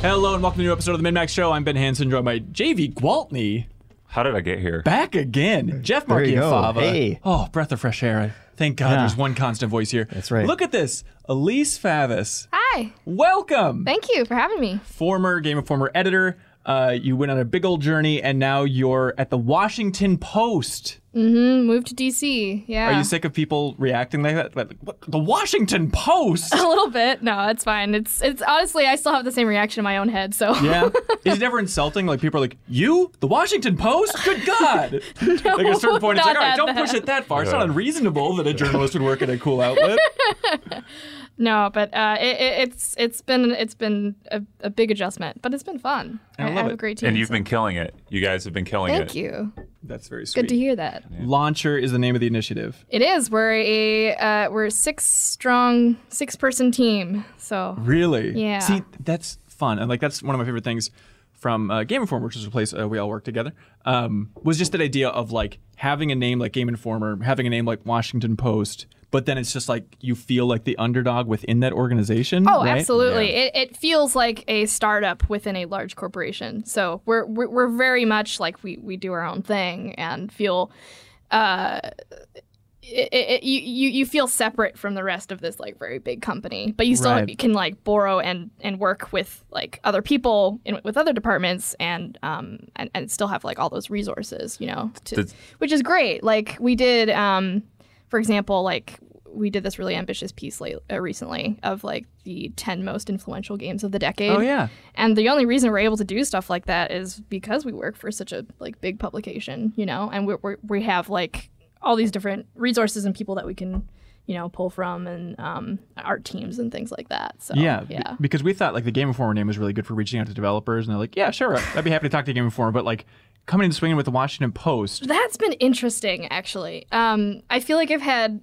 Hello and welcome to a new episode of the Min-Max Show. I'm Ben Hansen, joined by JV Gwaltney. How did I get here? Back again. Jeff There Markey you and go. Fava. Hey. Oh, breath of fresh air. Thank God there's one constant voice here. That's right. Look at this. Elise Favis. Hi. Welcome. Thank you for having me. Former Game Informer editor. Uh, you went on a big old journey and now you're at the Washington Post. Mm, Moved to DC. Yeah. Are you sick of people reacting like that? Like, what? The Washington Post? A little bit. No, it's fine. It's it's honestly I still have the same reaction in my own head. So Yeah. Is it ever insulting? Like people are like, "You, the Washington Post? Good God!" like at a certain point, it's like, not "All right, that don't push bad." it that far. It's Yeah. not unreasonable that a journalist would work at a cool outlet." no, but uh, it, it, it's it's been it's been a, a big adjustment, but it's been fun. I love have it. a great team. And you've so- been killing it. You guys have been killing Thank it. you. That's very sweet. Good to hear that. Launcher is the name of the initiative. It is. We're a uh, we're a six strong six person team. So Really? Yeah. See, that's fun, and like that's one of my favorite things from uh, Game Informer, which is a place uh, we all work together. Um, was just that idea of like having a name like Game Informer, having a name like Washington Post, but then it's just like you feel like the underdog within that organization. oh, right? absolutely. It, it feels like a startup within a large corporation. So we're we're, we're very much like we we do our own thing and feel. Uh, it, it, you, you you feel separate from the rest of this like very big company, but you still Right. can like borrow and, and work with like other people in, with other departments and um and, and still have like all those resources, you know, to, Does- which is great. Like we did, um, for example, like we did this really ambitious piece late, uh, recently of like the ten most influential games of the decade. Oh yeah. And the only reason we're able to do stuff like that is because we work for such a like big publication, you know, and we we we have like all these different resources and people that we can, you know, pull from and um, art teams and things like that. So Yeah, b- yeah, because we thought like the Game Informer name was really good for reaching out to developers, and they're like, yeah, sure, I'd be happy to talk to Game Informer, but like coming and swinging with the Washington Post, that's been interesting actually. Um, I feel like I've had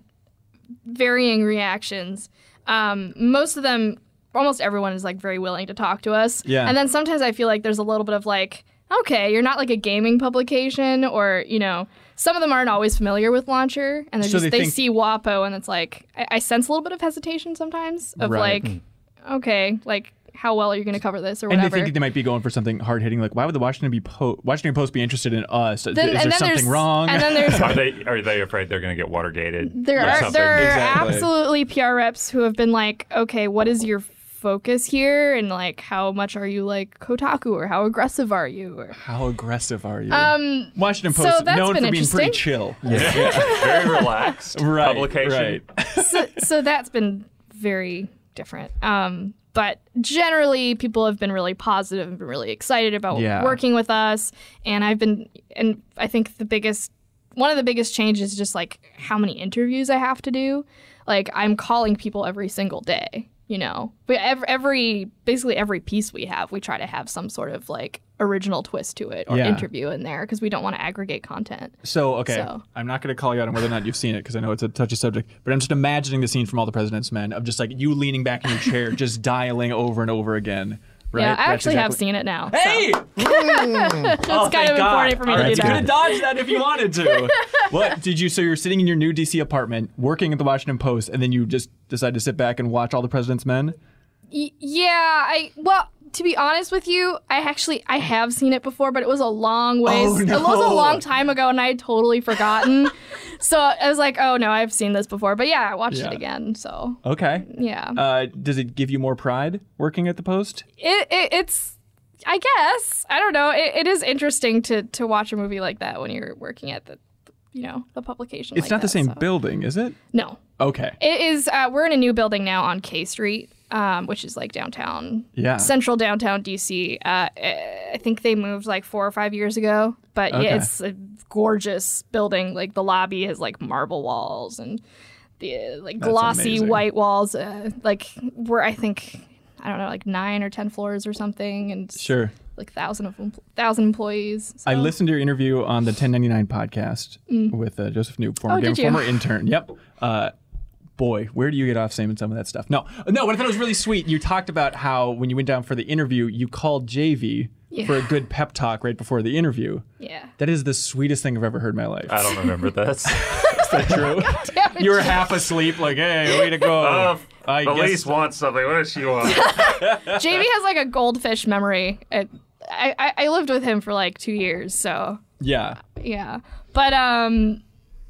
varying reactions. Um, most of them, almost everyone is like very willing to talk to us. Yeah. And then sometimes I feel like there's a little bit of like, okay, you're not like a gaming publication, or you know, some of them aren't always familiar with Launcher, and they're So just, they they, think- see WAPO, and it's like I, I sense a little bit of hesitation sometimes of Right. Hmm. Hmm. like, okay, like how well are you going to cover this or and whatever. they think they might be going for something hard hitting. Like, why would the Washington be po- Washington Post be interested in us? Is Then- there something there's, wrong? And then there's Are they are they afraid they're gonna get watergated? There or are something? there are Exactly. absolutely PR reps who have been like, okay, what is your focus here, and like how much are you like Kotaku or how aggressive are you? Or, How aggressive are you? um, Washington so Post that's known been for being pretty interesting. chill. Very relaxed Right, publication. right. so, so that's been very different. Um, but generally, people have been really positive and been really excited about Yeah. working with us. And I've been, and I think the biggest, one of the biggest changes is just like how many interviews I have to do. Like I'm calling people every single day. You know, we every, every basically every piece we have, we try to have some sort of like original twist to it or Yeah. interview in there because we don't want to aggregate content. So okay, So- I'm not going to call you out on whether or not you've seen it because I know it's a touchy subject. But I'm just imagining the scene from All the President's Men of just like you leaning back in your chair, just dialing over and over again. Right? yeah, I That's actually have exactly- seen it now. Hey! so it's kind of important for me to do You could that. have dodged that if you wanted to. what did Oh, you? So you're sitting in your new DC apartment, working at the Washington Post, and then you just decide to sit back and watch all the President's Men. Y- yeah, I well, to be honest with you, I actually I have seen it before, but it was a long ways. Oh, It was a no. long time ago, and I had totally forgotten. so I was like, oh no, I've seen this before, but yeah, I watched Yeah. it again. So Okay. yeah, Uh, does it give you more pride working at the Post? it, it it's. I guess I don't know. It, it is interesting to to watch a movie like that when you're working at the, you know, the publication. It's like not the that, same so- building, is it? No, Okay. It is. Uh, we're in a new building now on K Street, um, which is like downtown, Yeah. central downtown DC. Uh, eh, I think they moved like four or five years ago, but Okay. yeah, it's a gorgeous building. Like the lobby has like marble walls and the uh, like That's glossy amazing. white walls. Uh, like we're I think I don't know like nine or ten floors or something, and Sure. like thousand of em- thousand employees. I so- Mm. listened to your interview on the 1099 podcast with uh, Joseph Noob, former Oh, Game did you? Informer intern. Yep. Uh, boy, where do you get off saying some of that stuff? No, no. But I thought it was really sweet. You talked about how when you went down for the interview, you called JV for a good pep talk right before the interview. Yeah. That is the sweetest thing I've ever heard in my life. I don't remember this. Is that true? Damn it. you were half asleep, like, hey, way to go. Uh, I Elise guess. wants something. What does she want? Jamie has like a goldfish memory. It, I, I I lived with him for like two years, so yeah. yeah. But um,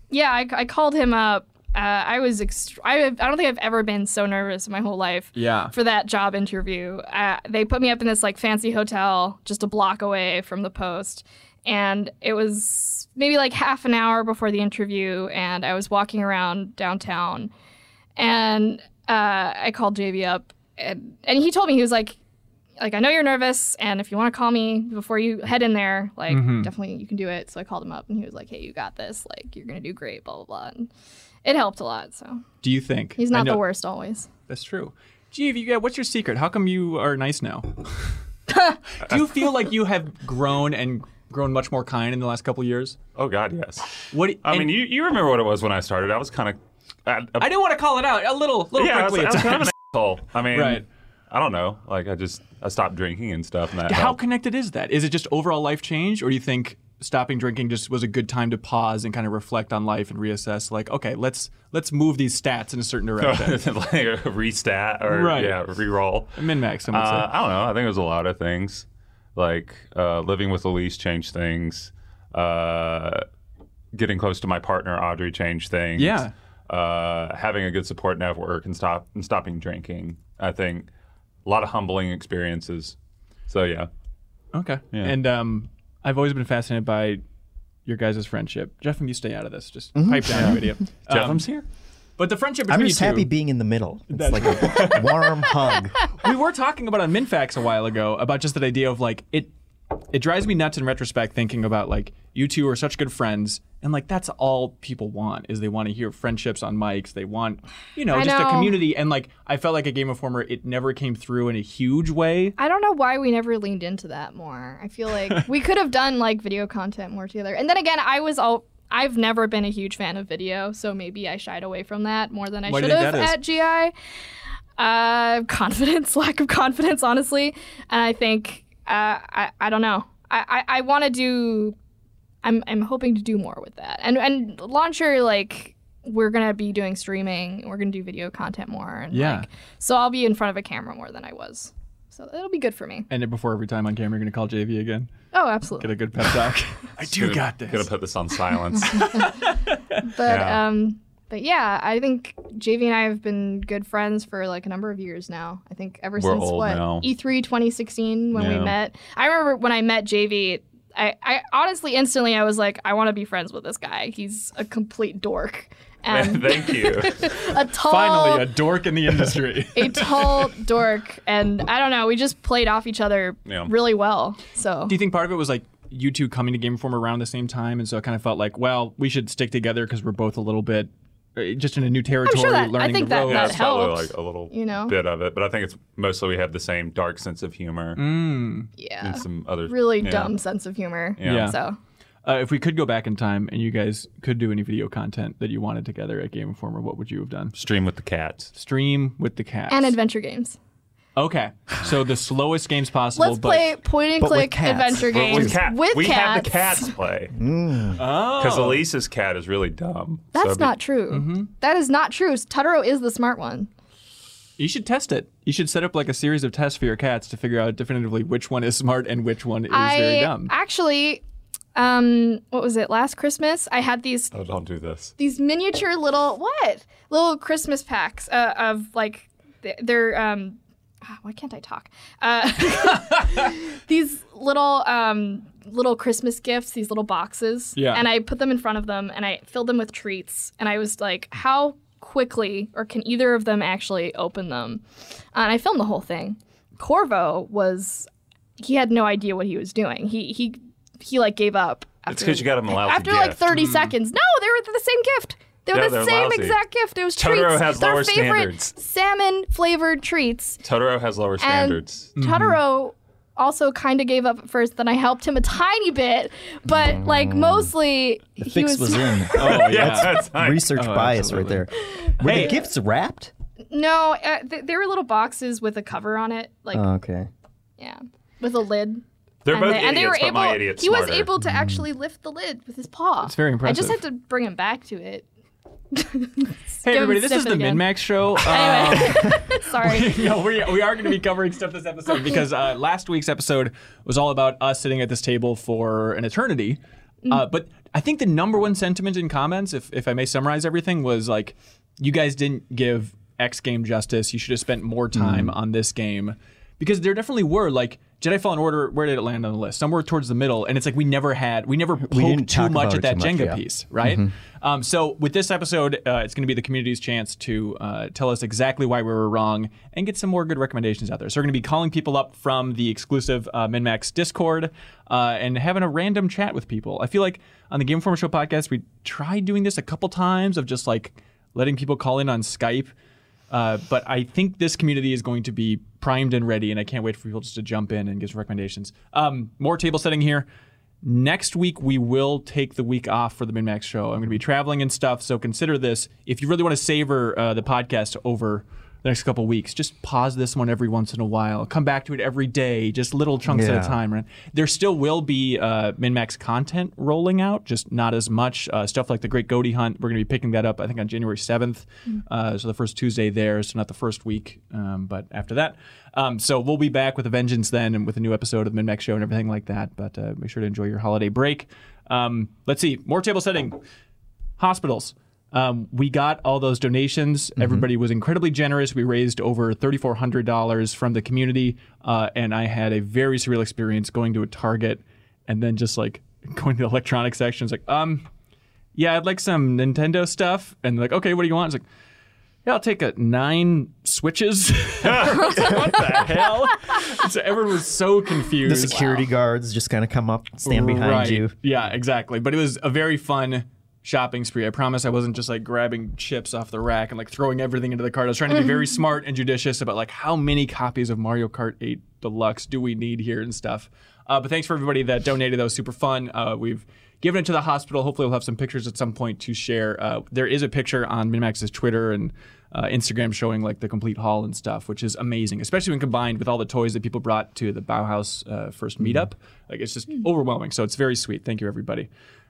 yeah, I, I called him up. Uh, I was ext- I I don't think I've ever been so nervous in my whole life. Yeah. For that job interview, uh, they put me up in this like fancy hotel just a block away from the post, and it was maybe like half an hour before the interview, and I was walking around downtown, and uh, I called JV up, and and he told me he was like, like I know you're nervous, and if you want to call me before you head in there, like Mm-hmm. definitely you can do it. So I called him up, and he was like, Hey, you got this. Like you're gonna do great. Blah blah blah. And it helped a lot. So Do you think he's I not the know- worst always. That's true. Gee, you got, what's your secret? How come you are nice now? Do you feel like you have grown and grown much more kind in the last couple of years? oh God, yes. What? I and mean, you, you remember what it was when I started? I was kind of. I, I- I didn't want to call it out. A little, little yeah, I was, quickly. I at was kind of times. an asshole. I mean, Right. I don't know. Like I just I stopped drinking and stuff. And that How helped. connected is that? Is it just overall life change, or do you think stopping drinking just was a good time to pause and kind of reflect on life and reassess? Like, okay, let's let's move these stats in a certain direction. like a restat or Right. yeah, re-roll. Min max, some would say. Uh, I don't know. I think it was a lot of things. Like uh, living with Elise changed things. Uh, getting close to my partner Audrey changed things. Yeah. Uh, having a good support network and stop and stopping drinking. I think a lot of humbling experiences. So yeah. Okay. And um, I've always been fascinated by your guys' friendship. Jeff, you stay out of this. Just Mm-hmm. pipe down, you idiot. Um, here. but the friendship between I'm just you two, happy being in the middle. It's like a warm hug. we were talking about on MinFax a while ago about just that idea of like it. It drives me nuts in retrospect thinking about like you two are such good friends and like that's all people want is they want to hear friendships on mics. They want you know I just a know. community and like I felt like a Game Informer it never came through in a huge way. I don't know why we never leaned into that more. I feel like we could have done like video content more together. And then again, I was all I've never been a huge fan of video, so maybe I shied away from that more than I Why do should you think have that is? at GI. Uh, confidence, lack of confidence, honestly. And I think uh, I I don't know. I I, I want to do. I'm I'm hoping to do more with that. And and launcher like we're gonna be doing streaming. We're gonna do video content more. And Yeah. Like, so I'll be in front of a camera more than I was. So it'll be good for me. And before every time on camera, you're gonna call JV again. Oh, Get absolutely. a good pep talk. I do got this. Gonna put this on silence. But Yeah. um, but yeah, I think JV and I have been good friends for like a number of years now. I think ever We're since old what E now. E3 2016 when Yeah. we met. I remember when I met JV. I, I honestly instantly I was like I want to be friends with this guy. He's a complete dork and Thank you. a tall Finally, a dork in the industry. a tall dork and I don't know, we just played off each other Yeah. really well. So Do you think part of it was like you two coming to Game Informer around the same time, and so I kind of felt like, well, we should stick together because we're both a little bit uh, just in a new territory, that- I learning think the that- ropes. Yeah, that it's probably helps, like a little you know? bit of it, but I think it's mostly we have the same dark sense of humor Mm. Hmm. yeah, and some other really yeah. dumb sense of humor. Yeah. Yeah. So Uh, if we could go back in time and you guys could do any video content that you wanted together at Game Informer, what would you have done? Stream with the cats. Stream with the cats. and adventure games. okay, so the slowest games possible. Let's but, play point and but with click cats. adventure But games With cat, with we cats. have the cats play because Oh, Elise's cat is really dumb. So That's it'd be- not true. Mm-hmm. That is not true. Totoro is the smart one. you should test it. You should set up like a series of tests for your cats to figure out definitively which one is smart and which one is I very dumb. actually, um, what was it? Last Christmas, I had these Oh, don't do this. these miniature little what little Christmas packs uh, of like th- they're um ah, why can't I talk uh, these little um little Christmas gifts these little boxes Yeah. and I put them in front of them and I filled them with treats and I was like how quickly or can either of them actually open them and I filmed the whole thing Corvo was he had no idea what he was doing he he he like gave up It's after because you got him a lousy after gift. like 30 seconds. No, they were the same gift. They were Yeah, the they're same lousy. exact gift. It was Totoro treats. has Their lower favorite standards. salmon flavored treats. Totoro has lower standards. Mm. And Totoro also kind of gave up at first. Then I helped him a tiny bit, but like mostly The he fix was, was, in. Oh yeah. that's nice. Research bias absolutely. right there. Were the gifts wrapped? no. Uh, th- they were little boxes with a cover on it, like Oh, okay. yeah, with a lid. They're and both they, idiots, and they were but my able. idiot's he was smarter. able to actually lift the lid with his paw. It's very I just impressive. had to bring him back to it. Hey, Give everybody, him this sniff is it the again. Min Max Show. Uh, Anyway, sorry. no, we, we are going to be covering stuff this episode because uh, last week's episode was all about us sitting at this table for an eternity. Uh, but I think the number one sentiment in comments, if, if I may summarize everything, was like, you guys didn't give X game justice. You should have spent more time on this game. Because there definitely were, like, Jedi Fallen Order, where did it land on the list? Somewhere towards the middle. And it's like we never had, we never poked didn't too talk much about at it that too much, Jenga yeah. Mm-hmm. piece piece, right? Um, so with this episode, uh, it's going to be the community's chance to uh, tell us exactly why we were wrong and get some more good recommendations out there. So we're going to be calling people up from the exclusive uh, MinMax Discord uh, and having a random chat with people. I feel like on the Game Informer Show podcast, we tried doing this a couple times of just like letting people call in on Skype. Uh, but I think this community is going to be primed and ready, and I can't wait for people just to jump in and give some recommendations. Um, more table setting here. Next week, we will take the week off for the MinMax show. I'm going to be traveling and stuff, so consider this. If you really want to savor uh, the podcast over the next couple weeks, just pause this one every once in a while. Come back to it every day, just little chunks at Yeah. a time. Right? There still will be uh, MinMax content rolling out, just not as much. Uh, stuff like the Great Goaty Hunt, we're going to be picking that up, I think, on January 7th. Uh, so the first Tuesday there, so not the first week, um, but after that. Um, so we'll be back with a vengeance then and with a new episode of the MinMax Show and everything like that. But uh, make sure to enjoy your holiday break. Um, let's see, more table setting hospitals. Um, we got all those donations. Mm-hmm. Everybody was incredibly generous. We raised over $3,400 from the community. Uh, and I had a very surreal experience going to a Target and then just like going to the electronics section. It's like, um, yeah, I'd like some Nintendo stuff. And they're like, okay, what do you want? It's like, yeah, I'll take a nine switches. what the hell? So everyone was so confused. The security guards just kind of come up, stand behind Right. you. Yeah, exactly. But it was a very fun shopping spree. I promise I wasn't just like grabbing chips off the rack and like throwing everything into the cart. I was trying to be Mm-hmm. very smart and judicious about like how many copies of Mario Kart 8 Deluxe do we need here and stuff. Uh, but thanks for everybody that donated. That was super fun. Uh, we've given it to the hospital. Hopefully, we'll have some pictures at some point to share. Uh, there is a picture on Minimax's Twitter and uh, Instagram showing like the complete haul and stuff, which is amazing, especially when combined with all the toys that people brought to the Bauhaus uh, first Mm-hmm. meetup. Like it's just overwhelming. So it's very sweet. Thank you, everybody.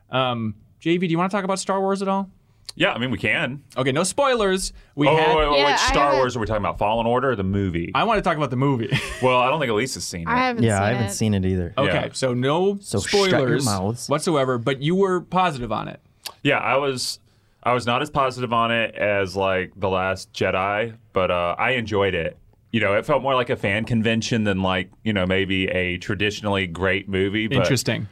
Um, JV, do you want to talk about Star Wars at all? Yeah, I mean, we can. Okay, no spoilers. We Oh, had. wait, wait, wait, Yeah, which I Star haven't- Wars are we talking about? Fallen Order or the movie? I want to talk about the movie. well, I don't think Elise has seen it. I haven't Yeah, seen I haven't it. seen it either. okay, Yeah. so no So shut your spoilers mouths. whatsoever. But you were positive on it. Yeah, I was I was not as positive on it as like The Last Jedi, but uh, I enjoyed it. You know, it felt more like a fan convention than like, you know, maybe a traditionally great movie. But Interesting.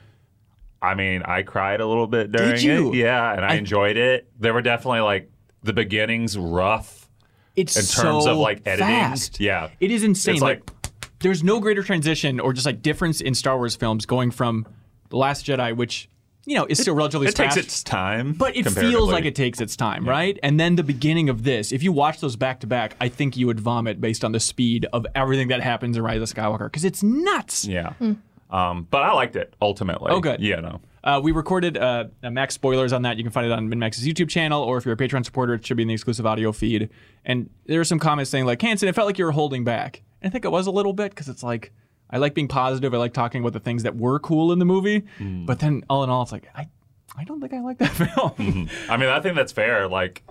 I mean, I cried a little bit during you? it. Yeah, and I, enjoyed it. There were definitely like the beginnings rough. It's in terms so of, like, editing, fast. yeah. it is insane. It's like, like- there's no greater transition or just like difference in Star Wars films going from the Last Jedi, which you know is still relatively It fast, takes its time. but it feels comparatively. like it takes its time, right? And then the beginning of this, if you watch those back to back, I think you would vomit based on the speed of everything that happens in Rise of Skywalker because it's nuts. Yeah. Um, but I liked it ultimately. Oh, good. Yeah, no. Uh, we recorded uh, uh, Max spoilers on that. You can find it on MinMax's YouTube channel, or if you're a Patreon supporter, it should be in the exclusive audio feed. And there were some comments saying like, Hanson, it felt like you were holding back. And I think it was a little bit because it's like I like being positive. I like talking about the things that were cool in the movie. But then all in all, it's like I, I don't think I like that film. I mean, I think that's fair. Like,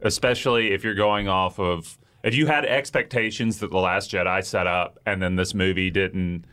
especially if you're going off of if you had expectations that the Last Jedi set up, and then this movie didn't.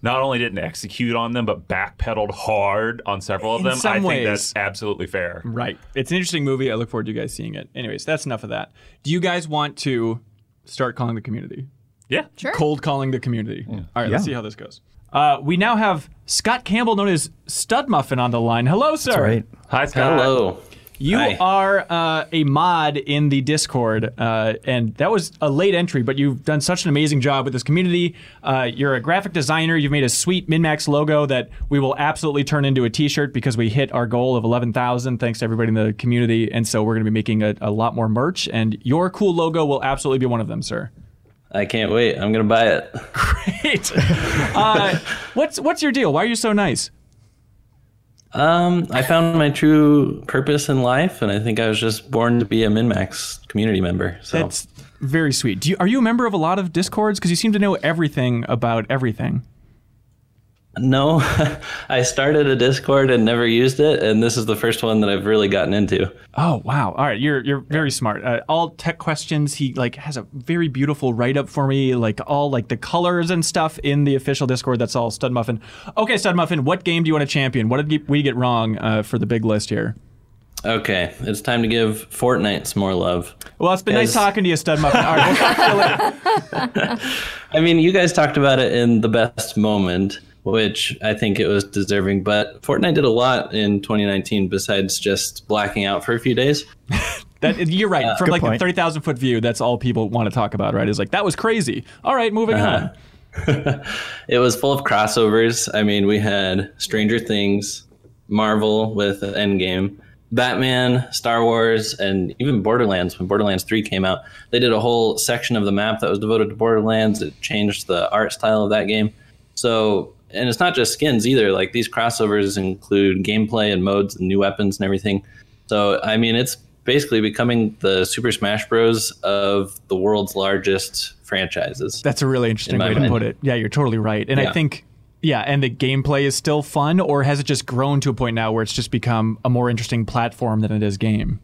Not only didn't execute on them, but backpedaled hard on several of In them. some I think ways. that's absolutely fair. Right. It's an interesting movie. I look forward to you guys seeing it. Anyways, that's enough of that. Do you guys want to start calling the community? Yeah. Sure. Cold calling the community. All right, let's Yeah. see how this goes. Uh, we now have Scott Campbell, known as Stud Muffin, on the line. Hello, sir. All right. Hi, Scott. Hello. You Hi. are uh, a mod in the Discord, uh, and that was a late entry, but you've done such an amazing job with this community. Uh, you're a graphic designer. You've made a sweet MinMax logo that we will absolutely turn into a T-shirt because we hit our goal of 11,000 thanks to everybody in the community, and so we're going to be making a, a lot more merch. And your cool logo will absolutely be one of them, sir. I can't wait. I'm gonna buy it. Great. uh, what's what's your deal? Why are you so nice? Um, I found my true purpose in life, and I think I was just born to be a MinMax community member. So That's very sweet. Do you, are you a member of a lot of discords? Because you seem to know everything about everything. No, I started a Discord and never used it, and this is the first one that I've really gotten into. Oh wow! All right, you're you're very smart. Uh, all tech questions. He like has a very beautiful write up for me, like all like the colors and stuff in the official Discord. That's all Stud Muffin. Okay, Stud Muffin, what game do you want to champion? What did we get wrong uh, for the big list here? Okay, it's time to give Fortnite some more love. Well, it's been nice As- talking to you, Stud Muffin. All right, we'll talk to you later. I mean, you guys talked about it in the best moment, which I think it was deserving, but Fortnite did a lot in 2019 besides just blacking out for a few days. That you're right. From Good like the point. thirty thousand foot view, that's all people want to talk about, right? Is like that was crazy. All right, moving Uh-huh. on. It was full of crossovers. I mean, we had Stranger Things, Marvel with Endgame, Batman, Star Wars, and even Borderlands. When Borderlands 3 came out, they did a whole section of the map that was devoted to Borderlands. It changed the art style of that game. So, and it's not just skins either. Like these crossovers include gameplay and modes and new weapons and everything. So, I mean, it's basically becoming the Super Smash Bros. of the world's largest franchises. That's a really interesting In my way to mind. put it. Yeah, you're totally right. And I Yeah. think, yeah, and the gameplay is still fun, or has it just grown to a point now where it's just become a more interesting platform than it is game?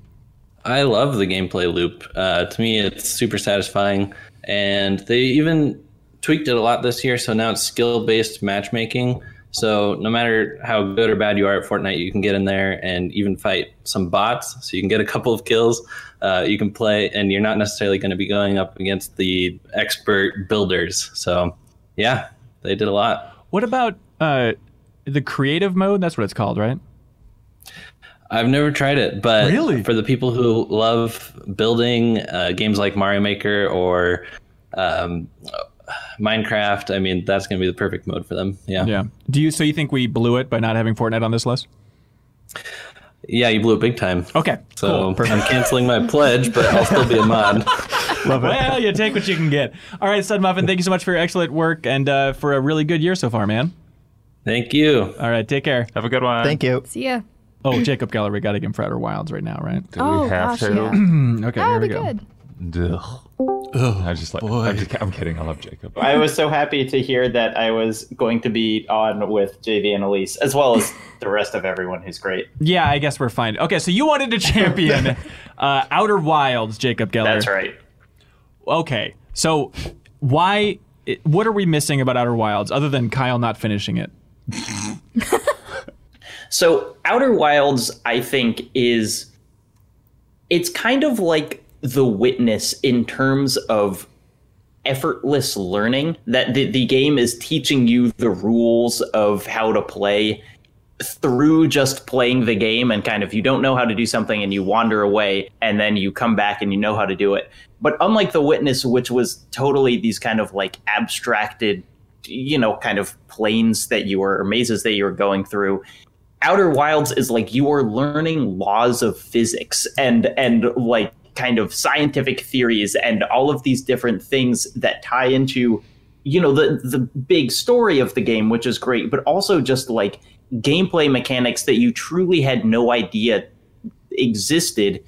I love the gameplay loop. Uh, to me, it's super satisfying, and they even tweaked it a lot this year. So now it's skill-based matchmaking. So no matter how good or bad you are at Fortnite, you can get in there and even fight some bots. So you can get a couple of kills. Uh, you can play, and you're not necessarily going to be going up against the expert builders. So yeah, they did a lot. What about uh, the creative mode? That's what it's called, right? I've never tried it, but Really? for the people who love building uh, games like Mario Maker or um, Minecraft, I mean, that's going to be the perfect mode for them. Yeah. yeah. Yeah. Do you so you think we blew it by not having Fortnite on this list? you blew it big time. Okay. So I'm canceling my pledge, but I'll still be a mod. Love it. Well, you take what you can get. All right, Stud Muffin, thank you so much for your excellent work and uh, for a really good year so far, man. Thank you. All right, take care. Have a good one. Thank you. See ya. Oh, Jacob Gallery got to give him Fred or Wilds right now, right? Do we have Oh, gosh, yeah. to? Okay, that here would we be go. good. Oh, I just like. I'm, just- I'm kidding. I love Jacob. I was so happy to hear that I was going to be on with JV and Elise, as well as the rest of everyone who's great. Yeah, I guess we're fine. Okay, so you wanted to champion uh, Outer Wilds, Jacob Geller. That's right. Okay, so why? it- What are we missing about Outer Wilds other than Kyle not finishing it? So Outer Wilds, I think, is it's kind of like the witness in terms of effortless learning that the, the game is teaching you the rules of how to play through just playing the game and kind of you don't know how to do something and you wander away and then you come back and you know how to do it. But unlike The Witness, which was totally these kind of like abstracted, you know, kind of planes that you were or mazes that you were going through, Outer Wilds is like you are learning laws of physics and and like kind of scientific theories and all of these different things that tie into you know the the big story of the game which is great but also just like gameplay mechanics that you truly had no idea existed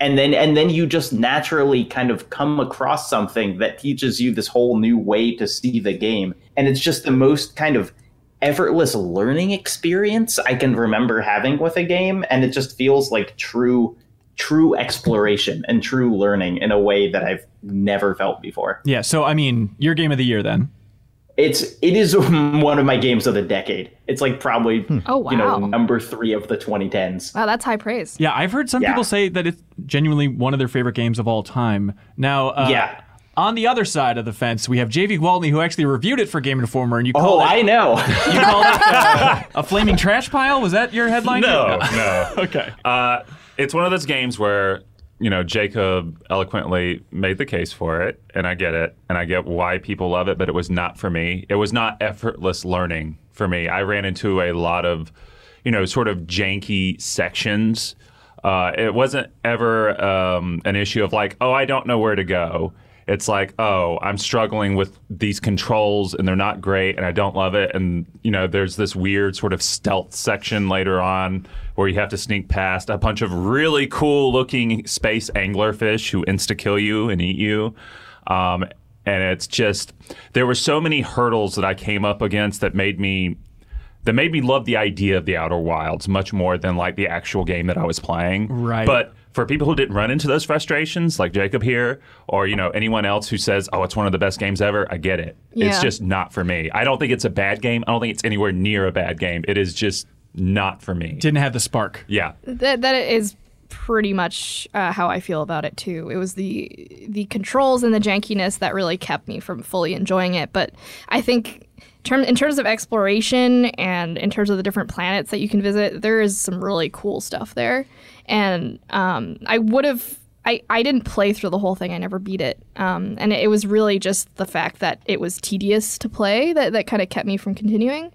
and then and then you just naturally kind of come across something that teaches you this whole new way to see the game and it's just the most kind of effortless learning experience i can remember having with a game and it just feels like true true exploration and true learning in a way that i've never felt before Yeah, so I mean, your game of the year then. it's it is one of my games of the decade it's like probably Oh wow. you know number three of the 2010s wow, that's high praise. Yeah, I've heard some Yeah. people say that it's genuinely one of their favorite games of all time. Now, uh, Yeah. On the other side of the fence, we have JV Gwaltney, who actually reviewed it for Game Informer, and you oh called it, i know you called it uh, a flaming trash pile. Was that your headline? No, no. Okay. Uh, it's one of those games where you know Jacob eloquently made the case for it, and I get it, and I get why people love it, but it was not for me. It was not effortless learning for me. I ran into a lot of you know sort of janky sections. Uh, it wasn't ever um, an issue of like, oh, I don't know where to go. It's like, oh, I'm struggling with these controls and they're not great and I don't love it. And, you know, there's this weird sort of stealth section later on where you have to sneak past a bunch of really cool looking space anglerfish who insta kill you and eat you. Um, and it's just, there were so many hurdles that I came up against that made me that made me love the idea of the Outer Wilds much more than like the actual game that I was playing. Right. But for people who didn't run into those frustrations, like Jacob here, or you know anyone else who says, "Oh, it's one of the best games ever," I get it. It's Yeah. just not for me. I don't think it's a bad game. I don't think it's anywhere near a bad game. It is just not for me. Didn't have the spark. yeah. that that is pretty much uh, how I feel about it too. It was the the controls and the jankiness that really kept me from fully enjoying it. But I think term, in terms of exploration and in terms of the different planets that you can visit, there is some really cool stuff there. And um, I would have. I, I didn't play through the whole thing. I never beat it. Um, and it was really just the fact that it was tedious to play that, that kind of kept me from continuing.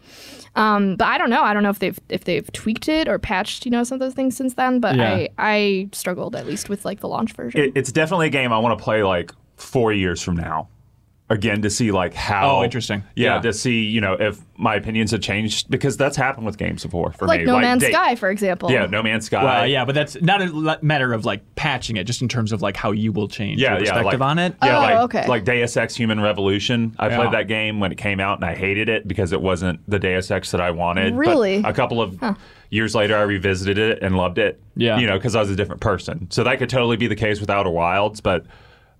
Um, but I don't know. I don't know if they've if they've tweaked it or patched you know some of those things since then. But Yeah. I I struggled at least with like the launch version. It, it's definitely a game I want to play like four years from now. Again, to see like how. Oh, interesting. Yeah, Yeah. to see, you know, if my opinions have changed because that's happened with games before for like me. No Man's they- Sky, for example. Yeah, No Man's Sky. Well, yeah, but that's not a le- matter of like patching it, just in terms of like how you will change Yeah, your yeah, perspective like- on it. Yeah, Oh, like, okay. like Deus Ex Human Revolution. I Yeah. played that game when it came out and I hated it because it wasn't the Deus Ex that I wanted. But Really? a couple of years later, I revisited it and loved it. Yeah. You know, because I was a different person. So that could totally be the case with Outer Wilds, but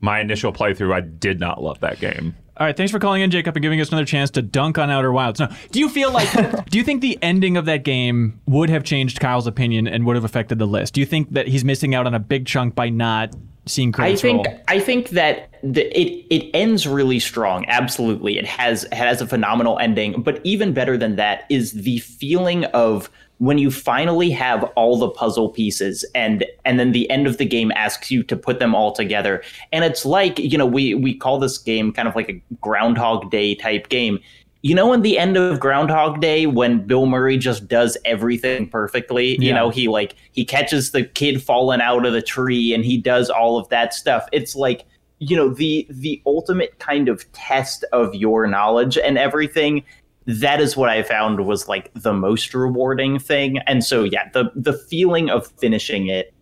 my initial playthrough, I did not love that game. All right, thanks for calling in, Jacob, and giving us another chance to dunk on Outer Wilds. Now, do you feel like, do you think the ending of that game would have changed Kyle's opinion and would have affected the list? Do you think that he's missing out on a big chunk by not seeing I credits think roll? I think that the, it it ends really strong. Absolutely, it has it has a phenomenal ending. But even better than that is the feeling of when you finally have all the puzzle pieces, and and then the end of the game asks you to put them all together. And it's like you know we we call this game kind of like a Groundhog Day type game. You know, in the end of Groundhog Day, when Bill Murray just does everything perfectly, you Yeah. know, he like he catches the kid falling out of the tree and he does all of that stuff it's like you know the the ultimate kind of test of your knowledge and everything that is what i found was like the most rewarding thing and so yeah the the feeling of finishing it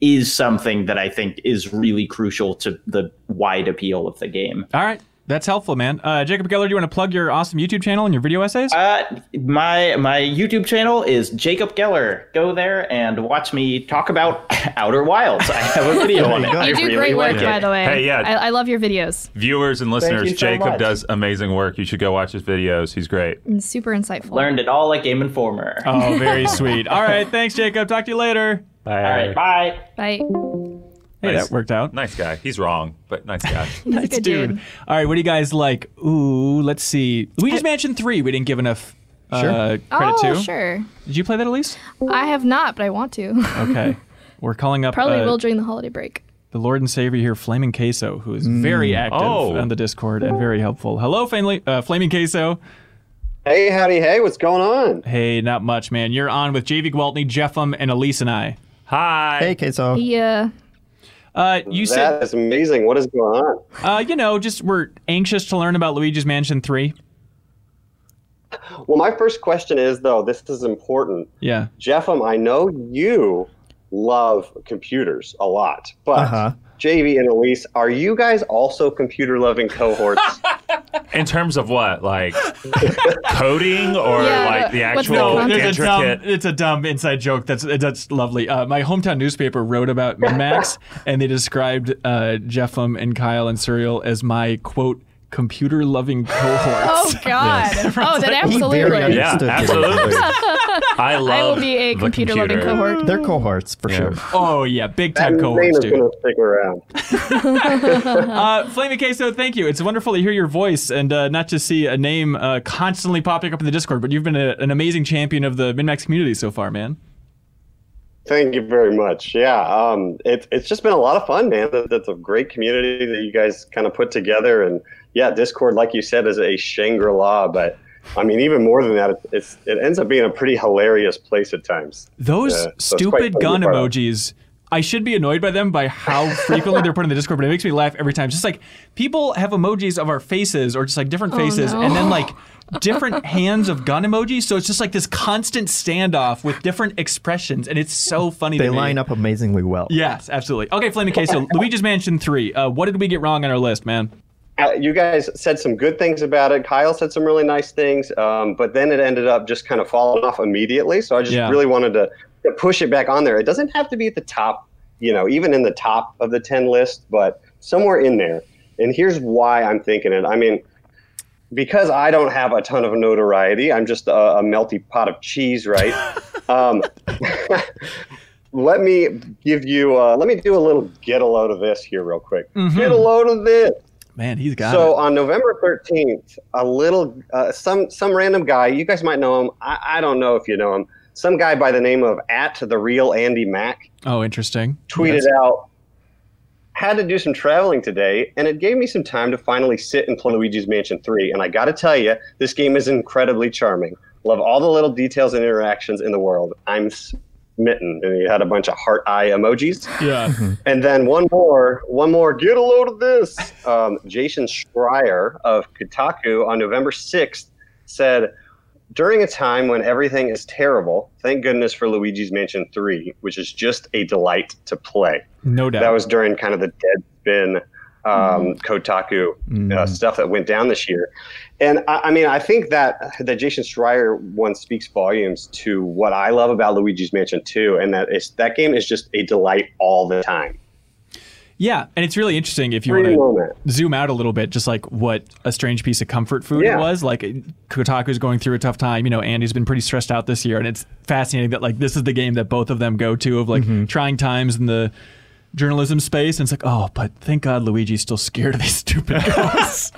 is something that i think is really crucial to the wide appeal of the game All right, that's helpful, man. Uh, Jacob Geller, do you want to plug your awesome YouTube channel and your video essays? uh, my my YouTube channel is Jacob Geller. Go there and watch me talk about Outer Wilds. I have a video on it. I You do really great work, like it. by the way. Hey, yeah. I, I love your videos. Viewers and listeners, you so Jacob much. does amazing work. You should go watch his videos. He's great. It's super insightful. Learned it all at Game Informer. Oh, very sweet. All right, thanks, Jacob. Talk to you later. Bye. All right, bye. Bye. Hey, Nice. that worked out. Nice guy. He's wrong, but nice guy. He's a Nice good dude. All right, what do you guys like? Ooh, let's see. We just mentioned three. We didn't give enough uh, Sure. credit oh to. sure. Did you play that, Elise? I have not, but I want to. Okay. We're calling up Probably uh, will during the holiday break. the Lord and Savior here, Flaming Queso, who is very active Oh. on the Discord and very helpful. Hello, Flaming, uh, Flaming Queso. Hey, howdy, hey, what's going on? Hey, not much, man. You're on with JV Gwaltney, Jeffum, and Elise and I. Hi. Hey, Oh. Queso. Yeah. Uh, you said, that is amazing. What is going on? uh, you know, just we're anxious to learn about Luigi's Mansion 3. Well, my first question is though, this is important. Yeah. Jeffem, I know you love computers a lot, but Uh-huh. JV and Elise, are you guys also computer loving cohorts? In terms of what, like coding or Yeah, like the what's actual the No, content? it's a dumb, intricate? it's a dumb inside joke. That's that's lovely. Uh, my hometown newspaper wrote about Minmax, and they described uh, Jeffum and Kyle and Serial as my quote computer loving Oh cohorts. God. Oh, then He very absolutely. Yeah, understood absolutely. I love. I will be a the computer loving cohort. They're cohorts for sure. oh yeah, big time That name cohorts, is dude. going to stick around. Uh, Flaming Queso, thank you. It's wonderful to hear your voice and uh, not to see a name uh, constantly popping up in the Discord. But you've been a, an amazing champion of the Minmax community so far, man. Thank you very much. Yeah, um, it, it's just been a lot of fun, man. That, that's a great community that you guys kind of put together, and yeah, Discord, like you said, is a Shangri La. But I mean, even more than that, it, it's it ends up being a pretty hilarious place at times. Those Yeah, so it's quite stupid fun to be gun part of. emojis. I should be annoyed by them by how frequently they're put in the Discord, but it makes me laugh every time. It's Just like people have emojis of our faces or just like different faces, and then like different hands of gun emojis. So it's just like this constant standoff with different expressions, and it's so funny. They to me. line up amazingly well. Yes, absolutely. Okay, Flaming Queso, Luigi's Mansion Three. Uh, what did we get wrong on our list, man? uh, you guys said some good things about it. Kyle said some really nice things, um, but then it ended up just kind of falling off immediately. So I just Yeah. really wanted to, to push it back on there. It doesn't have to be at the top, you know, even in the top of the 10 list, but somewhere in there. And here's why I'm thinking it. I mean, because I don't have a ton of notoriety, I'm just a, a melty pot of cheese, right? um, let me give you, uh, let me do a little get a load of this here, real quick. Get a load of this Man, he's got so it. on November 13th, a little uh, some some random guy. You guys might know him. I, I don't know if you know him. Some guy by the name of at the real Andy Mack Oh, interesting. tweeted out. Had to do some traveling today, and it gave me some time to finally sit and play Luigi's Mansion 3. And I got to tell you, this game is incredibly charming. Love all the little details and interactions in the world. I'm smitten. And he had a bunch of heart eye emojis. Yeah. And then one more, one more. Get a load of this. Um, Jason Schreier of Kotaku on November 6th said, during a time when everything is terrible, thank goodness for Luigi's Mansion 3, which is just a delight to play. no doubt. That was during kind of the Deadspin um, Kotaku uh, stuff that went down this year. And I, I mean, I think that that Jason Schreier one speaks volumes to what I love about Luigi's Mansion 2, and that it's, that game is just a delight all the time. yeah, and it's really interesting if you Pretty want moment. to zoom out a little bit, just like what a strange piece of comfort food Yeah. it was. Like Kotaku's going through a tough time. You know, Andy's been pretty stressed out this year, and it's fascinating that like this is the game that both of them go to of like trying times in the journalism space. And it's like, oh, but thank God Luigi's still scared of these stupid guys.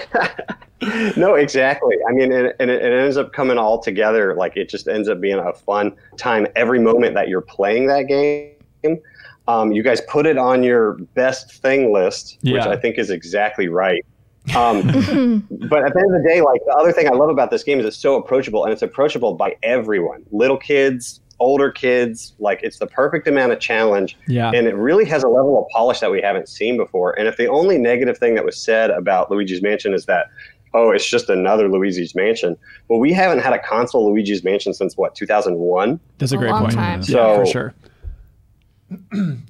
No, exactly. I mean, and, and it, it ends up coming all together. Like it just ends up being a fun time every moment that you're playing that game. Um, you guys put it on your best thing list, which Yeah. I think is exactly right. Um, but at the end of the day, like the other thing I love about this game is it's so approachable, and it's approachable by everyone, little kids, older kids. Like it's the perfect amount of challenge yeah. and it really has a level of polish that we haven't seen before. And if the only negative thing that was said about Luigi's Mansion is that, oh, it's just another Luigi's Mansion, well, we haven't had a console Luigi's Mansion since what 2001. That's a A great long point. time. Yeah, for So- sure.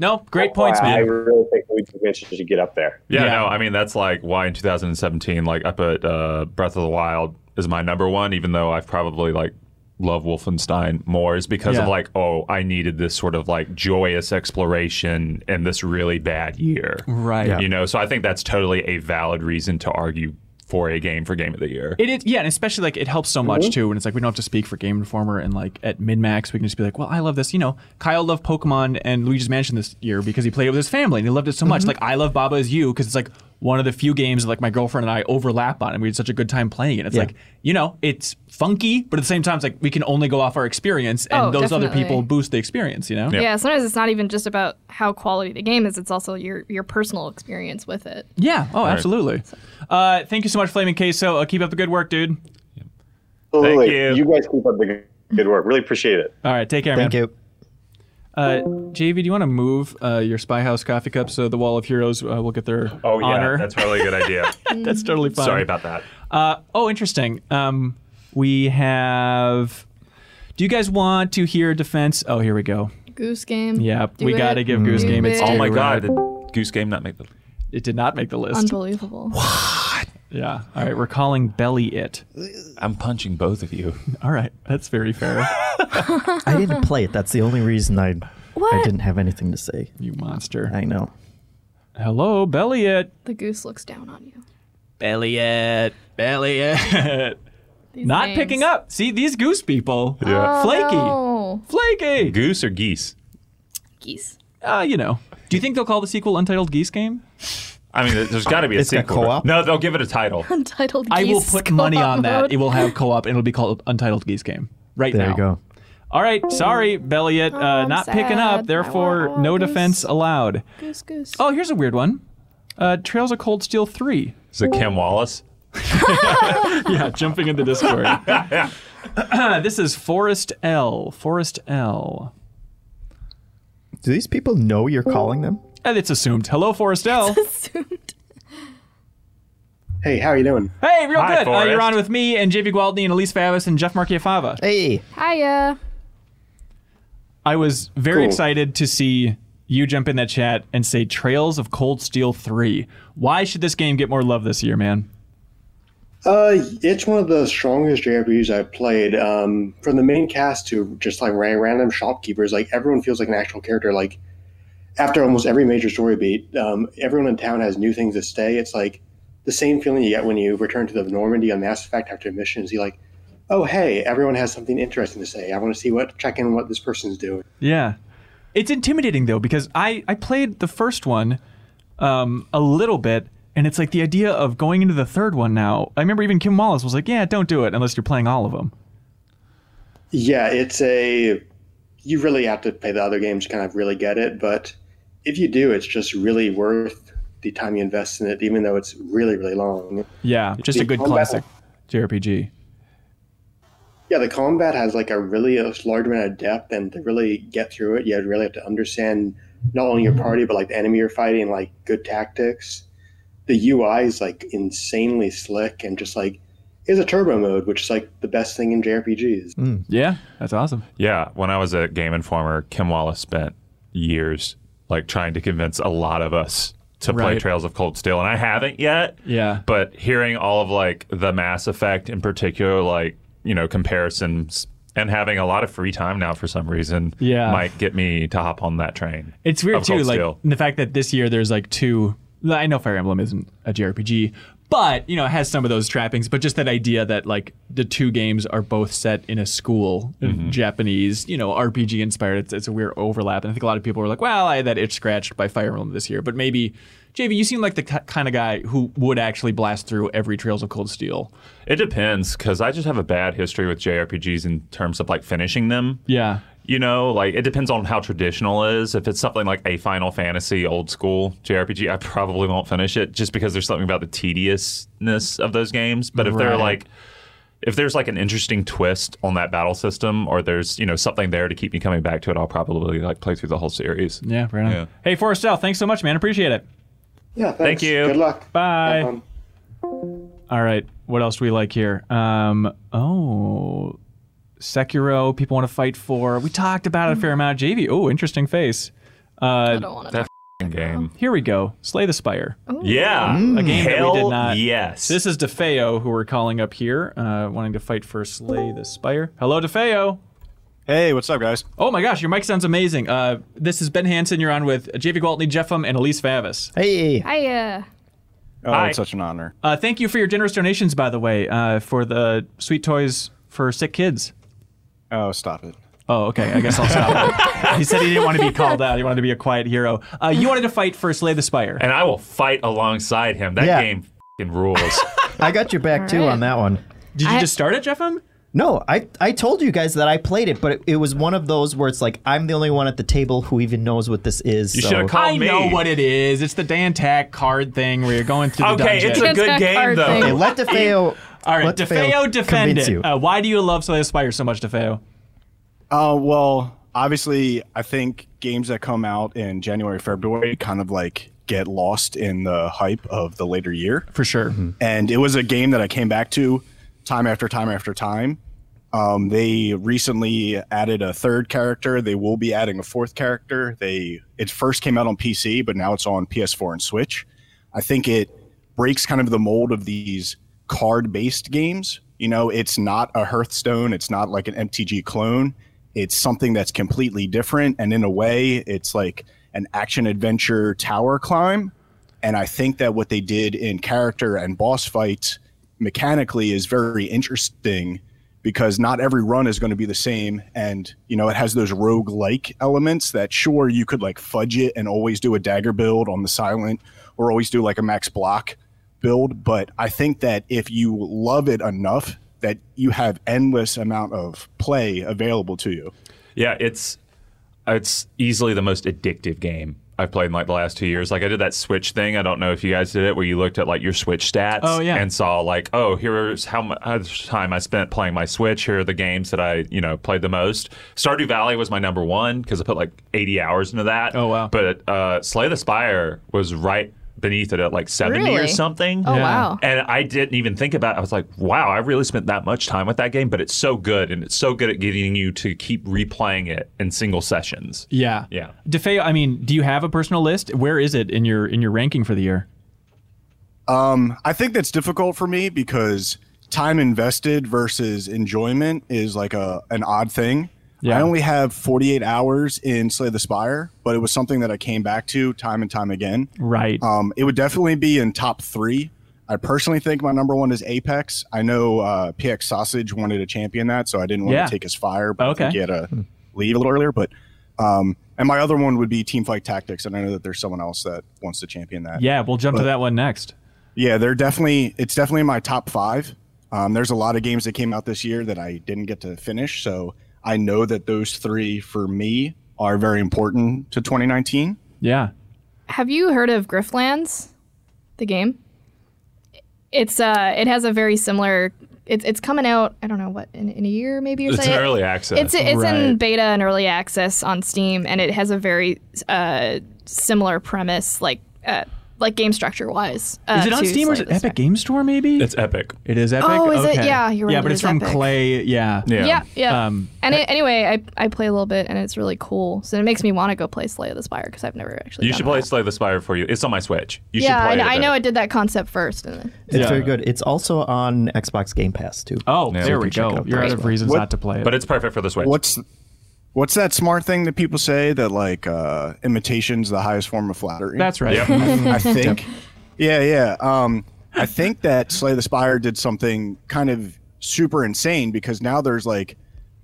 no, great points, I, I man. really think Luigi's Mansion should get up there. Yeah, Yeah. no, I mean that's like why in 2017, like I put uh, Breath of the Wild as my number one, even though I've probably like love Wolfenstein more, is because Yeah. of like, oh, I needed this sort of like joyous exploration in this really bad year, Right. You know, so I think that's totally a valid reason to argue for a game for game of the year. It is, yeah, and especially like it helps so much too when it's like we don't have to speak for Game Informer and like at mid max we can just be like, well, I love this. You know, Kyle loved Pokemon and Luigi's Mansion this year because he played it with his family and he loved it so much. Like I love Baba's You because it's like one of the few games that like my girlfriend and I overlap on and we had such a good time playing it. It's like you know, it's funky, but at the same time, it's like we can only go off our experience and Oh, those other definitely. people boost the experience. You know, Yeah. sometimes it's not even just about how quality the game is; it's also your your personal experience with it. Yeah. Oh, absolutely. Uh, thank you so much, Flaming Queso. Uh, keep up the good work, dude. Absolutely, you. guys keep up the good- good work. Really appreciate it. All right, take care, Thank man. you. Uh, JV, do you want to move uh, your Spy House coffee cup so the Wall of Heroes uh, will get their Oh yeah, honor? that's really a good idea. That's totally fine. Sorry about that. Uh, oh, interesting. Um, we have. Do you guys want to hear defense? Oh, here we go. Goose Game. Yeah, Do we it. got to give Goose Do Game its it. Oh due, my god, right? did Goose Game not make the. It did not make the list. Unbelievable. yeah. All right, we're calling Belly it. I'm punching both of you. All right, that's very fair. I didn't play it. That's the only reason I I What? didn't have anything to say. you monster. I know. Hello, Belly it. The goose looks down on you. Belly it. Belly it. These Not names. picking up. See these goose people. Yeah. Flaky. Oh, Flaky. Goose or geese? geese. Uh, you know. Do you think they'll call the sequel Untitled Geese Game? I mean, there's got to be a It's got sequel. co-op? No, they'll give it a title. Untitled. I will Geese put Co-op money on that. Mode. It will have co-op and it'll be called Untitled Geese Game. Right There now. you go. All right. Sorry, Belliot. Uh, Oh, I'm not picking up. sad. I Therefore, want no all defense goose. allowed. Goose, goose. Oh, here's a weird one. Uh, Trails of Cold Steel 3. Is it Kim Wallace? yeah, jumping in the Discord. this is Forest L. Forest L. Do these people know you're calling them? And Uh, it's assumed. Hello, Forest L. Assumed. Hey, how are you doing? hey, real Hi, good. Uh, you're Forrest. on with me and JV Gwaldney and Elise Favis and Jeff Markiafava. Hey. Hiya. I was very Cool. excited to see you jump in that chat and say Trails of Cold Steel 3. Why should this game get more love this year, man? Uh, it's one of the strongest JRPGs I've played. Um, from the main cast to just like ran- random shopkeepers, like everyone feels like an actual character. Like after almost every major story beat, um, everyone in town has new things to say. It's like the same feeling you get when you return to the Normandy on Mass Effect after missions. You like, oh hey, everyone has something interesting to say. I want to see what check in what this person's doing. Yeah. It's intimidating though because I I played the first one um, a little bit and it's like the idea of going into the third one now. I remember even Kim Wallace was like, "Yeah, don't do it unless you're playing all of them." Yeah, it's a you really have to play the other games to kind of really get it, but if you do, it's just really worth the time you invest in it, even though it's really really long. Yeah, just a the good combat- classic JRPG. Yeah, the combat has like a really large amount of depth, and to really get through it, you really have to understand not only your party but like the enemy you're fighting, like good tactics. The UI is like insanely slick, and just like is a turbo mode, which is like the best thing in JRPGs. Mm, Hmm. Yeah, that's awesome. Yeah, when I was at Game Informer, Kim Wallace spent years like trying to convince a lot of us to play Right. Trails of Cold Steel, and I haven't yet. Yeah. But hearing all of like the Mass Effect in particular, like you know comparisons, and having a lot of free time now for some reason, Yeah. might get me to hop on that train. It's weird of too, Cold like Steel. the fact that this year there's like two. I know Fire Emblem isn't a JRPG, but you know it has some of those trappings. But just that idea that like the two games are both set in a school, Japanese, you know, RPG inspired. It's, it's a weird overlap, and I think a lot of people were like, "Well, I had that itch scratched by Fire Emblem this year," but maybe. JV, you seem like the kind of guy who would actually blast through every Trails of Cold Steel. It depends because I just have a bad history with JRPGs in terms of like finishing them. Yeah. You know, like it depends on how traditional it is. If it's something like a Final Fantasy old school JRPG, I probably won't finish it just because there's something about the tediousness of those games. But if they're Right. like if there's like an interesting twist on that battle system or there's, you know, something there to keep me coming back to it, I'll probably like play through the whole series. Yeah, right on. Yeah. Hey, Forestel, thanks so much, man. Appreciate it. Yeah, thanks. you. Good luck. Bye. Have fun. All right. What else do we like here? Um, oh, Sekiro. People want to fight for. We talked about it a fair amount. JV. Oh, interesting face. Uh, I don't want to. Game. Here we go. Slay the Spire. Yeah. A game that we Hell did not- Yes. This is DeFeo who we're calling up here, uh, wanting to fight for Slay the Spire. Hello, DeFeo. Hey, what's up, guys? Oh my gosh, your mic sounds amazing. Uh, this is Ben Hansen. You're on with JV Gwaltney, Jeffum, and Elise Favis. Hey, I uh, Oh, Hi. it's such an honor. Uh, thank you for your generous donations, by the way, uh, for the sweet toys for sick kids. Oh, stop it. Oh, okay. I guess I'll stop. he said he didn't want to be called out. He wanted to be a quiet hero. Uh, you wanted to fight for Slay the Spire. and I will fight alongside him. That Yeah. game fing rules. I got your back too right. on that one. Did you I- just start it, um? Jeffem? No, I, I told you guys that I played it, but it, it was one of those where it's like I'm the only one at the table who even knows what this is. You so. should've called- I know me. what it is. It's the Dan Tack card thing where you're going through the okay, dungeon. it's a That's good not game hard though. thing. Okay, let DeFeo. All right, let DeFeo defend convince it. you. Uh, why do you love Slay the Spire so much, DeFeo? Uh, well, obviously, I think games that come out in January, February kind of like get lost in the hype of the later year. For sure. and it was a game that I came back to time after time after time. Um, they recently added a third character. They will be adding a fourth character. They it first came out on PC, but now it's on PS4 and Switch. I think it breaks kind of the mold of these card-based games. You know, it's not a Hearthstone. It's not like an MTG clone. It's something that's completely different, and in a way, it's like an action adventure tower climb and I think that what they did in character and boss fights mechanically is very interesting because not every run is going to be the same and you know it has those rogue-like elements that sure you could like fudge it and always do a dagger build on the silent or always do like a max block build but i think that if you love it enough that you have endless amount of play available to you Yeah, it's it's easily the most addictive game I've played in like the last two years. Like I did that Switch thing. I don't know if you guys did it, where you looked at like your Switch stats. Oh, yeah. and saw like, oh, here's how mu- how much time I spent playing my Switch. Here are the games that I you know played the most. Stardew Valley was my number one because I put like 80 hours into that. Oh, wow. But uh, Slay the Spire was right beneath it at like 70 or Really? something. Oh, wow. And I didn't even think about it. I was like, wow, I really spent that much time with that game, but it's so good and it's so good at getting you to keep replaying it in single sessions. Yeah. Yeah. DeFeo, I mean, do you have a personal list? Where is it in your in your ranking for the year? Um, I think that's difficult for me because time invested versus enjoyment is like a an odd thing. Yeah. I only have 48 hours in Slay the Spire, but it was something that I came back to time and time again. Right. Um, it would definitely be in top three. I personally think my number one is Apex. I know uh, PX Sausage wanted to champion that, so I didn't want Yeah. to take his fire, but Okay. Hmm. I think he had to leave a little earlier. But um, and my other one would be Teamfight Tactics, and I know that there's someone else that wants to champion Uh, that. yeah, we'll jump to that one next. Yeah, they're definitely it's definitely in my top five. Um, there's a lot of games that came out this year that I didn't get to finish, so I know that those three for me are very important to 2019. Yeah. Have you heard of Grifflands, the game? It's uh, it has a very similar. It's it's coming out. I don't know what in, in a year maybe or It's something. an early access. It's it's in Right. beta and early access on Steam, and it has a very uh, similar premise, like uh, like game structure wise. Uh, Is it on to Steam or is Slay it the Spire. Epic Game Store maybe? it's epic. it is Epic. Oh, is it? Okay. Yeah, you're right, Yeah, it but it's is from Epic. Clay. Yeah. Yeah. Yeah, yeah. Um, and it, anyway, I, I play a little bit, and it's really cool. So it makes me want to go play Slay of the Spire because I've never actually. You done should play that. Slay the Spire for you. It's on my Switch. You yeah, should play I, kn- it. I but- know I did that concept first, and then It's Yeah. very good. It's also on Xbox Game Pass too. Oh, Yeah, there we we can check it go. out You're there out as of well. reasons What- not to play it. But it's perfect for the Switch. What's what's that smart thing that people say that like uh, imitation's the highest form of flattery? That's right. Yep. I think. Yeah, yeah. Um, I think that Slay the Spire did something kind of super insane because now there's like,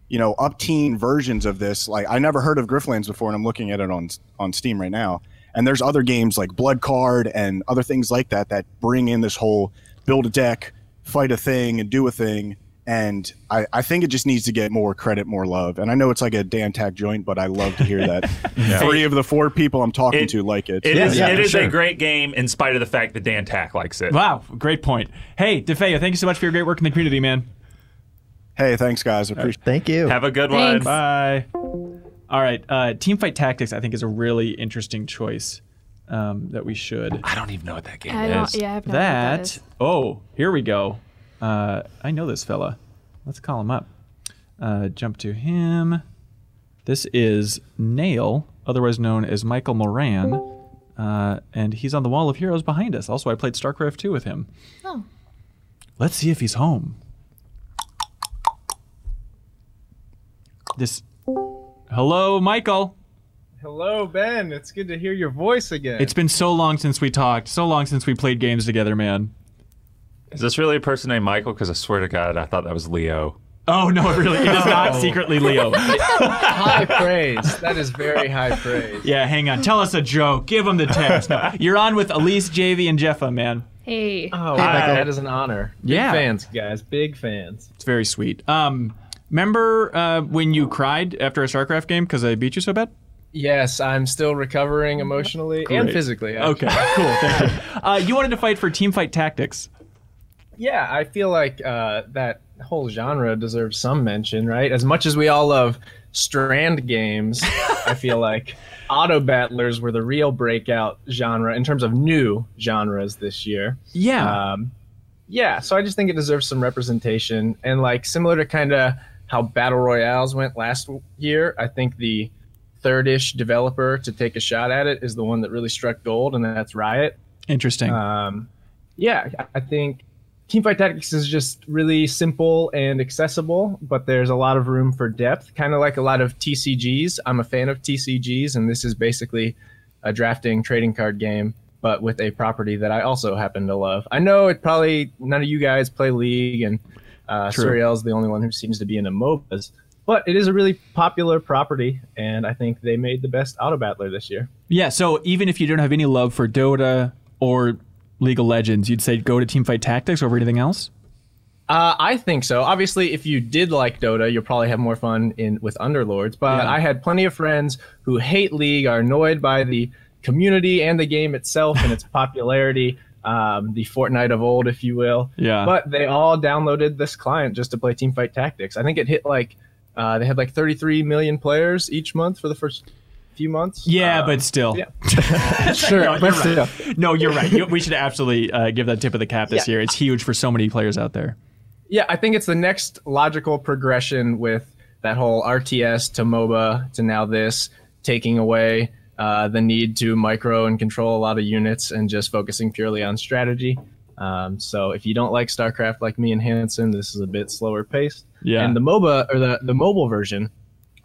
you know, up teen versions of this. Like I never heard of Grifflands before, and I'm looking at it on on Steam right now. And there's other games like Blood Card and other things like that that bring in this whole build a deck, fight a thing, and do a thing. And I, I think it just needs to get more credit, more love. And I know it's like a damn tack joint, but I love to hear that three of the four people I'm talking It- to like it. It Yeah. is. yeah, it for is a sure. great game in spite of the fact that Dan Tack likes it. Wow, great point. Hey, DeFeo, thank you so much for your great work in the community, man. Hey, thanks, guys. I appreciate Thank you. Have a good Thanks. one. Bye. All right. Uh, Teamfight Tactics, I think, is a really interesting choice um, that we should. I don't even know what that game I is. don't. Yeah, I've never heard That, that is. oh, here we go. Uh, I know this fella. Let's call him up. Uh, jump to him. This is Nail, otherwise known as Michael Moran. Uh, and he's on the Wall of Heroes behind us. Also, I played StarCraft 2 with him. Oh. Let's see if he's home. This. Hello, Michael. Hello, Ben. It's good to hear your voice again. It's been so long since we talked, so long since we played games together, man. Is this really a person named Michael? Because I swear to God, I thought that was Leo. Oh, no, it really it is not secretly Leo. high praise. That is very high praise. Yeah, hang on. Tell us a joke. Give them the text. No, you're on with Elise, JV, and Jeffa, man. Hey, Oh, wow, that is an honor. Big Yeah. fans, guys. Big fans. It's very sweet. Um, remember uh, when you cried after a StarCraft game because I beat you so bad? Yes, I'm still recovering emotionally and Great. physically. actually. Okay, cool. Thank you. Uh, you wanted to fight for teamfight tactics. Yeah, I feel like uh, that whole genre deserves some mention, right? As much as we all love strand games, I feel like auto battlers were the real breakout genre in terms of new genres this year. Yeah. Um, yeah, so I just think it deserves some representation. And like similar to kind of how battle royales went last w- year, I think the third-ish developer to take a shot at it is the one that really struck gold, and that's Riot. Interesting. Um, yeah, I think Teamfight Tactics is just really simple and accessible, but there's a lot of room for depth, kind of like a lot of TCGs. I'm a fan of TCGs, and this is basically a drafting trading card game, but with a property that I also happen to love. I know it probably none of you guys play League, and uh, True. Suriel's the only one who seems to be into MOBAs. But it is a really popular property, and I think they made the best auto battler this year. yeah. So even if you don't have any love for Dota or League of Legends, you'd say go to teamfight tactics over anything else. Uh, I think so. Obviously, if you did like Dota, you'll probably have more fun in with Underlords. But Yeah. I had plenty of friends who hate League, are annoyed by the community and the game itself and its popularity, um, the Fortnite of old, if you will. Yeah. But they all downloaded this client just to play Teamfight Tactics. I think it hit like uh, they had like 33 million players each month for the first few months. Yeah, Uh, but still. yeah. sure, no, but you're right. No, you're right. You- we should absolutely uh, give that tip of the cap this Yeah. year. It's huge for so many players out there. yeah, I think it's the next logical progression with that whole RTS to MOBA to now this taking away uh, the need to micro and control a lot of units and just focusing purely on strategy. Um, so if you don't like StarCraft like me and Hanson, this is a bit slower paced. Yeah. And the MOBA or the, the mobile version,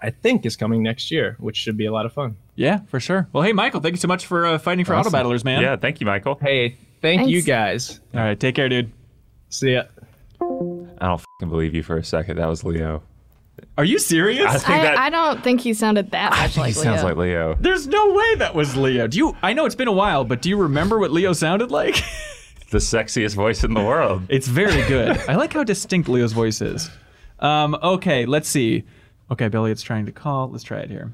I think, is coming next year, which should be a lot of fun. Yeah, for sure. Well, hey, Michael, thank you so much for uh, fighting for Awesome. Auto Battlers, man. Yeah, thank you, Michael. Hey, thank you Thanks. guys. All right, take care, dude. See ya. I don't fucking believe you for a second. That was Leo. Are you serious? I think I, that I don't think he sounded that much I think like he sounds Leo. like Leo. There's no way that was Leo. Do you? I know it's been a while, but do you remember what Leo sounded like? The sexiest voice in the world. It's very good. I like how distinct Leo's voice is. Um, okay, let's see. Okay, Billy, it's trying to call. Let's try it here.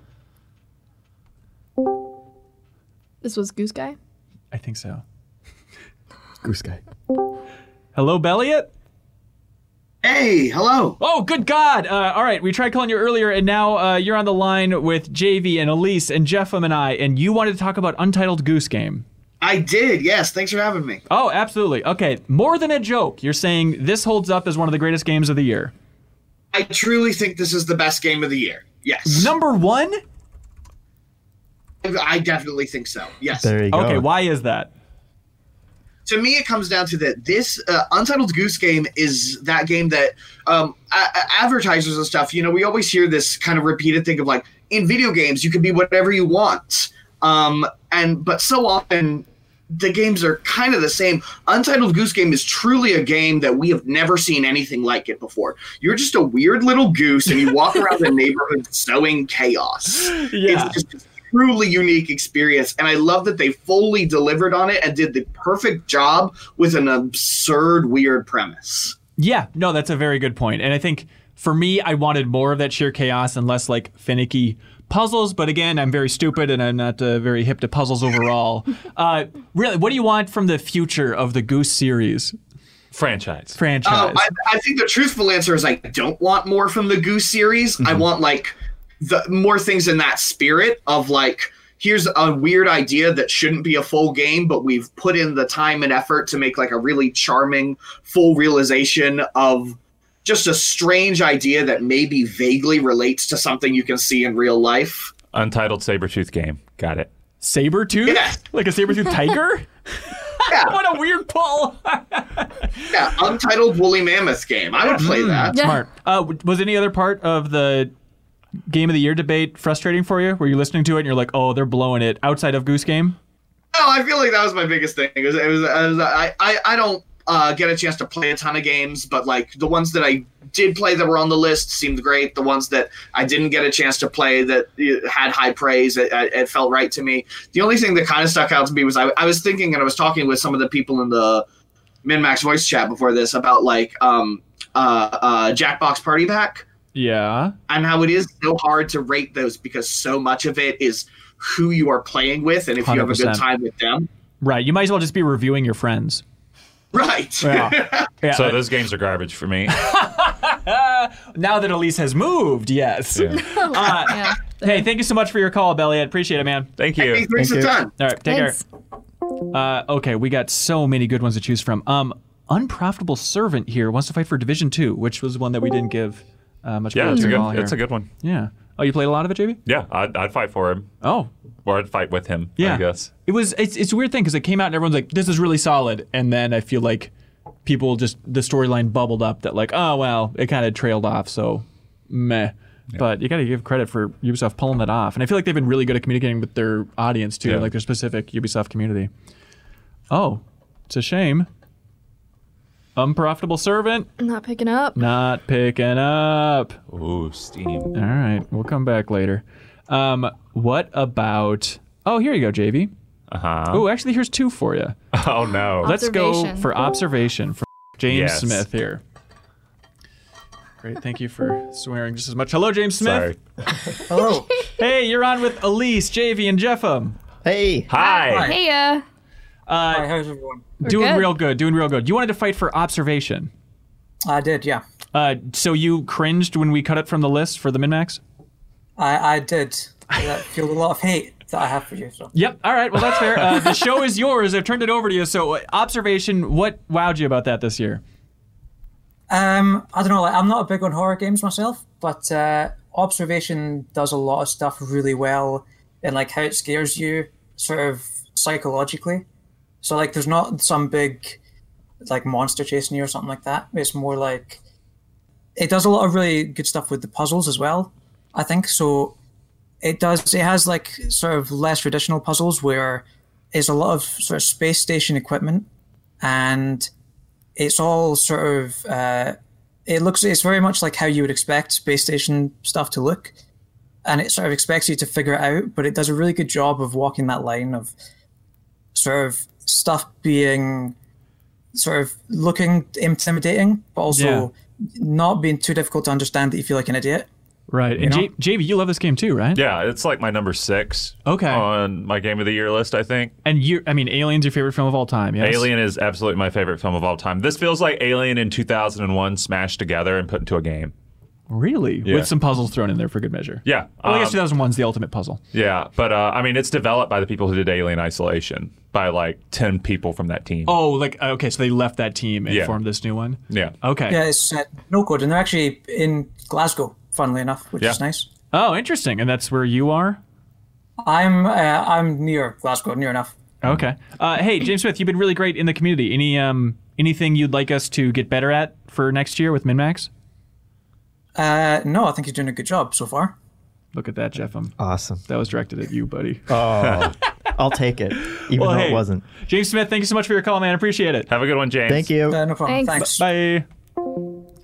This was Goose Guy. I think so. Goose guy. Hello, Belliot. Hey, hello. Oh, good God! Uh, all right, we tried calling you earlier, and now uh, you're on the line with JV and Elise and Jeffem and I, and you wanted to talk about Untitled Goose Game. I did. Yes, thanks for having me. Oh, absolutely. Okay, more than a joke, you're saying this holds up as one of the greatest games of the year. I truly think this is the best game of the year. Yes. Number one? I definitely think so. Yes. There you go. Okay, why is that? to me, it comes down to that this uh, Untitled Goose Game is that game that um, a- a- advertisers and stuff. You know, we always hear this kind of repeated thing of like in video games you can be whatever you want, um, and but so often the games are kind of the same. Untitled Goose Game is truly a game that we have never seen anything like it before. You're just a weird little goose and you walk around the neighborhood sowing chaos Yeah. it's just a truly unique experience and i love that they fully delivered on it and did the perfect job with an absurd weird premise Yeah, no, that's a very good point. And I think for me, I wanted more of that sheer chaos and less like finicky puzzles. But again, I'm very stupid and I'm not uh, very hip to puzzles overall. uh, really, what do you want from the future of the Goose series Franchise. franchise? um, I, I think the truthful answer is i don't want more from the goose series i Mm-hmm. want like the more things in that spirit of like here's a weird idea that shouldn't be a full game but we've put in the time and effort to make like a really charming full realization of just a strange idea that maybe vaguely relates to something you can see in real life Untitled Sabretooth game. Got it. saber tooth? Yeah. Like a saber tooth tiger? Yeah. what a weird pull. Yeah, Untitled Woolly Mammoth game. I would play that. Mm, Smart. Uh, w- was any other part of the game of the year debate frustrating for you? Were you listening to it and you're like, oh, they're blowing it outside of Goose Game? No, I feel like that was my biggest thing. It was, it was, it was- I, I, I don't uh, get a chance to play a ton of games, but like the ones that I did play that were on the list seemed great. The ones that I didn't get a chance to play that uh, had high praise, it, it it felt right to me. The only thing that kind of stuck out to me was I, I was thinking and I was talking with some of the people in the MinMax voice chat before this about like um, uh, uh, Jackbox Party Pack. Yeah. and how it is so hard to rate those because so much of it is who you are playing with and if you have a 100%. good time with them. Right. You might as well just be reviewing your friends. Right. Yeah. Yeah, So I- those games are garbage for me. now that Elise has moved, yes. Yeah. Uh, yeah. Hey, thank you so much for your call, Belly. I appreciate it, man. Thank you. Thanks a you. ton. All right, take Thanks. care. Uh, okay, we got so many good ones to choose from. Um, unprofitable servant here wants to fight for Division Two, which was one that we didn't give uh, much. Yeah, credit it's a to at all good here. it's a good one. Yeah. Oh, you played a lot of it, JB? Yeah, I'd, I'd fight for him. Oh, Or I'd fight with him, yeah. I guess. it was. It's it's a weird thing because it came out and everyone's like, "This is really solid," and then I feel like people just the storyline bubbled up that like, "Oh well," it kind of trailed off. So, meh. But you got to give credit for Ubisoft pulling that off, and I feel like they've been really good at communicating with their audience too, Yeah. like their specific Ubisoft community. Oh, it's a shame. Unprofitable servant I'm not picking up. not picking up. Ooh, Steam. All right, we'll come back later. Um, what about? Oh, here you go, JV. Uh-huh. Oh, actually, here's two for you. Oh no. Let's go Observation. for observation for James Yes. Smith here. Great, thank you for swearing just as much. Hello, James Smith. Sorry. Hello. Hey, you're on with Elise, JV, and Jeffem. hey. Hi. Hey, uh, Uh, Hi, how's everyone? doing good. real good, doing real good. You wanted to fight for observation. I did, yeah. Uh, so you cringed when we cut it from the list for the min max? I, I did. That fueled a lot of hate that I have for you. So. Yep. All right. Well, that's fair. Uh, the show is yours. I've turned it over to you. So, uh, observation: What wowed you about that this year? Um, I don't know. Like, I'm not big on horror games myself, but uh, Observation does a lot of stuff really well, and like how it scares you, sort of psychologically. So like, there's not some big, like monster chasing you or something like that. It's more like it does a lot of really good stuff with the puzzles as well. I think so. It does. It has like sort of less traditional puzzles where it's a lot of sort of space station equipment, and it's all sort of. Uh, it looks. It's very much like how you would expect space station stuff to look, and it sort of expects you to figure it out. But it does a really good job of walking that line of sort of stuff being sort of looking intimidating, but also Yeah. not being too difficult to understand that you feel like an idiot. Right. You And know? J- JV, you love this game too, right? Yeah, it's like my number six. Okay. On my game of the year list, I think. And you, I mean, Alien's your favorite film of all time. Yes. Alien is absolutely my favorite film of all time. This feels like Alien in 2001 smashed together and put into a game. Really? Yeah. With some puzzles thrown in there for good measure. Yeah. Well, I um, guess 2001's the ultimate puzzle. yeah, but uh, I mean, it's developed by the people who did Alien Isolation by like 10 people from that team. Oh, like okay, so they left that team and Oh, Yeah. formed this new one. Yeah. Okay. Yeah, it's uh, no code, and they're actually in Glasgow, funnily enough, which Yeah. is nice. Oh, interesting. And that's where you are. I'm uh, I'm near Glasgow, near enough. Mm-hmm. Okay. Uh, hey, James Smith, you've been really great in the community. Any um anything you'd like us to get better at for next year with MinMax? Uh, no, I think you're doing a good job so far. Look at that, Jeff. Um, Awesome. That was directed at you, buddy. Oh, I'll take it, even Well, though hey. it wasn't. James Smith, thank you so much for your call, man. Appreciate it. Have a good one, James. Thank you. no problem. Thanks. Bye.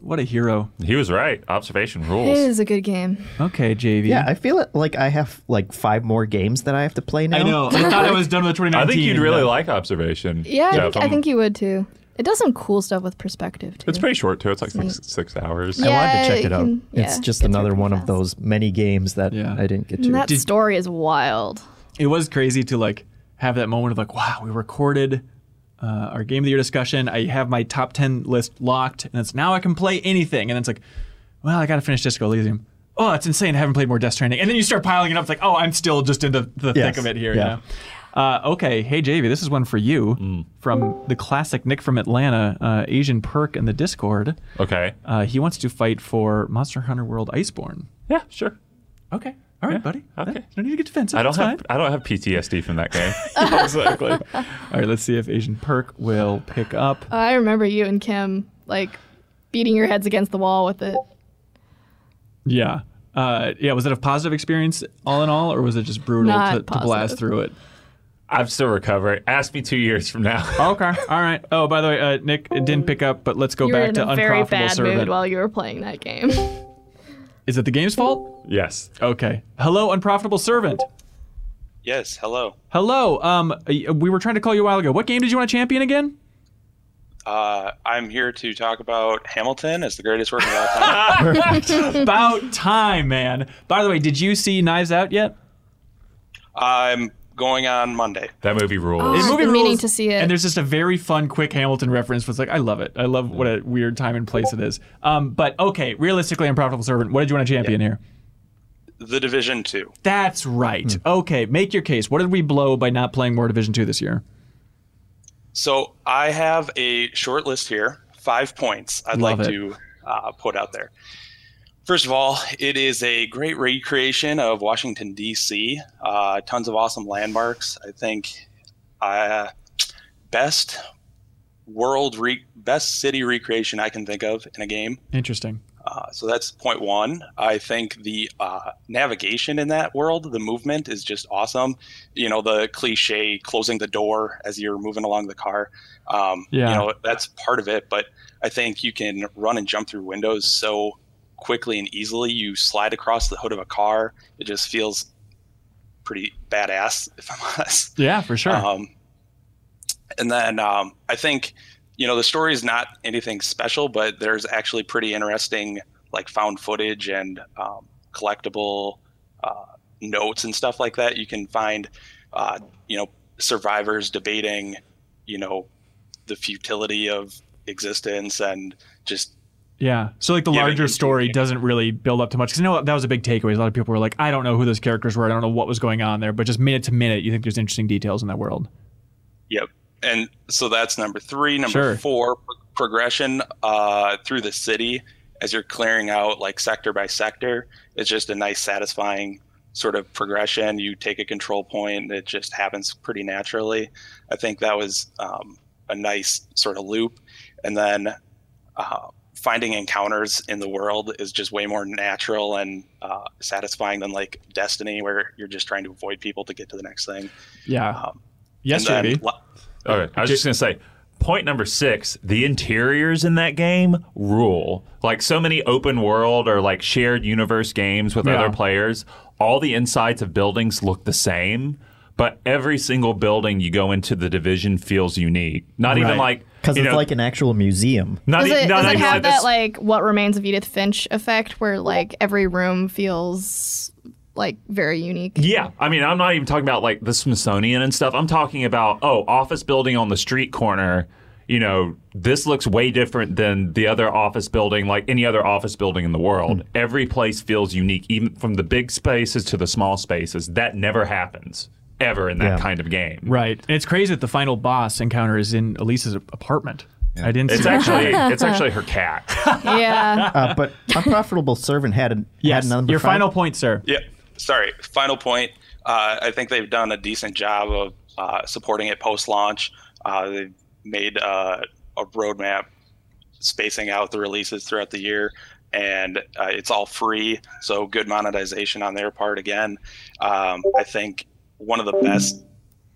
What a hero. He was right. Observation It rules. is a good game. Okay, JV. Yeah, I feel it like I have like five more games that I have to play now. I know. I thought I was done with I 2019. think you'd really Yeah. like Observation. Yeah, I, Jeff. think, I I'm- think you would too. It does some cool stuff with perspective too. It's pretty short, too. It's like six, six hours. Yeah. I wanted to check you it out. can- it's yeah, just another one of those many games that I didn't get to. And that story is wild. it was crazy to like have that moment of like, wow, we recorded uh, our game of the year discussion. I have my top ten list locked, and it's now I can play anything. And it's like, well, I got to finish Disco Elysium. Oh, it's insane! I haven't played more Death Stranding, and then you start piling it up. It's like, oh, I'm still just in the, the Yes. thick of it here. Yeah. Mm. You know? Uh, okay, hey JV, this is one for you from the classic Nick from Atlanta, uh, Asian Perk in the Discord. Okay. Uh, he wants to fight for Monster Hunter World Iceborne. Yeah, sure. Okay, all right, buddy. Okay, no need to get defensive. I don't It's have fine. I don't have PTSD from that game. exactly. All right, let's see if Asian Perk will pick up. Oh, I remember you and Kim like beating your heads against the wall with it. Yeah. Uh, yeah, was it a positive experience all in all, or was it just brutal Not to, to blast positive. through it? I'm still recovering. Ask me two years from now. Okay. All right. Oh, by the way, uh, Nick it didn't pick up, but let's go you were back in to a very Unprofitable bad Servant. mood while you were playing that game. Is it the game's fault? Yes. Okay. Hello, Unprofitable Servant. Yes, hello. Hello. Um, uh, we were trying to call you a while ago. What game did you want to champion again? Uh, I'm here to talk about Hamilton as the greatest work of all time. About time, man. By the way, did you see Knives Out yet? I'm going on Monday. That movie rules. It Oh, I've movie been meaning rules, to see it. And there's just a very fun, quick Hamilton reference. Was like, I love it. I love what a weird time and place it is. Um, but okay, realistically, unprofitable servant. What did you want to champion here? The Division 2. That's right. Hmm. Okay, make your case. What did we blow by not playing more Division Two this year? So I have a short list here, five points I'd Love like it. to uh, put out there. First of all, it is a great recreation of Washington, D.C., uh, tons of awesome landmarks. I think uh, best world, re- best city recreation I can think of in a game. Interesting. Uh, so that's point one. I think the uh, navigation in that world, the movement is just awesome. You know, the cliche closing the door as you're moving along the car. Um, Yeah. You know, that's part of it. But I think you can run and jump through windows so quickly and easily. You slide across the hood of a car. It just feels pretty badass, if I'm honest. Yeah, for sure. Uh-huh. Um, and then um, I think, you know, the story is not anything special, but there's actually pretty interesting, like found footage and um, collectible uh, notes and stuff like that. You can find, uh, you know, survivors debating, you know, the futility of existence and just Yeah. So like the larger story doesn't really build up too much because I know that was a big takeaway. A lot of people were like, I don't know who those characters were. I don't know what was going on there, but just minute to minute, you think there's interesting details in that world. Yep. And so that's number three. Number Sure. four, pro- progression uh, through the city as you're clearing out like sector by sector. It's just a nice, satisfying sort of progression. You take a control point, and it just happens pretty naturally. I think that was um, a nice sort of loop. And then uh, finding encounters in the world is just way more natural and uh, satisfying than like Destiny, where you're just trying to avoid people to get to the next thing. Yeah. yes, Um, And then JB. la- All right. I was just going to say point number six the interiors in that game rule. Like so many open world or like shared universe games with Yeah. other players, all the insides of buildings look the same. But every single building you go into the division feels unique. Not even like because you it's know, like an actual museum. not does e- it, not does it even have like that this- like what remains of Edith Finch effect, where like every room feels like very unique? Yeah, I mean, I'm not even talking about like the Smithsonian and stuff. I'm talking about oh, office building on the street corner. You know, this looks way different than the other office building, like any other office building in the world. Every place feels unique, even from the big spaces to the small spaces. That never happens ever in that Yeah. kind of game. Right. And it's crazy that the final boss encounter is in Elisa's apartment. I didn't. It's see actually it's actually her cat. yeah. Uh, but unprofitable servant had a Yes. had number Your five. final point, sir. Yeah. Sorry. Final point. Uh, I think they've done a decent job of uh, supporting it post launch. Uh, they've made uh, a roadmap spacing out the releases throughout the year, and uh, it's all free. So good monetization on their part again. Um, I think one of the best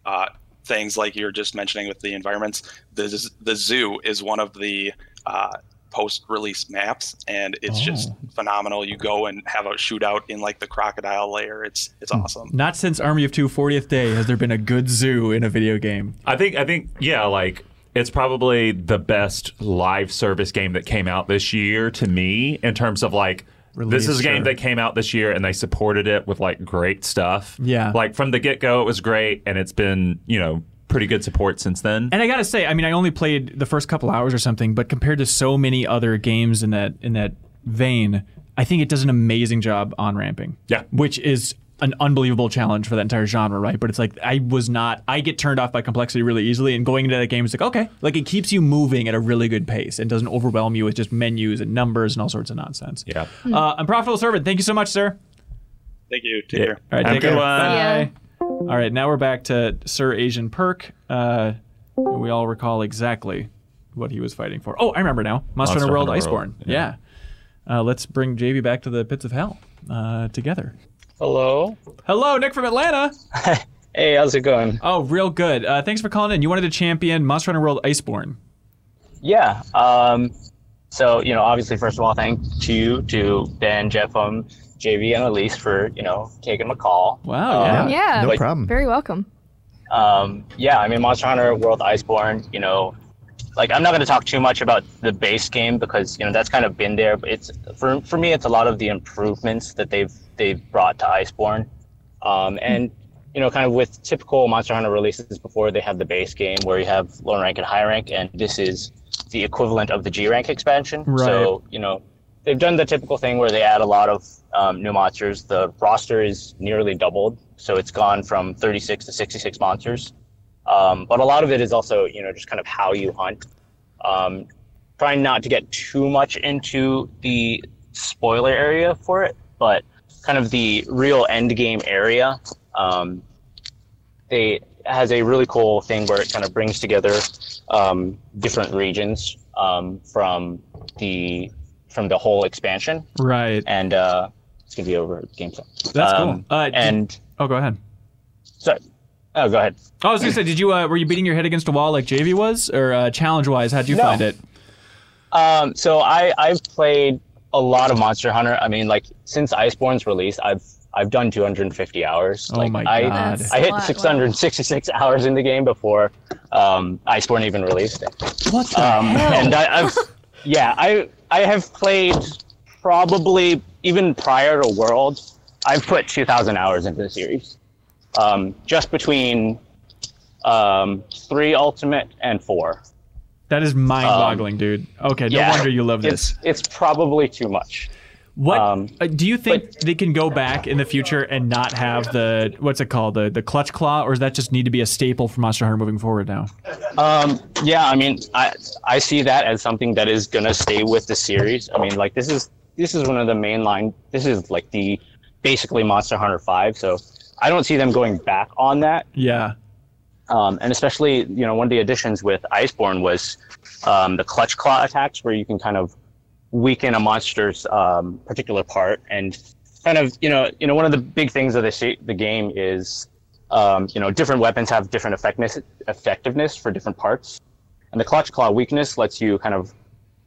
uh, things, like you were just mentioning with the environments, the, z- the zoo is one of the uh, post release maps, and it's Oh. just phenomenal. You go and have a shootout in like the crocodile layer. It's it's Hmm. awesome. Not since Army of Two 40th Day has there been a good zoo in a video game. I think I think yeah, like it's probably the best live service game that came out this year to me in terms of like Release, this is a game sure. that came out this year and they supported it with like great stuff. Yeah. Like from the get go it was great and it's been, you know, pretty good support since then. And I gotta say, I mean, I only played the first couple hours or something, but compared to so many other games in that in that vein, I think it does an amazing job on ramping. Yeah. which is an unbelievable challenge for that entire genre, right? But it's like I was not. I get turned off by complexity really easily, and going into that game is like okay, like it keeps you moving at a really good pace and doesn't overwhelm you with just menus and numbers and all sorts of nonsense. Yeah. Uh, unprofitable servant. Thank you so much, sir. Thank you. Take care. All right, Have take a good care. one. Bye. All right, now we're back to Sir Asian Perk. Uh, and we all recall exactly what he was fighting for. Oh, I remember now. Monster, Hunter World Hunter Iceborne. World, Yeah. Uh, let's bring JV back to the pits of hell uh, together. Hello. Hello, Nick from Atlanta. Hey, how's it going? Oh, real good. Uh, thanks for calling in. You wanted to champion Monster Hunter World Iceborne. Yeah. Um, so you know, obviously, first of all, thank you to Dan, Jeffum, JV, and Elise for you know taking my call. Wow. Uh, yeah. but, Very welcome. Um, yeah, I mean, Monster Hunter World Iceborne. You know, like I'm not going to talk too much about the base game because you know that's kind of been there. But it's for for me, it's a lot of the improvements that they've they've brought to Iceborne, um, and you know, kind of with typical Monster Hunter releases before, they have the base game where you have low rank and high rank, and this is the equivalent of the G rank expansion. Right. So you know, they've done the typical thing where they add a lot of um, new monsters. The roster is nearly doubled, so it's gone from 36 to 66 monsters. Um, but a lot of it is also, you know, just kind of how you hunt. Um, trying not to get too much into the spoiler area for it, but kind of the real end game area. Um, they has a really cool thing where it kind of brings together um, different regions um, from the from the whole expansion, Right. and uh, it's gonna be over gameplay. That's cool. Uh, did- Um, and oh, go ahead. Sorry. Oh, go ahead. I was gonna say, did you uh, were you beating your head against a wall like JV was, or uh, challenge wise? How'd you No. find it? Um, so I I've played a lot of Monster Hunter. I mean, like since Iceborne's release, I've I've done 250 hours. Oh like, my I, God. That's I a hit lot, 666 hours in the game before um, Iceborne even released it. What the um, And I, I've yeah I I have played probably even prior to World. I've put 2,000 hours into the series, um, just between um, three Ultimate and four. That is mind-boggling, dude. Okay, no Um, yeah. wonder you love this. It's, um, it's probably too much. What uh, do you think they can go back in the future and not have the what's it called the the clutch claw, or does that just need to be a staple for Monster Hunter moving forward now? Um, yeah, I mean, I I see that as something that is gonna stay with the series. I mean, like this is this is one of the main line. This is like the basically Monster Hunter Five. So I don't see them going back on that. Yeah. Um, and especially, you know, one of the additions with Iceborne was um, the clutch claw attacks, where you can kind of weaken a monster's um, particular part, and kind of, you know, you know, one of the big things of the sh- the game is, um, you know, different weapons have different effectiveness effectiveness for different parts, and the clutch claw weakness lets you kind of,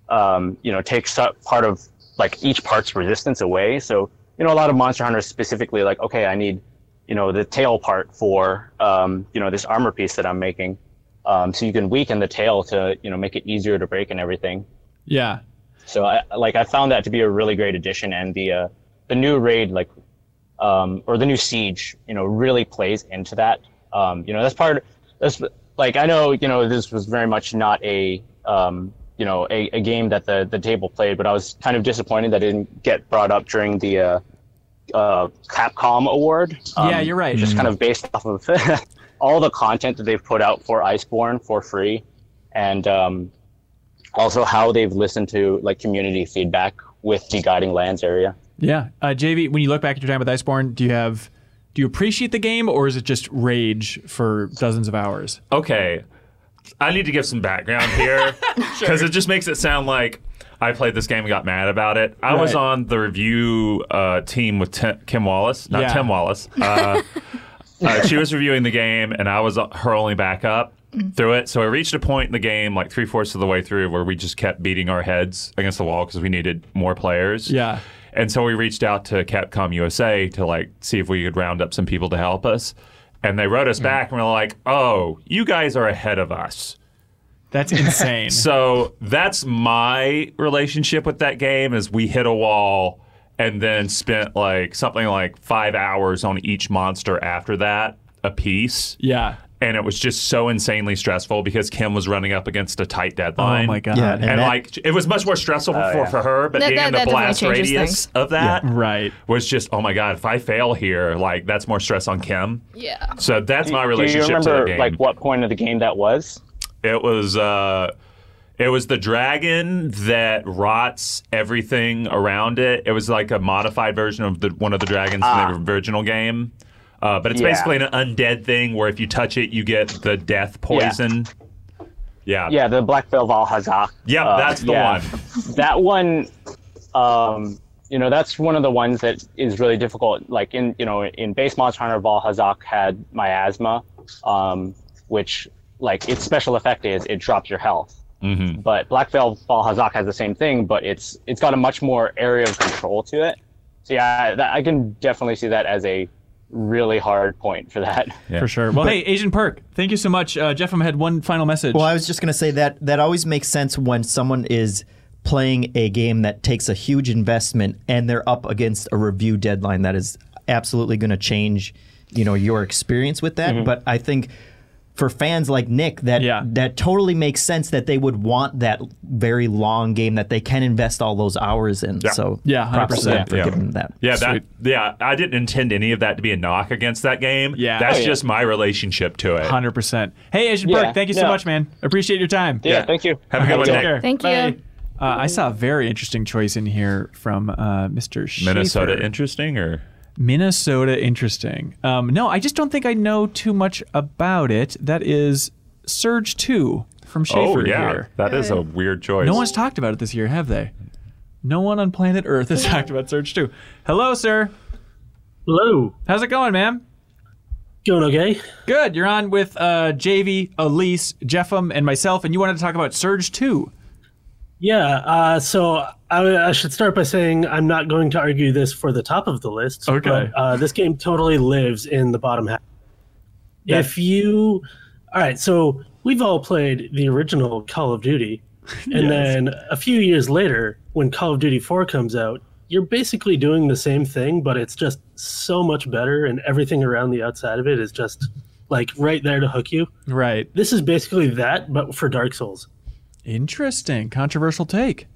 um, you know, take so- part of like each part's resistance away. So, you know, a lot of monster hunters specifically like, okay, I need you know the tail part for um, you know this armor piece that I'm making. Um, so you can weaken the tail to you know make it easier to break and everything. Yeah. So I like I found that to be a really great addition, and the uh, the new raid like um, or the new siege you know really plays into that. Um, you know that's part that's like I know you know this was very much not a um, you know a, a game that the the table played, but I was kind of disappointed that it didn't get brought up during the uh, uh, Capcom award. Um, Yeah, you're right. Just kind Mhm. of based off of all the content that they've put out for Iceborne for free, and um, also how they've listened to like community feedback with the Guiding Lands area. Yeah, uh, JV. When you look back at your time with Iceborne, do you have do you appreciate the game, or is it just rage for dozens of hours? Okay, I need to give some background here because it just makes it sound like I played this game and got mad about it. I was Right. on the review uh, team with Tim, Kim Wallace, not Yeah. Tim Wallace. Uh, uh, she was reviewing the game, and I was uh, hurling back up through it. So I reached a point in the game, like three fourths of the way through, where we just kept beating our heads against the wall because we needed more players. Yeah. And so we reached out to Capcom USA to like see if we could round up some people to help us. And they wrote us Mm. back and we're like, "Oh, you guys are ahead of us." That's insane. so that's my relationship with that game is we hit a wall and then spent like something like 5 hours on each monster after that a piece. Yeah. And it was just so insanely stressful because Kim was running up against a tight deadline. Oh my God. Yeah, and and that- like it was much more stressful Oh, for, yeah. for her, but That- being that- in the that definitely blast changes radius things. of that right. was just, oh my god, if I fail here, like that's more stress on Kim. Yeah. So that's my Do relationship you remember to the game. like what point of the game that was? It was uh it was the dragon that rots everything around it. It was like a modified version of the one of the dragons in the original game. Uh, but it's Ah. Yeah. basically an undead thing where if you touch it, you get the death poison. Yeah. Yeah, the Black Veil Valhazak. Yep, Uh, that's the yeah. one. that one, um, you know, that's one of the ones that is really difficult. Like in, you know, in base Monster Hunter, Valhazak had miasma, um, which like its special effect is it drops your health. Mm-hmm. But Black Veil Valhazak has the same thing, but it's it's got a much more area of control to it. So yeah, I, that, I can definitely see that as a really hard point for that. For sure. Well, hey, Asian Perk, thank you so much. Uh, Jeff, I had one final message. Well, I was just gonna say that that always makes sense when someone is playing a game that takes a huge investment and they're up against a review deadline that is absolutely gonna change, you know, your experience with that. But I think for fans like Nick, that that totally makes sense that they would want that very long game that they can invest all those hours in. So props to them for giving them that. Yeah, that, yeah. I didn't intend any of that to be a knock against that game. Yeah. that's Oh, yeah. just my relationship to it. Hundred percent. Hey, Asian Yeah, Perk, thank you so yeah. much, man. Appreciate your time. Yeah, Yeah. thank you. Have a good one, take Nick. care. Thank you. Bye. Uh, I saw a very interesting choice in here from uh, Mr. Schaefer. Minnesota interesting or Minnesota interesting. Um, no, I just don't think I know too much about it. That is Surge 2 from Schaefer oh yeah, here. that is a weird choice. No one's talked about it this year, have they? No one on planet Earth has talked about Surge 2. Hello, sir. Hello. How's it going, ma'am? Going okay. Good. You're on with uh, JV, Elise, Jeffem, and myself, and you wanted to talk about Surge 2. Yeah, uh, so I, I should start by saying I'm not going to argue this for the top of the list. Okay. But, uh, this game totally lives in the bottom half. If you. All right, so we've all played the original Call of Duty. And Yes. then a few years later, when Call of Duty 4 comes out, you're basically doing the same thing, but it's just so much better, and everything around the outside of it is just like right there to hook you. Right. This is basically that, but for Dark Souls. Interesting, controversial take.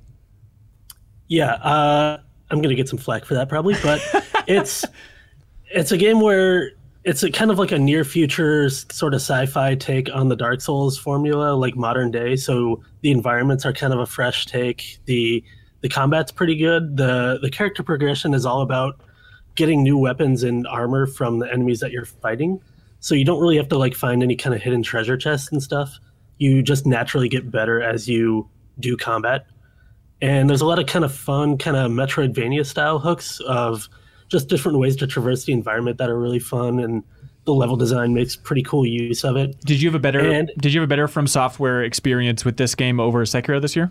Yeah, uh, I'm gonna get some flack for that probably, but it's it's a game where it's a kind of like a near future s- sort of sci-fi take on the Dark Souls formula, like modern day. So the environments are kind of a fresh take. the The combat's pretty good. the The character progression is all about getting new weapons and armor from the enemies that you're fighting. So you don't really have to like find any kind of hidden treasure chests and stuff. You just naturally get better as you do combat. And there's a lot of kind of fun, kind of Metroidvania style hooks of just different ways to traverse the environment that are really fun and the level design makes pretty cool use of it. Did you have a better And- Did you have a better from software experience with this game over Sekiro this year?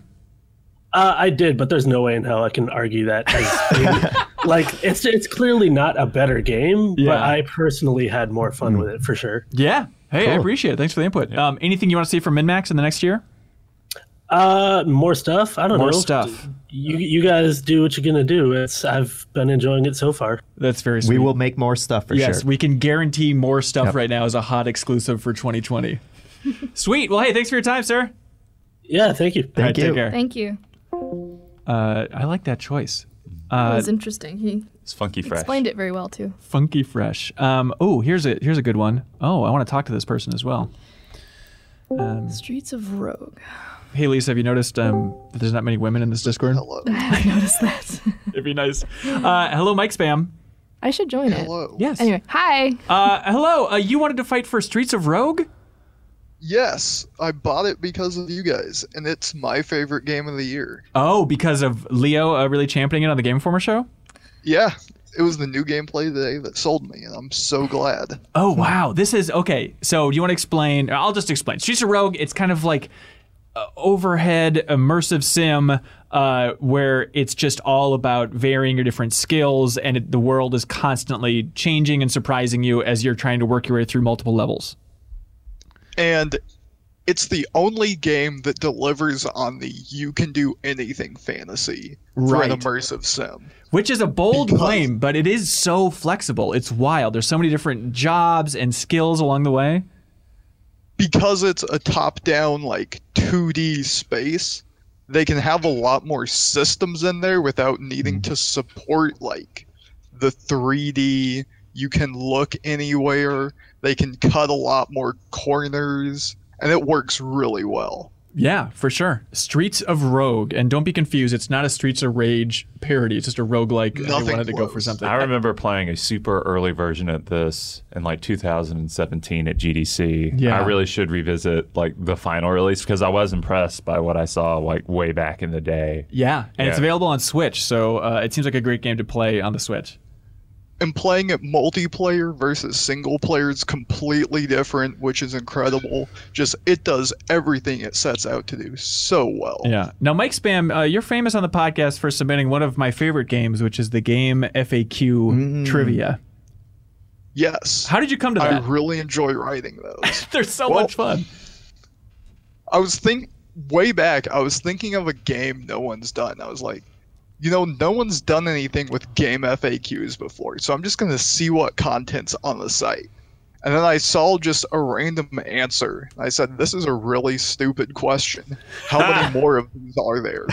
Uh, I did, but there's no way in hell I can argue that. As being, like it's it's clearly not a better game, but Yeah. Hmm. I personally had more fun with it for sure. Yeah. Hey, I Cool. appreciate it. Thanks for the input. Um, anything you want to see from MinMax in the next year? Uh, more stuff. I don't More know. stuff. You you guys do what you're gonna do. It's I've been enjoying it so far. That's very. We will make more stuff for yes, sure. we can guarantee more stuff Yep. right now as a hot exclusive for 2020. Sweet. Well, hey, thanks for your time, sir. Yeah, thank you. Thank right, Take care. Thank you. Uh, I like that choice. That Uh, was interesting. He It's funky explained it very well too. Funky fresh. Um, oh, here's a here's a good one. Oh, I want to talk to this person as well. Um, Streets of Rogue. hey, Lisa, have you noticed um, that there's not many women in this Discord? Hello. I noticed that. It'd be nice. Uh, hello, Mike Spam. I should join it. Hello. Yes. Anyway, hi. Uh, hello. Uh, you wanted to fight for Streets of Rogue? Yes, I bought it because of you guys, and it's my favorite game of the year. Oh, because of Leo uh, really championing it on the Game Informer show? Yeah, it was the new gameplay today that sold me, and I'm so glad. Oh wow, this is okay. So do you want to explain? I'll just explain. Streets of Rogue. It's kind of like uh, overhead immersive sim uh, where it's just all about varying your different skills, and it, the world is constantly changing and surprising you as you're trying to work your way through multiple levels. And it's the only game that delivers on the you can do anything fantasy for an Right. immersive sim. Which is a bold claim, but it is so flexible. It's wild. There's so many different jobs and skills along the way. Because it's a top down, like 2D space, they can have a lot more systems in there without needing to support, like, the 3D. You can look anywhere, they can cut a lot more corners, and it works really well. Yeah, for sure. Streets of Rogue, and don't be confused. It's not a Streets of Rage parody. It's just a roguelike. and I Nothing wanted to go for something. I remember playing a super early version of this in like 2017 at GDC. Yeah. I really should revisit like the final release because I was impressed by what I saw like way back in the day. Yeah, and it's Yeah. available on Switch, so uh, it seems like a great game to play on the Switch. and playing it multiplayer versus single player is completely different, which is incredible. Just it does everything it sets out to do so well. Yeah. Now, Mike Spam, uh, you're famous on the podcast for submitting one of my favorite games, which is the game FAQ Mm. trivia. Yes. How did you come to that? I really enjoy writing those. They're so much fun. I was think way back, I was thinking of a game no one's done. I was like, you know, no one's done anything with game FAQs before, so I'm just gonna see what content's on the site. And then I saw just a random answer. I said, "This is a really stupid question. How many more of these are there?"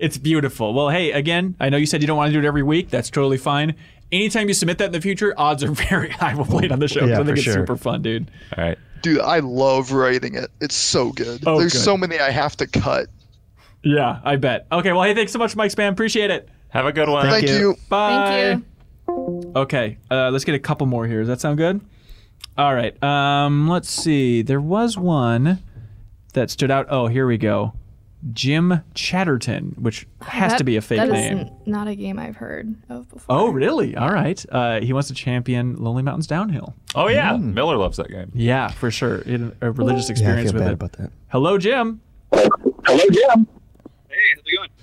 It's beautiful. Well, hey, again, I know you said you don't want to do it every week. That's totally fine. Anytime you submit that in the future, odds are very high we'll play it on the show. 'cause Yeah, I think for it's sure. super fun, dude. All right. Dude, I love writing it. It's so good. Oh, There's good. so many I have to cut. Yeah, I bet. Okay, well, hey, thanks so much, Mike Spam. Appreciate it. Have a good one. Thank Thank you. you. Bye. Okay, uh, let's get a couple more here. Does that sound good? All right. Um, let's see. There was one that stood out. Oh, here we go. Jim Chatterton, which has That- to be a fake that is name. n- not a game I've heard of before. Oh, really? All right. Uh, he wants to champion Lonely Mountains Downhill. Oh yeah, Mm. Miller loves that game. Yeah, for sure. In a religious Yeah, I experience feel with bad it. about that. Hello, Jim. Hello, Jim.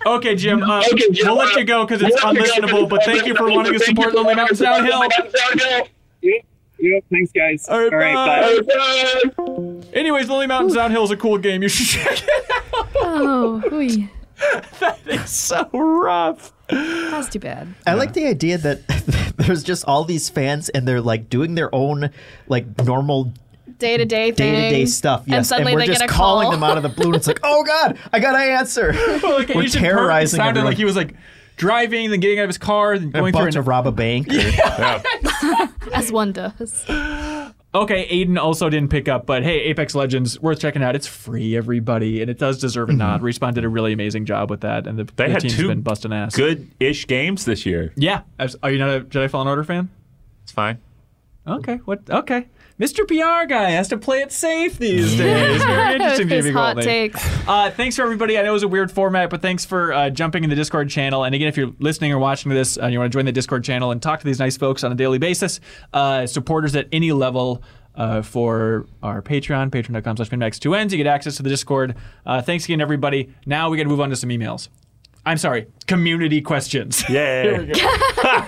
Okay, Jim. Uh, Okay, Jim, we'll let uh, you go because it's we'll let you go 'cause unlistenable. it's But thank you for unlistenable, wanting to but thank you support for Lonely wanting to support Mountains Downhill. Lonely Mountains Downhill. Yep, yep. Thanks, guys. All right, bye. Anyways, Lonely Mountains Downhill is a cool game. You should check it. Oh, ooey. that is so rough. That's too bad. I like the idea that there's just all these fans and they're like doing their own like normal day to day thing. day-to-day stuff. Yes, And suddenly we're they just get a calling call. them out of the blue. And it's like, oh god, I got to answer. like, we're Agent Kirk terrorizing sounded everyone. like he was like driving, then getting out of his car, then going about through to an- rob a bank. Yeah. As one does. Okay, Aiden also didn't pick up, but hey, Apex Legends, worth checking out. It's free, everybody, and it does deserve a nod. Respawn did a really amazing job with that, and the, Mm-hmm. They the had team's two been busting ass. good-ish games this year. Yeah. Abs- Are you not a Jedi Fallen Order fan? It's fine. Okay. What? Okay. Mr. PR guy has to play it safe these days. Very interesting, With his Jamie hot Goldney. takes. Uh, thanks for everybody. I know it was a weird format, but thanks for uh, jumping in the Discord channel. And again, if you're listening or watching this and you want to join the Discord channel and talk to these nice folks on a daily basis, uh, supporters at any level uh, for our Patreon, patreon.com slash minmax2ends, you get access to the Discord. Uh, thanks again, everybody. Now we got to move on to some emails. I'm sorry, community questions. Yeah. Here we go.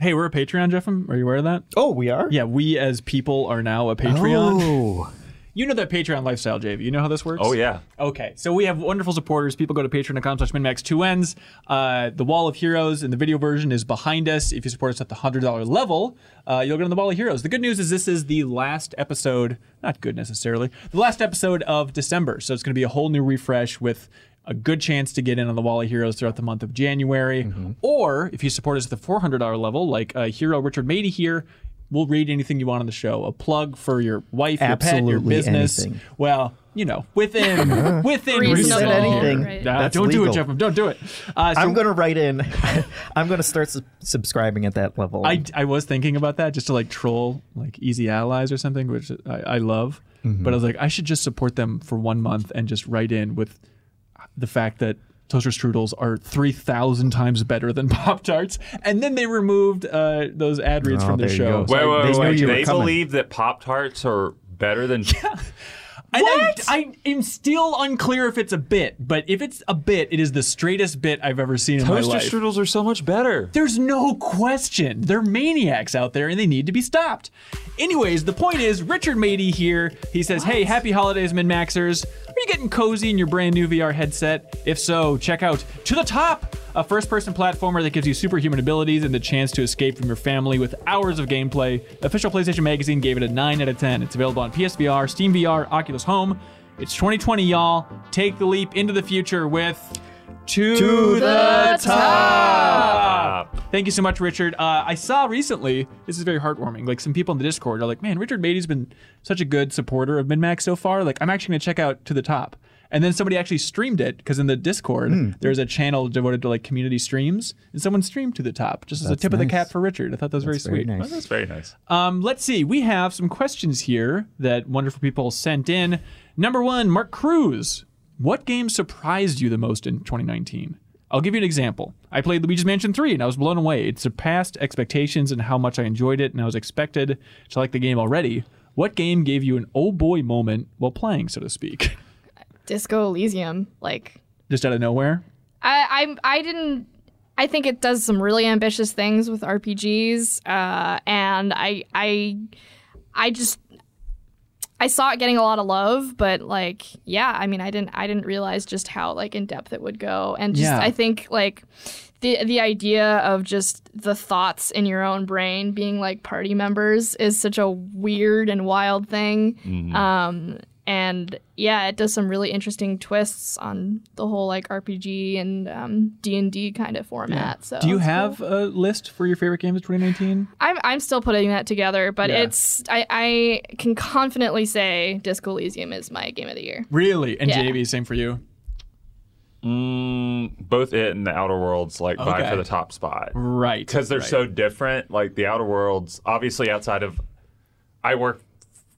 Hey, we're a Patreon, Jeff. Are you aware of that? Oh, we are? Yeah, we as people are now a Patreon. You know that Patreon lifestyle, JV. You know how this works? Oh, yeah. Okay, so we have wonderful supporters. People go to patreon.com slash minmax2ends. Uh, the Wall of Heroes in the video version is behind us. If you support us at the $100 level, uh, you'll get on the Wall of Heroes. The good news is this is the last episode, not good necessarily, the last episode of December. So it's going to be a whole new refresh with a good chance to get in on the Wall of Heroes throughout the month of January. Mm-hmm. Or if you support us at the $400 level, like uh, hero Richard Mady here, we'll read anything you want on the show. A plug for your wife, your pet, your Absolutely business. anything. Well, you know, within within You reason. said anything. Nah, That's don't do it, legal. Jeff. Don't do it. Uh, so I'm gonna write in. I'm gonna start sub- subscribing at that level. I, I was thinking about that just to like troll like Easy Allies or something, which I, I love. But I was like, I should just support them for one month and just write in with the fact that toaster strudels are 3,000 times better than Pop Tarts. And then they removed uh, those ad Oh, reads from their show. So Wait, I- wait, wait. wait. knew you were They coming. believe that Pop Tarts are better than. And I, I am still unclear if it's a bit, but if it's a bit, it is the straightest bit I've ever seen in my Toaster life. strudels are so much better. There's no question. They're maniacs out there and they need to be stopped. Anyways, the point is Richard Mady here. He says, Hey, happy holidays, Minmaxers. Are you getting cozy in your brand new VR headset? If so, check out To the Top, a first person platformer that gives you superhuman abilities and the chance to escape from your family with hours of gameplay. Official PlayStation Magazine gave it a 9 out of 10. It's available on PSVR, Steam VR, Oculus Home. It's 2020, y'all. Take the leap into the future with. To, To the top. Thank you so much, Richard. Uh, I saw recently, this is very heartwarming. Like some people in the Discord are like, man, Richard Mady's been such a good supporter of MinMax so far. Like, I'm actually going to check out To the Top. And then somebody actually streamed it because in the Discord, Hmm. there's a channel devoted to like community streams, and someone streamed To the Top just as a That's tip of the nice. cap for Richard. I thought that was That's very, very sweet. nice. Oh, that's very nice. Um, let's see. We have some questions here that wonderful people sent in. Number one, Mark Cruz. What game surprised you the most in 2019? I'll give you an example. I played Luigi's Mansion 3 and I was blown away. It surpassed expectations and how much I enjoyed it and I was expected to like the game already. What game gave you an oh boy moment while playing, so to speak? Disco Elysium. Like Just out of nowhere? I I I didn't. I think it does some really ambitious things with RPGs, uh, and I I I just I saw it getting a lot of love, but like yeah, I mean I didn't I didn't realize just how like in depth it would go, and just Yeah. I think like the the idea of just the thoughts in your own brain being like party members is such a weird and wild thing. Mm-hmm. Mhm. Um, and yeah, it does some really interesting twists on the whole like RPG and um, D and D kind of format. So Do you it's have a list for your favorite games of 2019? I'm, I'm still putting that together, but Yeah. it's I, I can confidently say Disco Elysium is my game of the year. Really? And Yeah. JB, same for you. Mm, both it and the Outer Worlds like vie Okay. for the top spot, right? Because they're right. so different. Like the Outer Worlds, obviously outside of, I work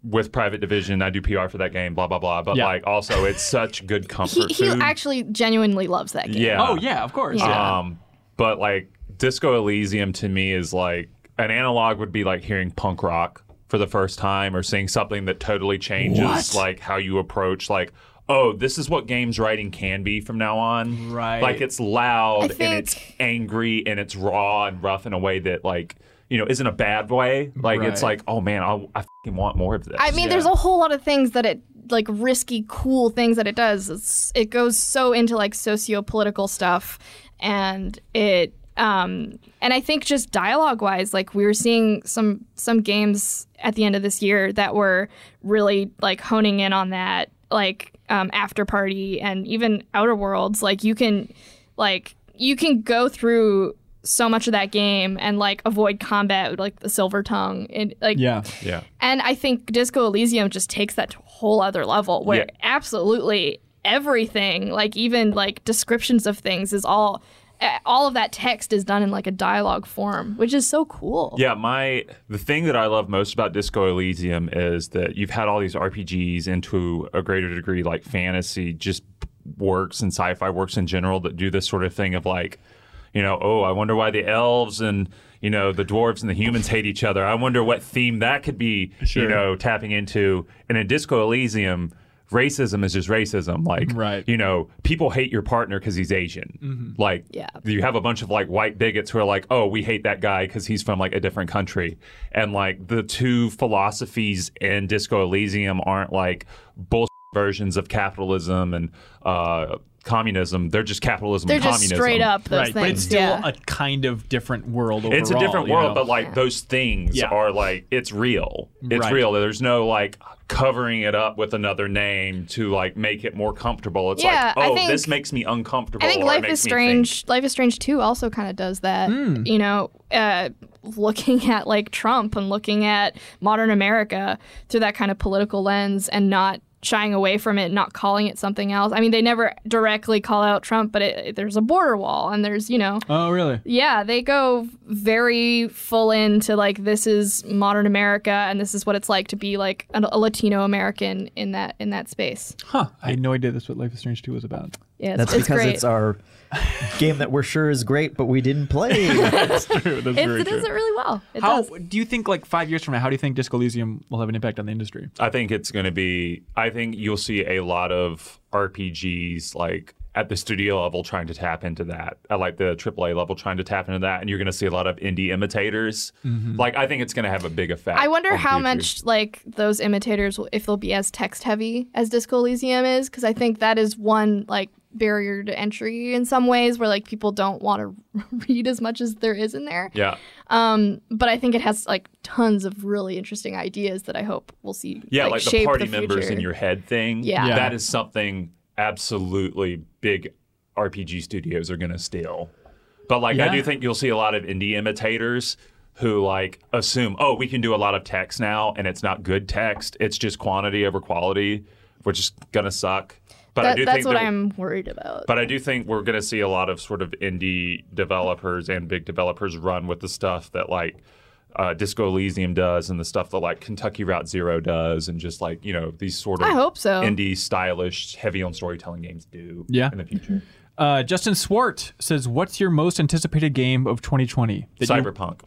with Private Division. I do PR for that game. Blah blah blah. But Yeah. like also, it's such good He, comfort he food. actually genuinely loves that game. Yeah. Yeah. Um, but like Disco Elysium to me is like an analog would be like hearing punk rock for the first time or seeing something that totally changes What? like how you approach like oh this is what games writing can be from now on Right. like it's loud and it's angry and it's raw and rough in a way that like you know isn't a bad way like it's Right. like oh man I, I fing want more of this I mean, there's a whole lot of things that it like risky, cool things that it does. It's, it goes so into like socio-political stuff, and it Um, and I think just dialogue wise, like we were seeing some some games at the end of this year that were really like honing in on that, like um, After Party and even Outer Worlds. Like you can, like you can go through so much of that game and like avoid combat with, like the silver tongue and like yeah, yeah. and I think Disco Elysium just takes that to a whole other level where Yeah. absolutely everything, like even like descriptions of things, is all eh, all of that text is done in like a dialogue form, which is so cool. Yeah, my the thing that I love most about Disco Elysium is that you've had all these RPGs and to a greater degree like fantasy just works and sci-fi works in general that do this sort of thing of like, you know, oh, I wonder why the elves and you know the dwarves and the humans hate each other. I wonder what theme that could be, you Sure. know, tapping into. And in Disco Elysium, racism is just racism. Like, right. you know, people hate your partner because he's Asian. Mhm. Like, you have a bunch of like white bigots who are like, oh, we hate that guy because he's from like a different country. And like the two philosophies in Disco Elysium aren't like bullshit versions of capitalism and uh, communism. They're just capitalism They're and just communism. straight up those right, but things, it's still yeah. a kind of different world. Overall, it's a different you world, know? but like those things Yeah. are like it's real. It's Right. real. There's no like covering it up with another name to like make it more comfortable. It's Yeah, I like, oh, think- this makes me uncomfortable. I think or it Life Oh, makes is me think- Strange. Life is Strange too also kind of does that. Hmm. You know, uh, looking at like Trump and looking at modern America through that kind of political lens and not shying away from it, not calling it something else. I mean, they never directly call out Trump, but it, it- there's a border wall and there's you know. Oh, really? Yeah, they go very full into like this is modern America and this is what it's like to be like an, a Latino American in that in that space. Huh. I had no idea that's what Life is Strange 2 was about. Yeah, it's, That's it's because great. it's our game that we're sure is great, but we didn't play. that's true. That's It- it does it really well. It how does. do you think like five years from now? How do you think Disco Elysium will have an impact on the industry? I think it's going to be. I think you'll see a lot of RPGs like at the studio level trying to tap into that, at like the AAA level trying to tap into that, and you're going to see a lot of indie imitators. Mhm. Like I think it's going to have a big effect. I wonder on how future. much like those imitators, will- if they'll be as text heavy as Disco Elysium is, because I think that is one like barrier to entry in some ways, where like people don't want to read as much as there is in there. Yeah. Um, but I think it has like tons of really interesting ideas that I hope we'll see. Yeah, like, the shape party the members in future. your head thing. Yeah. Yeah. That is something absolutely big RPG studios are going to steal. But like I Yeah. do think you'll see a lot of indie imitators who like assume, "Oh, we can do a lot of text now and it's not good text. It's just quantity over quality, which is going to suck." But I That- do that's think what that- I'm worried about. but I do think we're going to see a lot of sort of indie developers and big developers run with the stuff that like uh, Disco Elysium does and the stuff that like Kentucky Route Zero does and just like, you know, these sort of I hope so. indie, stylish, heavy on storytelling games do Yeah. in the future. Uh, Justin Swart says, "What's your most anticipated game of 2020?" That you- Cyberpunk.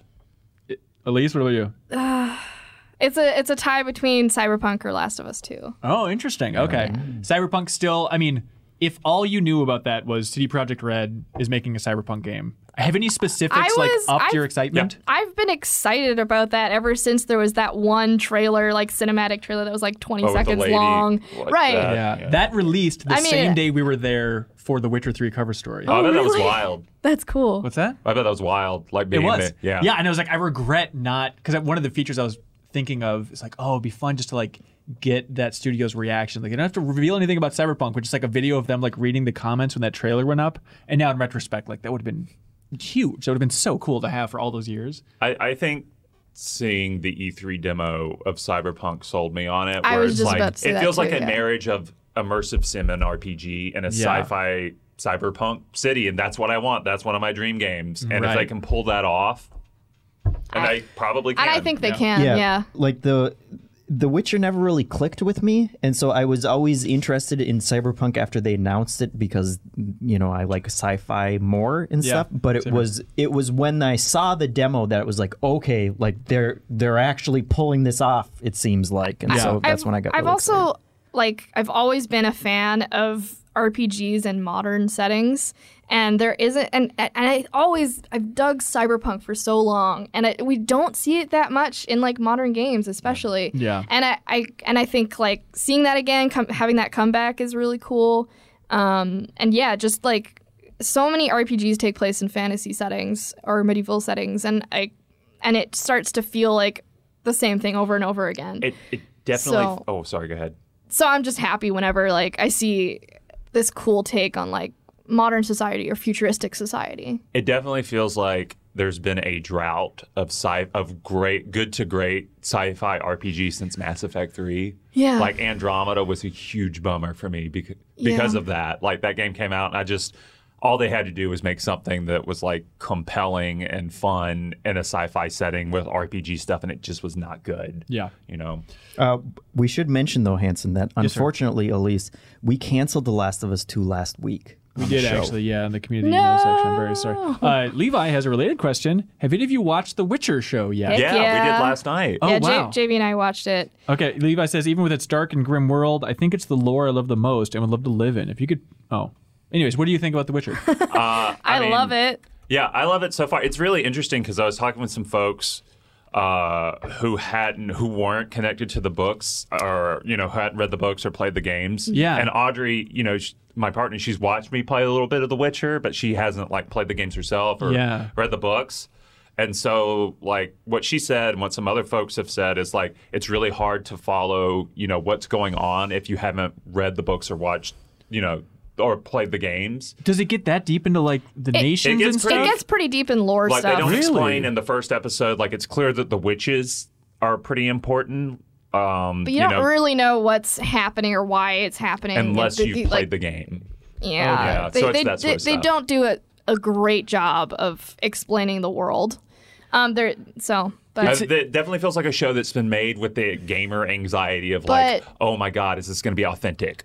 Elise, what about you? Ah, it's a it's a tie between Cyberpunk or Last of Us Two. Oh, interesting. Okay. Cyberpunk still, I mean, if all you knew about that was CD Projekt Red is making a Cyberpunk game, have any specifics I like was- upped I've- your excitement? I've been excited about that ever since there was that one trailer, like cinematic trailer that was like Oh, Oh, 20 seconds long. right. yeah. That released the I mean- same day we were there for the Witcher 3 cover story. Oh, I bet that was wild. That's cool. What's that? I bet that was wild. Like being it was. there. Yeah. Yeah, and I was like, I regret not because one of the features I was thinking of is like, oh, it'd be fun just to like get that studio's reaction. Like, you don't have to reveal anything about Cyberpunk, which is like a video of them like reading the comments when that trailer went up. And now in retrospect, like that would have been huge. That would have been so cool to have for all those years. I, I think seeing the E3 demo of Cyberpunk sold me on it. I where was it's just like, about to say it that feels too, like a yeah. marriage of immersive sim and RPG and a Yeah. sci-fi cyberpunk city, and that's what I want. That's one of my dream games. And if Right. they can pull that off, and I, probably can. and I think they can, Yeah. yeah. Like the The Witcher never really clicked with me, and so I was always interested in Cyberpunk after they announced it because you know I like sci-fi more and Yeah, stuff. But it same here. was it was when I saw the demo that it was like okay, like they're they're actually pulling this off. It seems like, and so that's I've- when I got. I've really also like I've always been a fan of RPGs in modern settings, and there isn't and and I always I've dug cyberpunk for so long, and I, we don't see it that much in like modern games, especially. Yeah. And I, I and I think like seeing that again, com- having that comeback is really cool. Um, and yeah, just like so many RPGs take place in fantasy settings or medieval settings, and I, and it starts to feel like the same thing over and over again. It, it definitely. So- oh, sorry. Go ahead. so I'm just happy whenever like I see this cool take on like modern society or futuristic society. It definitely feels like there's been a drought of sci of great good to great sci-fi RPG since Mass Effect 3. Yeah. Like Andromeda was a huge bummer for me because because Yeah. of that. Like that game came out and I just all they had to do was make something that was like compelling and fun in a sci-fi setting with RPG stuff and it just was not good. Yeah. You know. Uh, we should mention though, Hanson, that Yes, sir. unfortunately, Elise, we canceled The Last of Us Two last week. We on did the show. actually, yeah, in the community email section. I'm very sorry. Uh, Levi has a related question. Have any of you watched The Witcher show yet? Heck Oh yeah, wow. J- JV and I watched it. okay, Levi says even with its dark and grim world, I think it's the lore I love the most and would love to live in. If you could, oh. Anyways, what do you think about The Witcher? Uh, I, mean- love it. Yeah, I love it so far. It's really interesting because I was talking with some folks uh, who hadn't, who weren't connected to the books, or you know, who hadn't read the books or played the games. Yeah. And Audrey, you know, sh my partner, she's watched me play a little bit of The Witcher, but she hasn't like played the games herself or Yeah. read the books. And so, like what she said and what some other folks have said is like it's really hard to follow, you know, what's going on if you haven't read the books or watched, you know, or played the games. Does it get that deep into like the It- nations It gets and pretty- stuff? It gets pretty deep in lore like stuff. they don't explain in the first episode like it's clear that the witches are pretty important um but you, don't know really know what's happening or why it's happening unless It- you've it- played like, the game Oh, Yeah, yeah, they so it's they, that sort they, of they stuff. don't do a, a great job of explaining the world. Um, there so Uh, but it definitely feels like a show that's been made with the gamer anxiety of like But- oh my god is this going to be authentic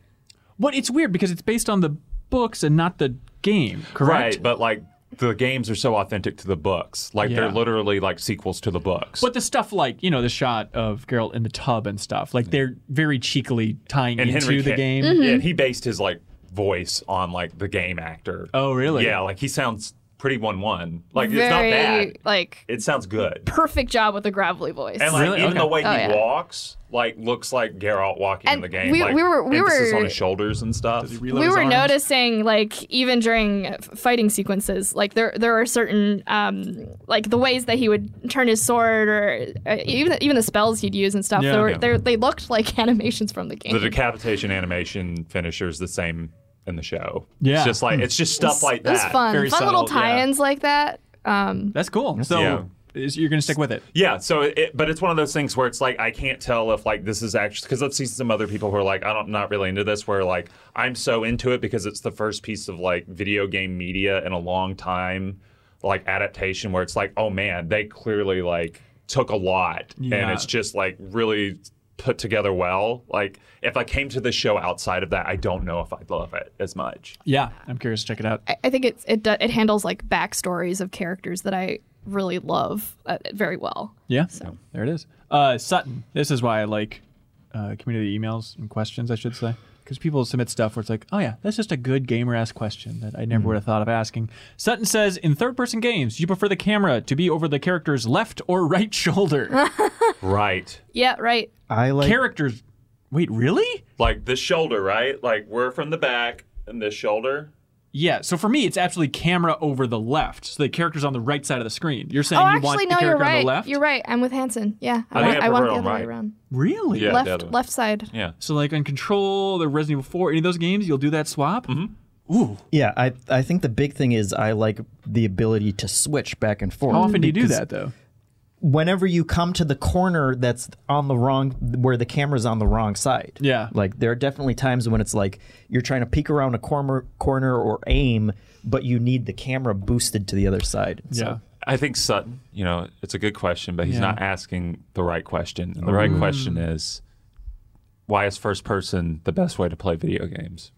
What? It's weird because it's based on the books and not the game, correct? right but like the games are so authentic to the books like Yeah. they're literally like sequels to the books But the stuff like you know the shot of Geralt in the tub and stuff like they're very cheekily tying and into Henry the Ca- game. Mm-hmm. Yeah, and he based his like voice on like the game actor. Oh, really? Yeah, like he sounds pretty one one. Like very it's not bad. like It sounds good. perfect job with a gravelly voice. And like even the way Oh, he yeah. walks, like looks like Geralt walking in And the game. we- like, we were- we emphasis were- on his shoulders and stuff. we were noticing like even during f- fighting sequences like there there are certain um like the ways that he would turn his sword or uh, even even the spells he'd use and stuff Yeah. they, were, Yeah. they they looked like animations from the game the decapitation animation finisher is the same in the show. Yeah. Hmm. it's just like it's just stuff like it was that. fun fun little subtle, yeah. tie-ins like that um That's cool. So is- you're gonna stick with it. Yeah, so it, but it's one of those things where it's like I can't tell if like this is actually because I've seen some other people who are like I don't, am not really into this where like I'm so into it because it's the first piece of like video game media in a long time like adaptation where it's like oh man they clearly like took a lot and Yeah. it's just like really put together well like if I came to the show outside of that I don't know if I'd love it as much. Yeah, I'm curious to check it out. I, I think it's it do, it handles like backstories of characters that I really love uh, very well Yeah. There it is. Uh, Sutton. This is why I like uh, community emails and questions, I should say. Because people submit stuff where it's like, oh, yeah, that's just a good gamer ass question that I never Mm-hmm. would have thought of asking. Sutton says In third person games, do you prefer the camera to be over the character's left or right shoulder? right. yeah right I like characters. Wait, really? Like this shoulder, right? Like we're from the back and this shoulder. Yeah. So for me, it's absolutely camera over the left. So the character's on the right side of the screen. You're saying oh you actually want the no you're character on right the left? you're right I'm with Hanson yeah I think want, I want prefer the it other on way right. around Really? left left side Yeah. So like on Control, the Resident Evil 4, any of those games, you'll do that swap. Mm-hmm. Ooh. Yeah, I I think the big thing is I like the ability to switch back and forth. How often do you do because that though? Whenever you come to the corner that's on the wrong, where the camera's on the wrong side. Yeah. Like there are definitely times when it's like you're trying to peek around a corner, corner or aim, but you need the camera boosted to the other side. So- I think Sutton, you know, it's a good question, but he's Yeah. not asking the right question. Oh. And the right Ooh. question is why is first person the best way to play video games?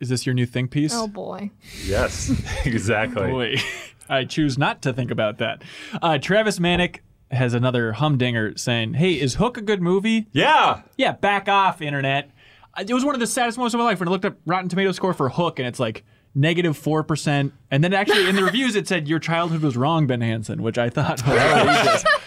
Is this your new think piece? oh boy Yes, exactly. Boy, I choose not to think about that. Uh, Travis Manick has another humdinger saying, "Hey, is Hook a good movie?" Yeah, yeah. Back off, internet. Uh, It was one of the saddest moments of my life when I looked up Rotten Tomato score for Hook, and it's like negative four percent. And then actually in the reviews it said your childhood was wrong, Ben Hansen, which I thought.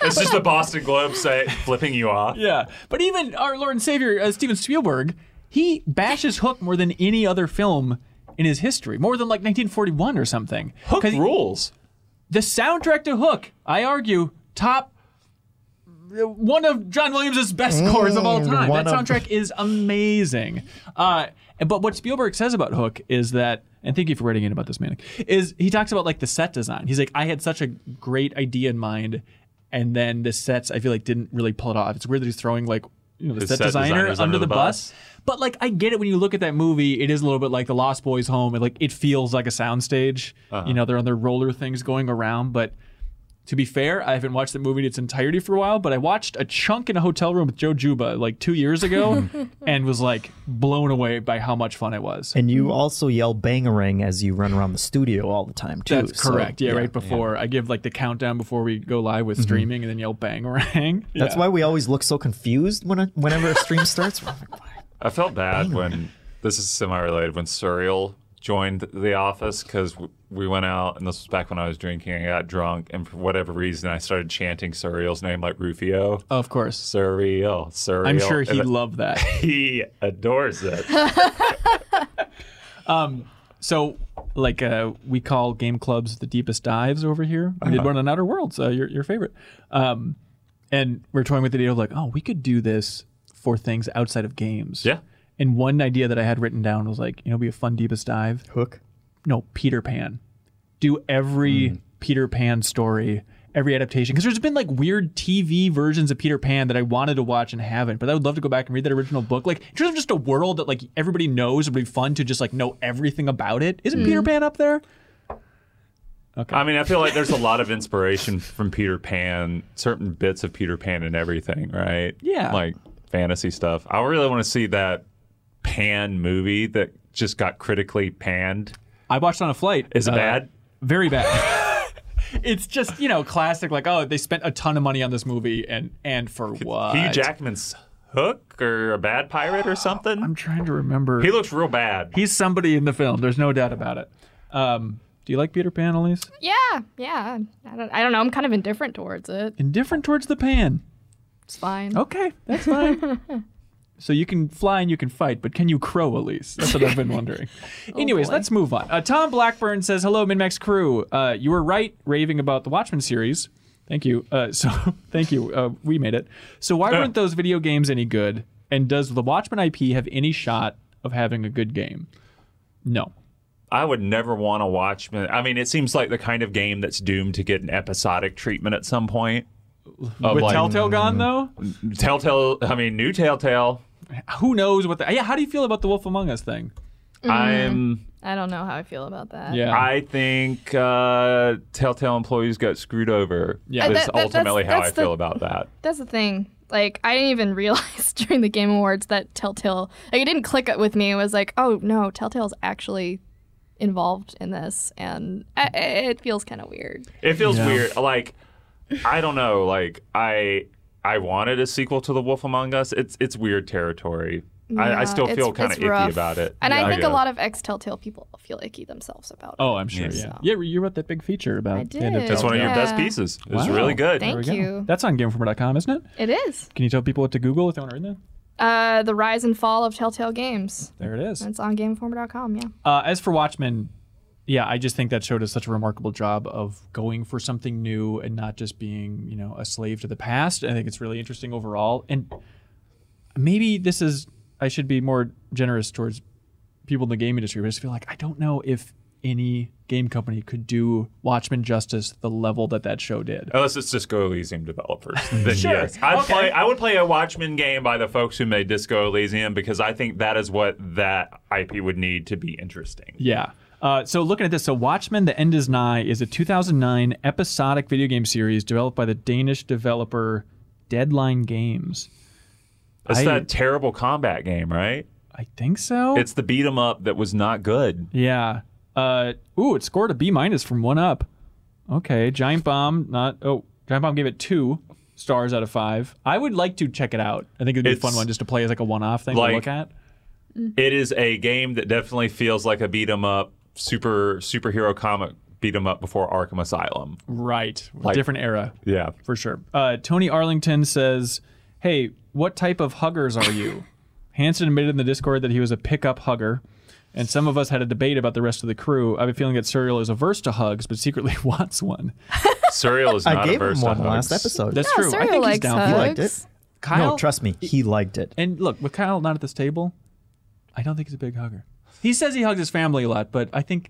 it's just the Boston Globe say flipping you off. Yeah, but even our Lord and Savior uh, Steven Spielberg, he bashes Hook more than any other film in his history, more than like 1941 or something. Hook rules. The soundtrack to Hook, I argue, top uh, one of John Williams' best scores of all Mm, time. one That of- soundtrack is amazing. Uh, and- but what Spielberg says about Hook is that, and thank you for writing in about this, Manic, is he talks about like the set design. He's like, I had such a great idea in mind, and then the sets I feel like didn't really pull it off. It's weird that he's throwing like you know the His set, set designer designer's under, the, bus. But like I get it when you look at that movie, it is a little bit like The Lost Boys Home. It like it feels like a soundstage. You know, they're on their roller things going around, but to be fair, I haven't watched the movie in its entirety for a while, but I watched a chunk in a hotel room with Joe Juba like two years ago and was like blown away by how much fun it was. And you also yell bangarang as you run around the studio all the time too. That's so- correct. yeah, right before I give like the countdown before we go live with streaming and then yell bang rang. Mm-hmm. That's why we always look so confused when a, whenever a stream starts. We're like, I felt bad when this is semi-related when Surreal joined the office because we went out and this was back when I was drinking. I got drunk and for whatever reason I started chanting Surreal's name like Rufio. Of course, Surreal, Surreal. I'm sure And he it- loved that. He adores it. um, so like uh, we call game clubs the deepest dives over here. We did Uh-huh. one on Outer Worlds, uh, your your favorite. Um, and we're toying with the idea of like, oh, we could do this for things outside of games. Yeah. And one idea that I had written down was like, you know, be a fun deepest dive. Hook. No, Peter Pan. Do every Peter Pan story, every adaptation, because there's been like weird TV versions of Peter Pan that I wanted to watch and haven't. But I would love to go back and read that original book. Like, in terms of just a world that like everybody knows, it'd be fun to just like know everything about it. Isn't Peter Pan up there? Okay. I mean, I feel like there's a lot of inspiration from Peter Pan, certain bits of Peter Pan and everything, right? Yeah. Like fantasy stuff. I really want to see that Pan movie that just got critically panned. I watched on a flight. Is it Uh, bad? Very bad. it's just you know classic. Like, oh, they spent a ton of money on this movie, and and for what? Hugh Jackman's Hook or a bad pirate or something? I'm trying to remember. He looks real bad. He's somebody in the film. There's no doubt about it. Um, do you like Peter Pan, Elise? Yeah, yeah. I don't. I don't know. I'm kind of indifferent towards it. Indifferent towards the pan. It's fine. Mm-hmm. Okay, that's fine. So you can fly and you can fight, but can you crow, Elise? That's what I've been wondering. Oh, Anyways, let's move on. Uh, Tom Blackburn says, "Hello, Minmax crew. Uh, you were right raving about the Watchmen series. Thank you. Uh, so thank you. Uh, we made it. So why weren't those video games any good? And does the Watchmen IP have any shot of having a good game? No. I would never want to watch. I mean, it seems like the kind of game that's doomed to get an episodic treatment at some point. Of With Uh, like- Telltale gone though, Telltale. I mean, new Telltale. who knows what? The, yeah, how do you feel about the Wolf Among Us thing? I'm. I don't know how I feel about that. I think uh, Telltale employees got screwed over. Yeah. Uh, is that- that- that's- ultimately how that's I feel the- about that. That's the thing. Like I didn't even realize during the Game Awards that Telltale like it didn't click with me. It was like, oh no, Telltale's actually involved in this, and I, it feels kind of weird. It feels Yeah. weird. Like I don't know. Like I I wanted a sequel to The Wolf Among Us. It's it's weird territory. I, I Yeah, still it's- feel kind of it's icky rough. about it. And I think a lot of ex Telltale people feel icky themselves about it. Oh, I'm sure. Yeah, yeah. You wrote that big feature about. I the end of did, That's one of your Telltale. best pieces. It was really good. There we Thank go. you. That's on GameInformer.com, isn't it? It is Can you tell people what to Google if they want to read that? uh, the rise and fall of Telltale games. There it is. It's on GameInformer.com. Yeah. Uh, as for Watchmen, yeah, I just think that show does such a remarkable job of going for something new and not just being, you know, a slave to the past. I think it's really interesting overall. And maybe this is I should be more generous towards people in the game industry, but I just feel like I don't know if any game company could do Watchmen justice the level that that show did. Unless it's Disco Elysium developers, then Sure. yes, I'd Okay. play. I would play a Watchmen game by the folks who made Disco Elysium because I think that is what that IP would need to be interesting. Yeah. Uh, so looking at this, so Watchmen: The End Is Nigh is a 2009 episodic video game series developed by the Danish developer Deadline Games. It's I- that terrible combat game, right? I think so. It's the beat 'em up that was not good. Yeah. Uh, ooh, it scored a B minus from one up. Okay, Giant Bomb. Not oh, Giant Bomb gave it two stars out of five. I would like to check it out. I think it'd be a fun It's one just to play as like a one-off thing like- to look at. It is a game that definitely feels like a beat 'em up super superhero comic beat 'em up before Arkham Asylum. Right, Like- different era. Yeah, for sure. Uh, Tony Arlington says, "Hey, what type of huggers are you?" Hanson admitted in the Discord that he was a pickup hugger. And some of us had a debate about the rest of the crew. I have a feeling that Serial is averse to hugs, but secretly wants one. Serial is I not gave averse him to one last hugs. episode. That's Yeah, true. Serial I think he's likes down. He liked it. Kyle, no, trust me, he liked it. And look, with Kyle not at this table, I don't think he's a big hugger. He says he hugs his family a lot, but I think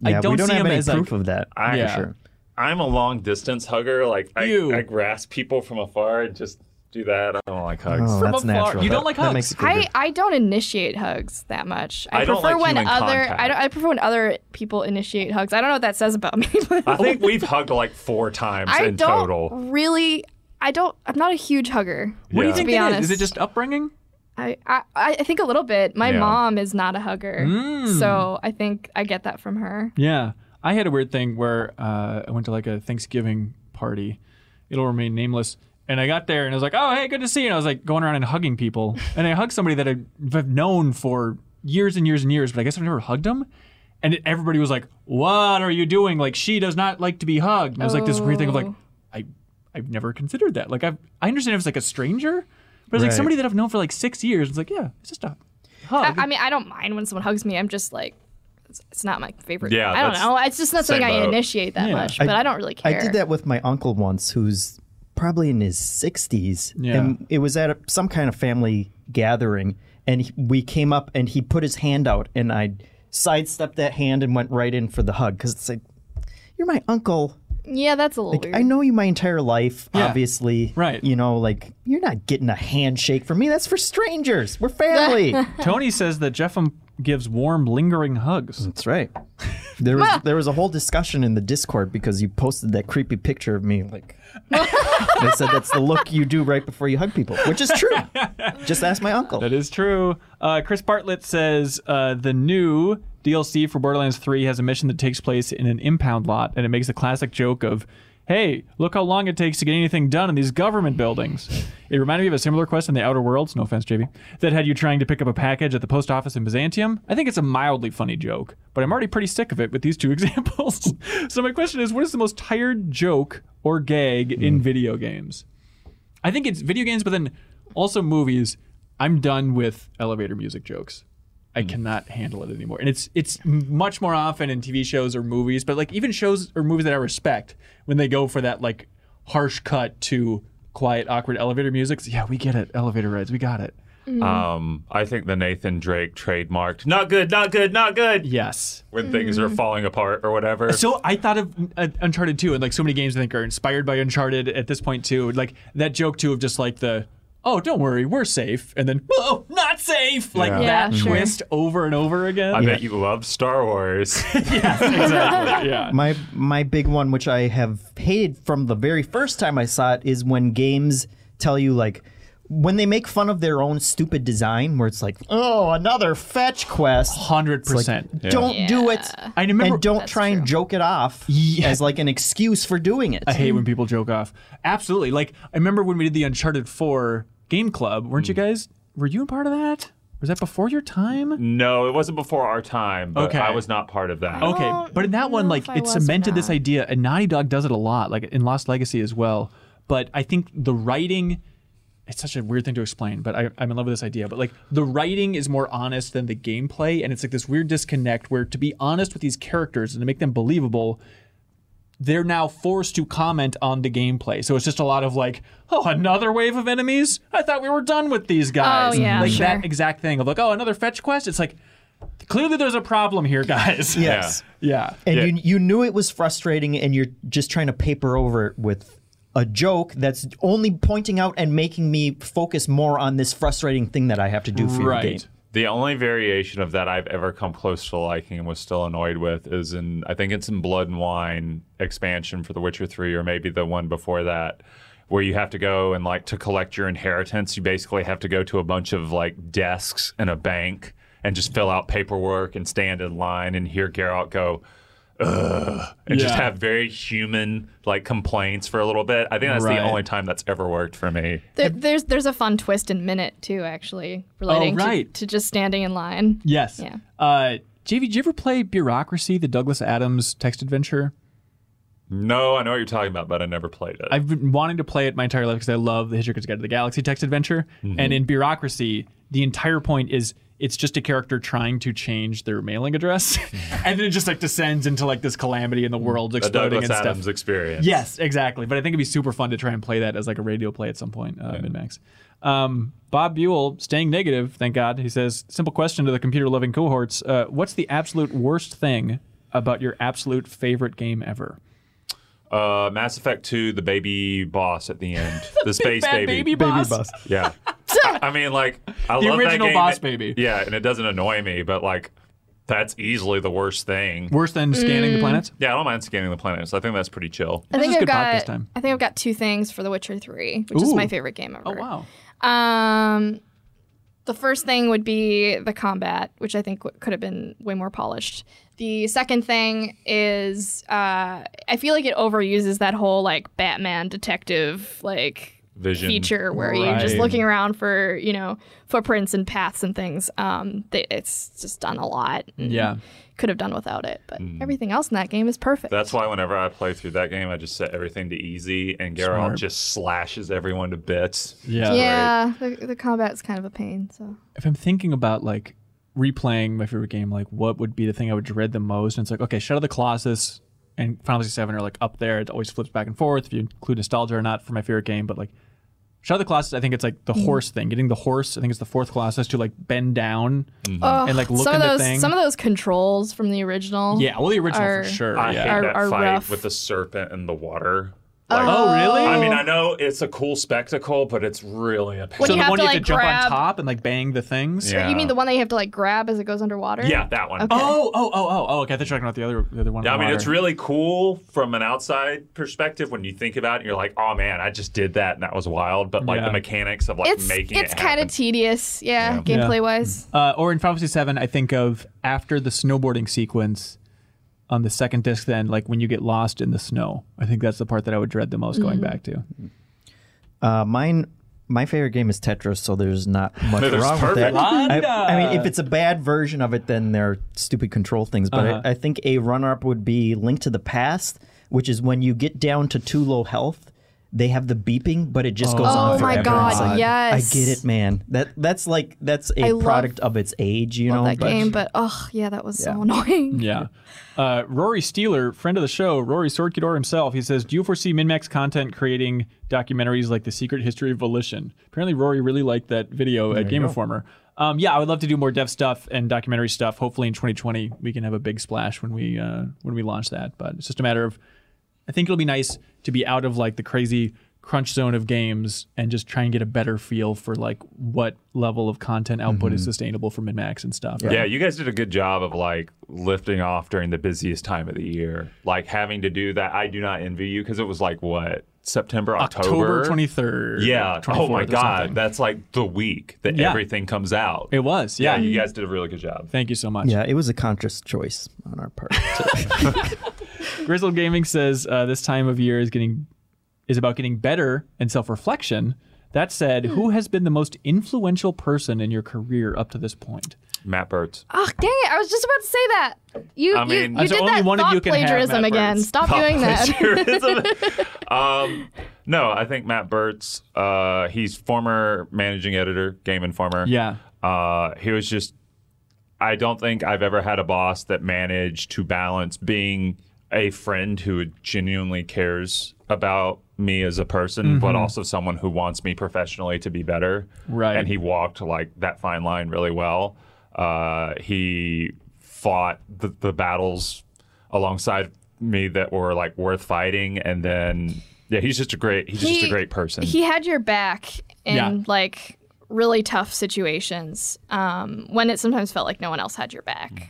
Yeah, I we don't, don't see have him any as proof like, of that. I, yeah. I'm a long distance hugger. Like I, I grasp people from afar and just do that. I don't like hugs. Oh, From that's afar. natural. You don't That- like that hugs? makes it I, I don't initiate hugs that much. I, I don't prefer like when human other contact. I, don't, I prefer when other people initiate hugs. I don't know what that says about me. but I think we've hugged like four times I in don't total. really. I don't. I'm not a huge hugger. What do you to think be that is? honest. Is it just upbringing? I, I I think a little bit. My Yeah. mom is not a hugger, Mm. so I think I get that from her. Yeah. I had a weird thing where uh, I went to like a Thanksgiving party. It'll remain nameless. And I got there and I was like, oh, hey, good to see you. And I was like going around and hugging people. And I hugged somebody that I- I've known for years and years and years, but I guess I've never hugged them. And it- everybody was like, what are you doing? Like, she does not like to be hugged. And it was like this weird thing of like, Oh. I, I've never considered that. Like, I've, I understand if it's like a stranger, but it's like Right. somebody that I've known for like six years. It's like, yeah, it's just a hug. I, I mean, I don't mind when someone hugs me. I'm just like, it's, it's not my favorite. Yeah, I don't that's know. It's just not something same I boat. initiate that Yeah. much, but I, don't really care. I did that with my uncle once, who's probably in his 60s. Yeah. And it was at a, some kind of family gathering, and he- we came up, and he put his hand out, and I sidestepped that hand and went right in for the hug because it's like, you're my uncle. Yeah, that's a little Like, weird. I know you my entire life, Yeah. obviously. Right. You know, like, you're not getting a handshake from me. That's for strangers. We're family. Tony says that Jeffem gives warm, lingering hugs. That's right. There was there was a whole discussion in the Discord because you posted that creepy picture of me. Like they said, that's the look you do right before you hug people, which is true. Just ask my uncle. That is true. Uh, Chris Bartlett says uh, the new DLC for Borderlands 3 has a mission that takes place in an impound lot, and it makes the classic joke of, "Hey, look how long it takes to get anything done in these government buildings." It reminded me of a similar quest in the Outer Worlds. No offense, JV, that had you trying to pick up a package at the post office in Byzantium. I think it's a mildly funny joke, but I'm already pretty sick of it with these two examples. so my question is, what is the most tired joke or gag Hmm. in video games? I think it's video games, but then also movies. I'm done with elevator music jokes. Hmm. I cannot handle it anymore, and it's it's m- much more often in TV shows or movies, but like even shows or movies that I respect when they go for that like harsh cut to quiet, awkward elevator music. it's, Yeah, we get it. Elevator rides, we got it. Mhm. Um, I think the Nathan Drake trademarked "not good, not good, not good." Yes, when things are Mhm. falling apart or whatever. So I thought of uh, Uncharted 2, and like so many games I think are inspired by Uncharted at this point too. Like that joke too of just like the oh don't worry we're safe, and then oh not safe like Yeah. that Yeah, sure. twist over and over again. I bet you love Star Wars. yeah. My my big one, which I have hated from the very first time I saw it, is when games tell you like when they make fun of their own stupid design, where it's like, oh, another fetch quest, hundred percent. Don't do it. I remember, and don't try and joke it off as like an excuse for doing it. I hate when people joke off. Absolutely. Like I remember when we did the Uncharted 4 game club, weren't Mm. you guys? Were you a part of that? Was that before your time? no, it wasn't before our time, but Okay. I was not part of that. Okay, but in that one, like I it was for cemented this idea, and Naughty Dog does it a lot, like in Lost Legacy as well. But I think the writing. It's such a weird thing to explain, but I, I'm in love with this idea. But like the writing is more honest than the gameplay, and it's like this weird disconnect where to be honest with these characters and to make them believable, they're now forced to comment on the gameplay. So it's just a lot of like, oh, another wave of enemies? I thought we were done with these guys. Oh, yeah, like sure. that exact thing of like, oh, another fetch quest? It's like, clearly there's a problem here, guys. Yes. Yeah. And you you knew it was frustrating, and you're just trying to paper over it with a joke that's only pointing out and making me focus more on this frustrating thing that I have to do for your game. The only variation of that I've ever come close to liking and was still annoyed with is in I think it's in Blood and Wine expansion for The Witcher 3 or maybe the one before that where you have to go and like to collect your inheritance you basically have to go to a bunch of like desks in a bank and just fill out paperwork and stand in line and hear Geralt go Ugh, and just Yeah. have very human like complaints for a little bit. I think that's Right. the only time that's ever worked for me. There, there's there's a fun twist in minute too, actually, relating Oh, to- right. to, just standing in line. Yes. Yeah. Uh, JV, did you ever play Bureaucracy, the Douglas Adams text adventure? No, I know what you're talking about, but I never played it. I've been wanting to play it my entire life because I love the Hitchhiker's Guide to the Galaxy text adventure. Mhm. And in Bureaucracy, the entire point is it's just a character trying to change their mailing address, and then it just like descends into like this calamity and the world's The exploding Mm. Douglas and stuff. Adams experience. Yes, exactly. But I think it'd be super fun to try and play that as like a radio play at some point. Uh, Min Max. Um, Bob Buell, staying negative, thank God. He says, simple question to the computer loving cohorts: uh, What's the absolute worst thing about your absolute favorite game ever? Uh, Mass Effect 2, the baby boss at the end. the, space bad baby. baby Baby boss. boss. Yeah. I, I mean, like, I The love that original game. boss It- baby. Yeah, and it doesn't annoy me, but like, that's easily the worst thing. Worse than scanning the Mm. planets? Yeah, I don't mind scanning the planets. I think that's pretty chill. I think I've got I think I've got two things for The Witcher 3, which is Ooh. my favorite game ever. Oh wow. Um the first thing would be the combat, which I think w- could have been way more polished. The second thing is uh I feel like it overuses that whole like Batman detective like Vision. feature where you're just looking around for, you know, footprints and paths and things. Um they, it's just done a lot. and Mm. Yeah. Could have done without it, but everything else in that game is perfect. That's why whenever I play through that game, I just set everything to easy, and Geralt Smart. just slashes everyone to bits. Yeah, the, the combat's kind of a pain. So if I'm thinking about like replaying my favorite game, like what would be the thing I would dread the most? And it's like, okay, Shadow of the Colossus and Final Fantasy VII are like up there. It always flips back and forth if you include nostalgia or not for my favorite game. But like Shadow of the Colossus, I think it's like the Mm. horse thing. Getting the horse, I think it's the fourth Colossus to like bend down Mm-hmm. Ugh, and like look Oh, some in of those the thing. some of those controls from the original. Yeah, well, the original are, for sure. I yeah. hate Are- that are fight Oh, rough. with the serpent in the water. Oh. Oh, really? I mean, I know it's a cool spectacle, but it's really a pain. When so you the have one to, you have like, to jump grab- on top and like bang the things. Oh, You mean the one that you have to like grab as it goes underwater? Yeah, that one. Okay. Oh, oh, oh, oh, oh. Okay, I thought you were talking about the other, the other one. Yeah, I in mean, water. it's really cool from an outside perspective when you think about it. You're like, oh man, I just did that and that was wild. But like Yeah. the mechanics of like it's making it's it kind of tedious. Yeah, gameplay wise. Uh, or in Final Fantasy VII, I think of after the snowboarding sequence on the second disc. Then, like when you get lost in the snow, I think that's the part that I would dread the most going Mhm. back to. Uh, mine, my favorite game is Tetris, so there's not much There's wrong with that. perfect. I, I mean, Wanda! if it's a bad version of it, then there are stupid control things. But Uh-huh. I, I think a runner-up would be Link to the Past, which is when you get down to too low health. They have the beeping, but it just goes Oh on my forever. It's God, like, yes. I get it, man. That that's like that's I a love- product of its age, you know. that but- game, but oh yeah, that was so annoying. Mm-hmm. Yeah. Uh, Rory Steeler, friend of the show, Rory Swordkidor himself, he says, Do you foresee Minmax content creating documentaries like The Secret History of Volition? Apparently, Rory really liked that video There at you Game go. Informer. Um, yeah, I would love to do more dev stuff and documentary stuff. Hopefully, in 2020, we can have a big splash when we uh, when we launch that. But it's just a matter of, I think it'll be nice to be out of like the crazy crunch zone of games and just try and get a better feel for like what level of content output is Mm-hmm. Mhm. sustainable for Minmax and stuff. Yeah, you guys did a good job of like lifting off during the busiest time of the year. Like having to do that, I do not envy you because it was like what September, October, October 23rd, Yeah. Oh 24th my or god, something. that's like the week that Yeah. everything comes out. It was. Yeah, Yeah. you guys did a really good job. Thank you so much. Yeah, it was a conscious choice on our part. Grizzle Gaming says uh, this time of year is getting is about getting better and self reflection. That said, who has been the most influential person in your career up to this point? Matt Burtz. Oh dang it! I was just about to say that. You I you- mean- you, That's did only that one of thought you can have plagiarism that again. first. Stop Thought doing plagiarism. that. um, no, I think Matt Burtz. Uh, he's former managing editor, Game Informer. Yeah. Uh, he was just. I don't think I've ever had a boss that managed to balance being a friend who genuinely cares about me as a person, but Mhm. also someone who wants me professionally to be better. Right. And he walked like that fine line really well. Uh, he fought the, the battles alongside me that were like worth fighting, and then yeah, he's just a great he's just a He- great person. He had your back in Yeah. like really tough situations um, when it sometimes felt like no one else had your back. Mm.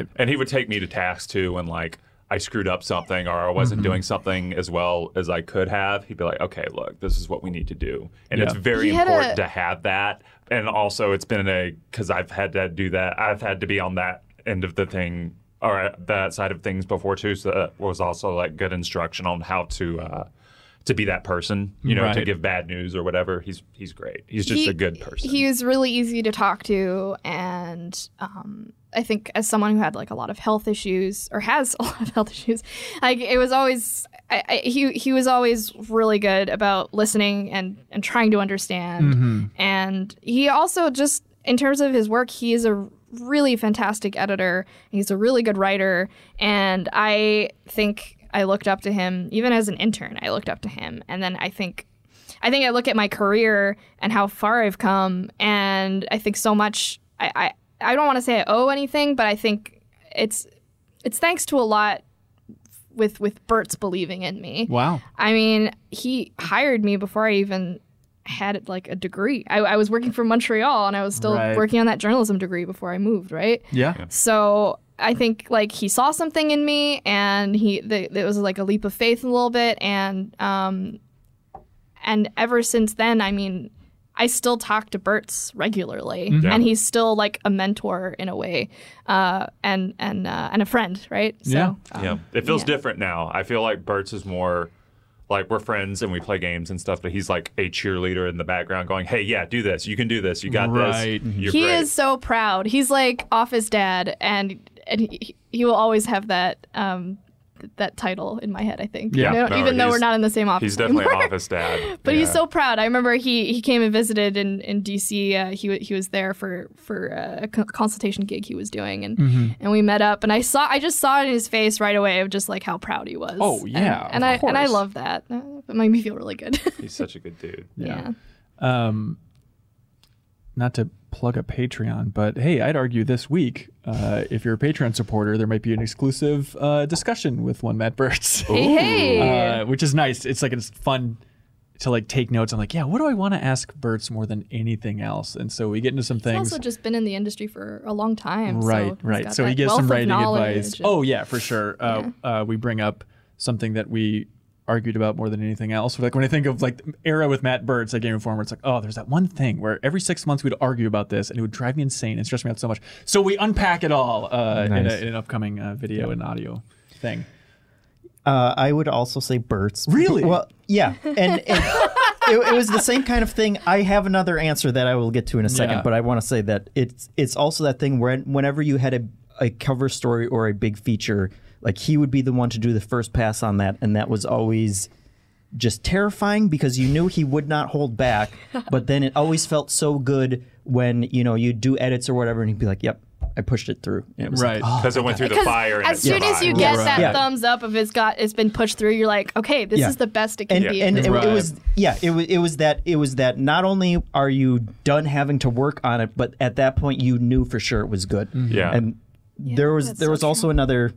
Um, And he would take me to task too when like I screwed up something or I wasn't Mm-hmm. doing something as well as I could have. He'd be like, okay, look, this is what we need to do. And it's Yeah. very He had important a- to have that. And also, it's been a, because I've had to do that, I've had to be on that end of the thing or that side of things before too. So that was also like good instruction on how to, uh, to be that person, you know, to Right. give bad news or whatever. He's he's great. He's just He- a good person. He was really easy to talk to, and um, I think as someone who had like a lot of health issues or has a lot of health issues, like it was always I, I, he he was always really Mm-hmm. good about listening and and trying to understand, Mhm. and he also just in terms of his work, he is a really fantastic editor. He's a really good writer, and I think I looked up to him even as an intern. I looked up to him, and then I think I think I look at my career and how far I've come, and I think so much. I I, I don't want to say I owe anything, but I think it's it's thanks to a lot with with Bert's believing in me. Wow. I mean, he hired me before I even had like a degree. I, I was working for Montreal, and I was still Right. working on that journalism degree before I moved. Right. Yeah. Yeah. So I think like he saw something in me, and he th- it was like a leap of faith a little bit, and um, and ever since then, I mean, I still talk to Bert's regularly, Mm-hmm. Mhm. Yeah. and he's still like a mentor in a way, uh, and and uh, and a friend, right? So, uh, um, yeah. It feels yeah. different now. I feel like Bert's is more like we're friends and we play games and stuff, but he's like a cheerleader in the background going, Hey, yeah, do this. You can do this. You got Right. this. You're he great. is so proud. He's like office dad, and and he, he will always have that um that title in my head. I think, You know, No, even though we're he's- not in the same office. He's definitely an anymore. office dad. But he's Yeah. so proud. I remember he, he came and visited in in DC. Uh, he wa- he was there for for uh, a co- consultation gig he was doing, and Mm-hmm. Mhm. and we met up. And I saw I just saw it in his face right away of just like how proud he was. Oh, yeah, and, and of I and I course. love that. Uh, It made me feel really good. He's such a good dude. Yeah. Um, not to plug a Patreon, but hey, I'd argue this week, uh, if you're a Patreon supporter, there might be an exclusive uh, discussion with one Matt Burtz. Hey, Ooh. hey. Uh, which is nice. It's like it's fun to like take notes. I'm like, yeah, what do I want to ask Burtz more than anything else? And so we get into some He's things. also just been in the industry for a long time. Right, so he's right. got So he that gives wealth some of writing knowledge advice. and- Oh yeah, for sure. Uh, uh, we bring up something that we argued about more than anything else. Like when I think of like era with Matt Burtz at Game Informer, it's like, oh, there's that one thing where every six months we'd argue about this, and it would drive me insane and stress me out so much. So we unpack it all uh, in, a, Nice. in an upcoming uh, video and audio thing. Uh, I would also say Burt's. Really? Well, yeah, and, and it, it was the same kind of thing. I have another answer that I will get to in a second, Yeah. but I want to say that it's it's also that thing where whenever you had a, a cover story or a big feature, like he would be the one to do the first pass on that, and that was always just terrifying because you knew he would not hold back. but then it always felt so good when you know you do edits or whatever, and he'd be like, "Yep, I pushed it through." And it was like, Right. "Oh, 'Cause it my went God." through the fire and As Oh, soon as you get that Yeah. thumbs up of it's got it's been pushed through, you're like, okay, this Yeah. is the best it can and, be. and it, it was yeah it was it was that it was that not only are you done having to work on it but at that point you knew for sure it was good Yeah. and there was there was also another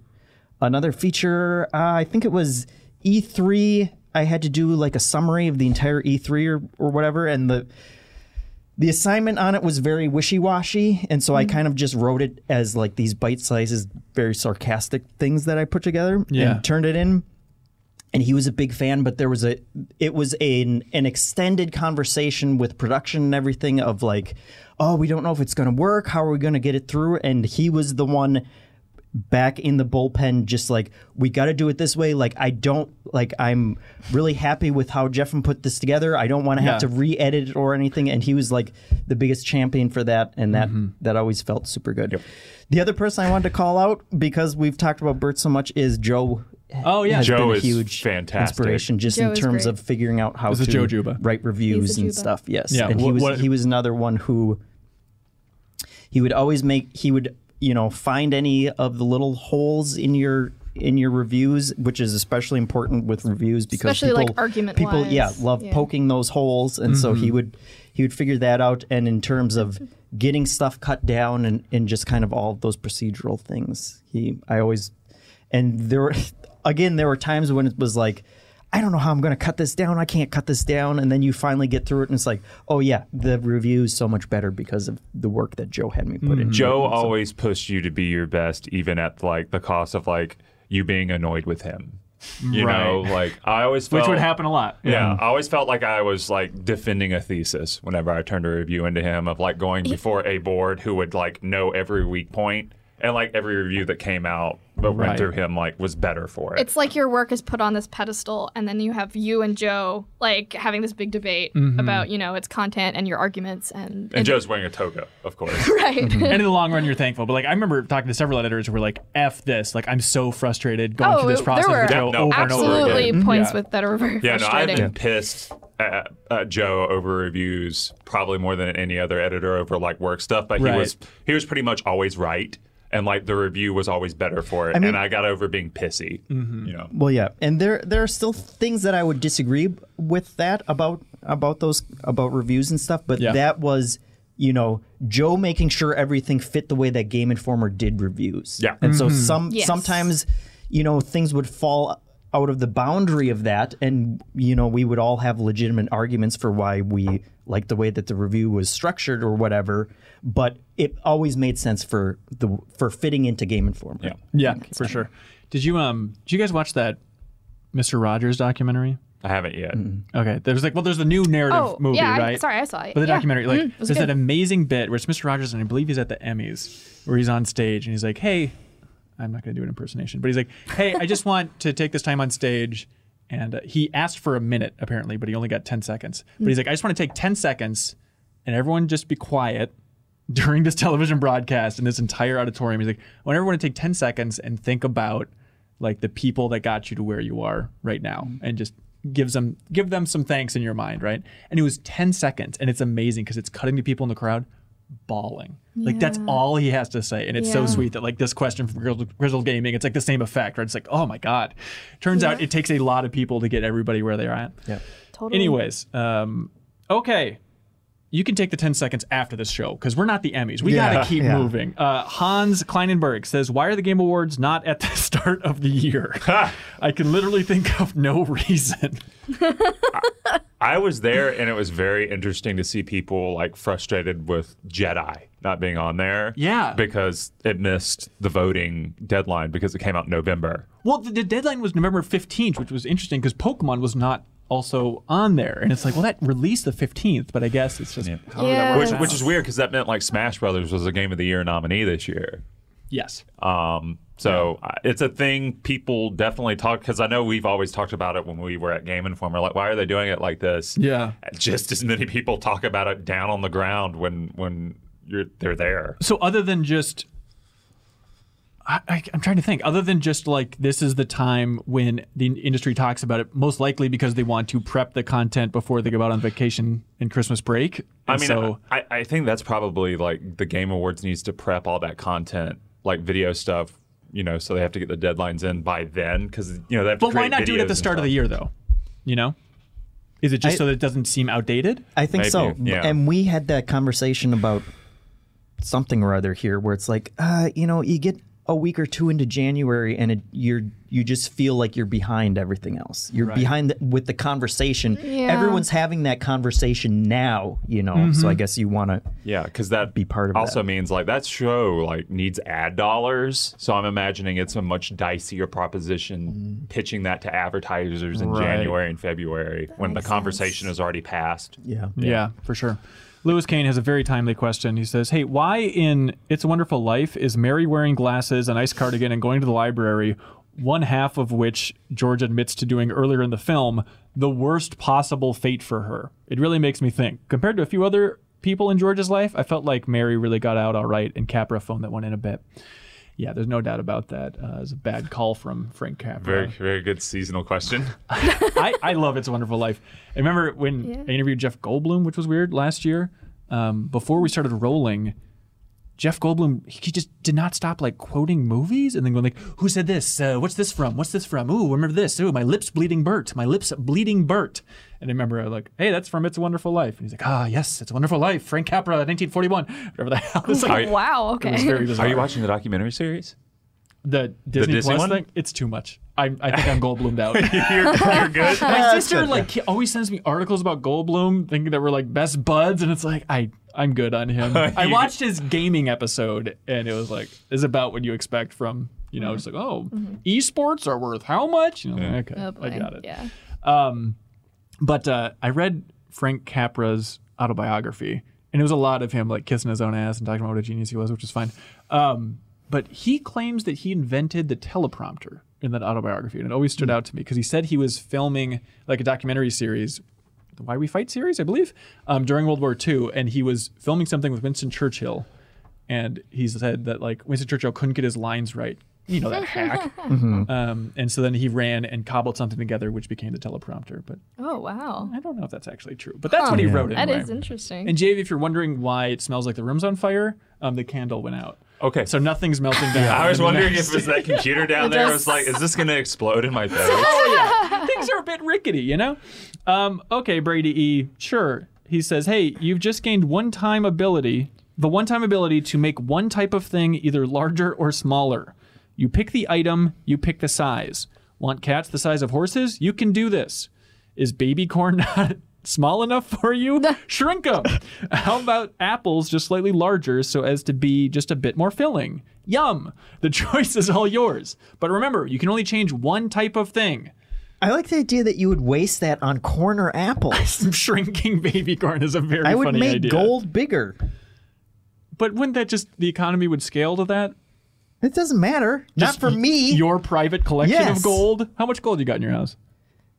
another feature uh, i think it was e3 i had to do like a summary of the entire e3 or, or whatever and the the assignment on it was very wishy-washy and so i Mm-hmm. kind of just wrote it as like these bite sizes very sarcastic things that i put together Yeah. and turned it in and he was a big fan but there was a it was an an extended conversation with production and everything of like oh we don't know if it's going to work how are we going to get it through and he was the one back in the bullpen just like we got to do it this way like i don't like i'm really happy with how jeffin put this together i don't want to have Yeah. to re-edit it or anything and he was like the biggest champion for that and that that always felt super good the other person i wanted to call out because we've talked about bert so much is joe Oh, yeah. has Joe been a is huge fantastic. inspiration just Joe in is terms great. of figuring out how This to is Joe Juba. write reviews and Juba. stuff yes Yeah, and he what- was what- he was another one who he would always make he would you know find any of the little holes in your in your reviews which is especially important with reviews because Especially, people, like, argument people yeah wise. love Yeah. poking those holes and so he Mhm. would he would figure that out and in terms of getting stuff cut down and, and just kind of all of those procedural things he i always and there were again there were times when it was like I don't know how I'm going to cut this down. I can't cut this down. And then you finally get through it, and it's like, oh yeah, the review is so much better because of the work that Joe had me put Mm-hmm. in. Joe always pushed you to be your best, even at like the cost of like you being annoyed with him. You know, Right. like I always Which felt, would happen a lot. Yeah, I always felt like I was like defending a thesis whenever I turned a review into him of like going before a board who would like know every weak point and like every review that came out but Right. went through him like was better for it. It's like your work is put on this pedestal, and then you have you and Joe like having this big debate Mm-hmm. Mhm. about you know its content and your arguments and and Joe's wearing a toga, of course. Right. Mhm. and in the long run, you're thankful. But like, I remember talking to several editors who were like, "F this! Like, I'm so frustrated going Oh, through this there process were with Joe over and over again." absolutely points Yeah. with that are very Yeah, no, I've frustrating. been pissed uh, uh, Joe over reviews probably more than any other editor over like work stuff, but Right. he was he was pretty much always right, and like the review was always better for it. I mean- and I got over being pissy. You know, Mm-hmm. Well, yeah, and there there are still things that I would disagree b- with that about about those about reviews and stuff, but Yeah. that was you know Joe making sure everything fit the way that Game Informer did reviews. Yeah, and so Mhm. some Yes. sometimes you know things would fall out of the boundary of that, and you know we would all have legitimate arguments for why we like the way that the review was structured or whatever, but it always made sense for the for fitting into Game Informer. Yeah. Yeah, for sure. Did you um? Did you guys watch that Mr. Rogers documentary? I haven't yet. Okay, there's like well, there's the new narrative Oh, movie, yeah, I- right? sorry, I saw it. But the Yeah. documentary, like, Mhm, it was there's that good. amazing bit where it's Mr. Rogers and I believe he's at the Emmys, where he's on stage and he's like, "Hey, I'm not going to do an impersonation, but he's like, "Hey, I just want to take this time on stage." And uh, he asked for a minute apparently, but he only got 10 seconds. But he's like, "I just want to take 10 seconds and everyone just be quiet during this television broadcast in this entire auditorium." He's like, "I want everyone to take 10 seconds and think about like the people that got you to where you are right now Mm. and just gives them give them some thanks in your mind, right?" And it was 10 seconds and it's amazing cuz it's cutting to people in the crowd bawling. Like that's Yeah. all he has to say, and it's so Yeah. sweet that like this question from Grizzle, Grizzle Gaming, it's like the same effect, right? It's like, oh my god. Turns out Yeah. it takes a lot of people to get everybody where they're at. Yeah. Totally. Anyways, um, okay. You can take the 10 seconds after this show because we're not the Emmys. We Yeah. got to keep Yeah. moving. Uh, Hans Kleinenberg says, Why are the Game Awards not at the start of the year? I can literally think of no reason. I was there, and it was very interesting to see people like frustrated with Jedi not being on there. Yeah. because it missed the voting deadline because it came out in November. Well, the, the deadline was November 15th, which was interesting because Pokemon was not also on there. And it's like, well, that released the 15th, but I guess it's just. how did that work Which, out? which is weird because that meant like Smash Brothers was a Game of the Year nominee this year. Yes. Um, so I it's a thing people definitely talk because I know we've always talked about it when we were at Game Informer. Like, why are they doing it like this? Yeah. just as many people talk about it down on the ground when when you're they're there. So other than just, I, I, I'm trying to think. Other than just like this is the time when the industry talks about it, most likely because they want to prep the content before they go out on vacation and Christmas break. I And mean, so I, I think that's probably like the Game Awards needs to prep all that content, like video stuff, you know, so they have to get the deadlines in by then because you know they have to. but why create not do it videos at the and start of the stuff. year though? You know, is it just I- so that it doesn't seem outdated? I think so. And we had that conversation about something or other here where it's like, uh, you know, you get a week or two into January and it, you're you just feel like you're behind everything else. You're Right. behind the, with the conversation. Yeah. Everyone's having that conversation now, you know. So Mm-hmm. I Mhm. guess you want to Yeah, because that be part of also means like that show like needs ad dollars. So I'm imagining it's a much dicier proposition pitching that to advertisers in Right. January and February when the conversation is already passed. Yeah. Yeah, for sure. Lewis Kane has a very timely question. He says, Hey, why in It's a Wonderful Life is Mary wearing glasses, an ice cardigan, and going to the library, one half of which George admits to doing earlier in the film, the worst possible fate for her? It really makes me think. Compared to a few other people in George's life, I felt like Mary really got out all right, and Capra phoned that one in a bit. Yeah, there's no doubt about that. Uh, it's a bad call from Frank Capra. Very, very good seasonal question. I, I love It's a Wonderful Life. I remember when I interviewed Jeff Goldblum, which was weird last year. Um, before we started rolling, Jeff Goldblum he just did not stop like quoting movies and then going like, "Who said this? Uh, what's this from? What's this from? Ooh, remember this? Ooh, my lips bleeding Bert. My lips bleeding Bert." And I remember I was like, "Hey, that's from It's a Wonderful Life." And he's like, "Ah, yes, It's a Wonderful Life. Frank Capra, 1941." Whatever the hell. It's like, Are- wow, It was very bizarre. Are you watching the documentary series? The Disney, Disney Plus one? thing, it's too much. I, I think I'm Goldbloomed out. you're, you're good. My sister like he always sends me articles about Goldblum, thinking that we're like best buds, and it's like I I'm good on him. I You- watched his gaming episode, and it was like is about what you expect from you Mm-hmm. know, just like oh, esports are worth how much? You know, like, okay, Oh, I boy. got it. Yeah. Um, but uh, I read Frank Capra's autobiography, and it was a lot of him like kissing his own ass and talking about what a genius he was, which is fine. Um, but he claims that he invented the teleprompter in that autobiography, and it always stood out to me because he said he was filming like a documentary series, the Why We Fight series, I believe, um, during World War II, and he was filming something with Winston Churchill, and he said that like Winston Churchill couldn't get his lines right you know that hack. Mhm. Um, and so then he ran and cobbled something together, which became the teleprompter. But Oh wow. I don't know if that's actually true, but that's what he wrote. That is anyway. interesting. And Jave, if you're wondering why it smells like the room's on fire, um, the candle went out. Okay, so nothing's melting down. I was in the wondering next- if it was that computer down It there. I does. was like, is this going to explode in my face? Oh, yeah. Things are a bit rickety, you know? Um, okay, Brady E. Sure. He says, hey, you've just gained one time ability, the one time ability to make one type of thing either larger or smaller. You pick the item, you pick the size. Want cats the size of horses? You can do this. Is baby corn not small enough for you? Shrink them. How about apples just slightly larger so as to be just a bit more filling? Yum. The choice is all yours. But remember, you can only change one type of thing. I like the idea that you would waste that on corn or apples. Shrinking baby corn is a very I would funny make idea. gold bigger. But wouldn't that just the economy would scale to that? It doesn't matter. Just Not for y- me. Your private collection Yes. of gold. How much gold you got in your house?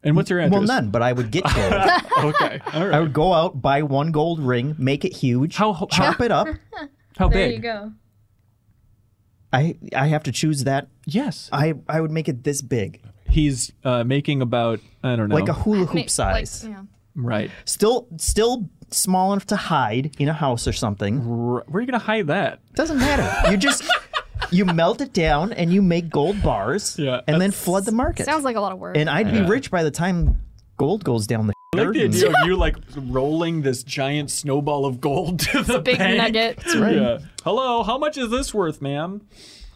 And what's your address? Well, none, but I would get gold. okay. I would go out, buy one gold ring, make it huge, chop it up. How there big? you go. I I have to choose that. Yes. I I would make it this big. He's uh, making about I don't know, Like a hula hoop Ma- like, size. yeah. Right. Still still small enough to hide in a house or something. Where are you going to hide that? Doesn't matter. You just you melt it down and you make gold bars yeah, and then flood the market. Sounds like a lot of work. and I'd be rich by the time gold goes down the I like the shitter. idea of you like rolling this giant snowball of gold to the big bank. nugget. That's right. Yeah. Hello, how much is this worth, ma'am?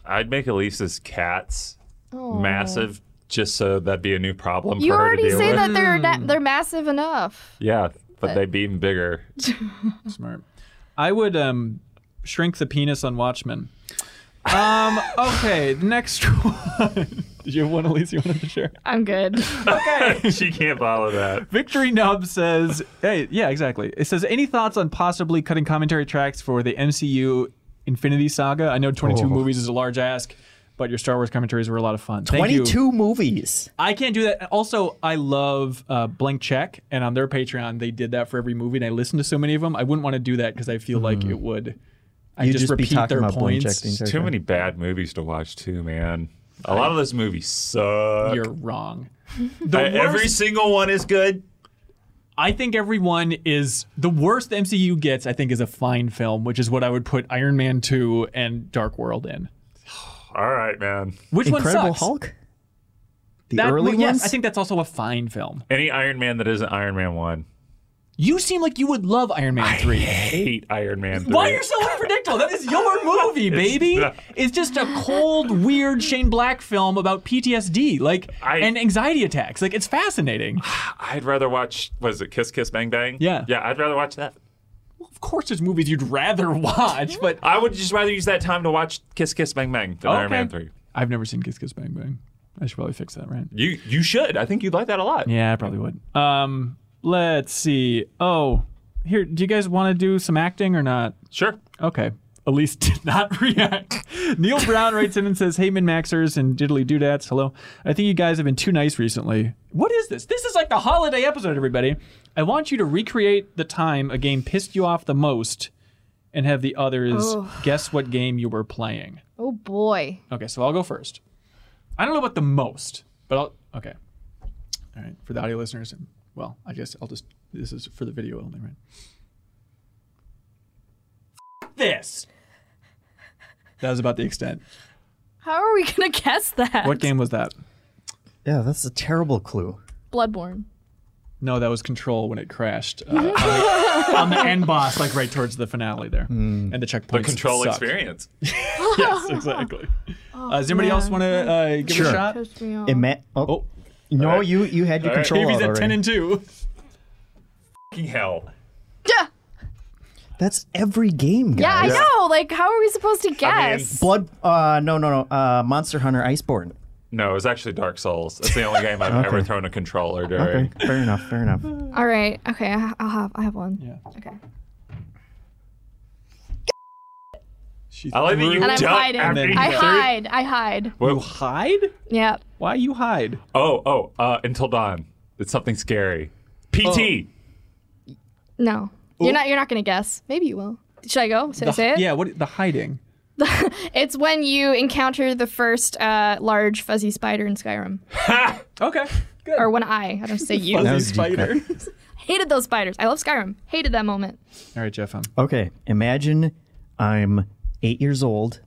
I'd make Elisa's cats Oh. massive just so that'd be a new problem You for her to already deal say with. that they're na- Mm. they're massive enough. Yeah, But- but they'd be even bigger. Smart. I would um shrink the penis on Watchmen. Um okay, next one. Did you have one Elise you wanted to share? I'm good. she can't follow that. Victory Nub says, "Hey, yeah, exactly." It says, "Any thoughts on possibly cutting commentary tracks for the MCU Infinity Saga? I know 22 Oh. movies is a large ask, but your Star Wars commentaries were a lot of fun." Thank you. 22 movies. I can't do that. Also, I love uh, Blank Check, and on their Patreon, they did that for every movie, and I listened to so many of them. I wouldn't want to do that because I feel like it would. I You'd just, just be repeat talking their about Blank points. Check the entire Hmm. Too many bad movies to watch too, man. A lot of those movies suck. You're wrong. I- every single one is good. I think everyone is the worst the MCU gets. I think is a fine film, which is what I would put Iron Man two and Dark World in. All right, man. Which Incredible one sucks? Hulk? The That- early well, yes, ones? I think that's also a fine film. Any Iron Man that isn't Iron Man 1. You seem like you would love Iron Man three. Hate Iron Man 3. Why are you so unpredictable? That is your movie, It's baby. not. It's just a cold, weird Shane Black film about PTSD, like and anxiety attacks. Like it's fascinating. I'd rather watch, what is it, Kiss Kiss Bang Bang? Yeah. Yeah, I'd rather watch that. Of course, there's movies you'd rather watch, but I would just rather use that time to watch Kiss Kiss Bang Bang than Iron Okay. Man 3. I've never seen Kiss Kiss Bang Bang. I should probably fix that, right? You you should. I think you'd like that a lot. Yeah, I probably would. Um, let's see. Oh, here. Do you guys want to do some acting or not? Sure. Okay. Elise did not react. Neil Brown writes in and says, "Hey, min maxers and diddly doodads, hello. I think you guys have been too nice recently. What is this? This is like the holiday episode, everybody. I want you to recreate the time a game pissed you off the most, and have the others Oh. guess what game you were playing. Oh boy. Okay, so I'll go first. I don't know about the most, but I'll okay. All right, for the audio listeners, and well, I guess I'll just this is for the video only, right? This. That was about the extent. How are we gonna guess that? What game was that? Yeah, that's a terrible clue. Bloodborne. No, that was Control when it crashed uh, on, the, on the end boss, like right towards the finale there, Hmm. and the checkpoints. The control sucked. experience. yes, exactly. Uh, does anybody else want to uh, give it a shot? Ima- oh. No, you you had your All right. control Davey's out at already. 10 and 2. Fucking hell. That's every game, Yeah, I guys. know. Like, how are we supposed to guess? Blood. Uh, no, no, no. Uh, Monster Hunter Iceborne. No, it was actually Dark Souls. That's the only game I've Okay. ever thrown a controller during. Okay, fair enough. Fair enough. All right. Okay. I- I'll have. I have one. Yeah. Okay. I like that you and I'm duck hiding. after you I threw- hide. I hide. You hide? Yeah. Why you hide? Oh, oh, uh, Until Dawn. It's something scary. PT. No. You're not. You're not gonna guess. Maybe you will. Should I go? Should I The- say it? Yeah, what the hiding? it's when you encounter the first uh, large fuzzy spider in Skyrim. okay, good. Or when I, I don't say you. Fuzzy That was deep spider. Hated those spiders. I love Skyrim. Hated that moment. All right, Jeff. um. I'm Okay, imagine I'm eight years old,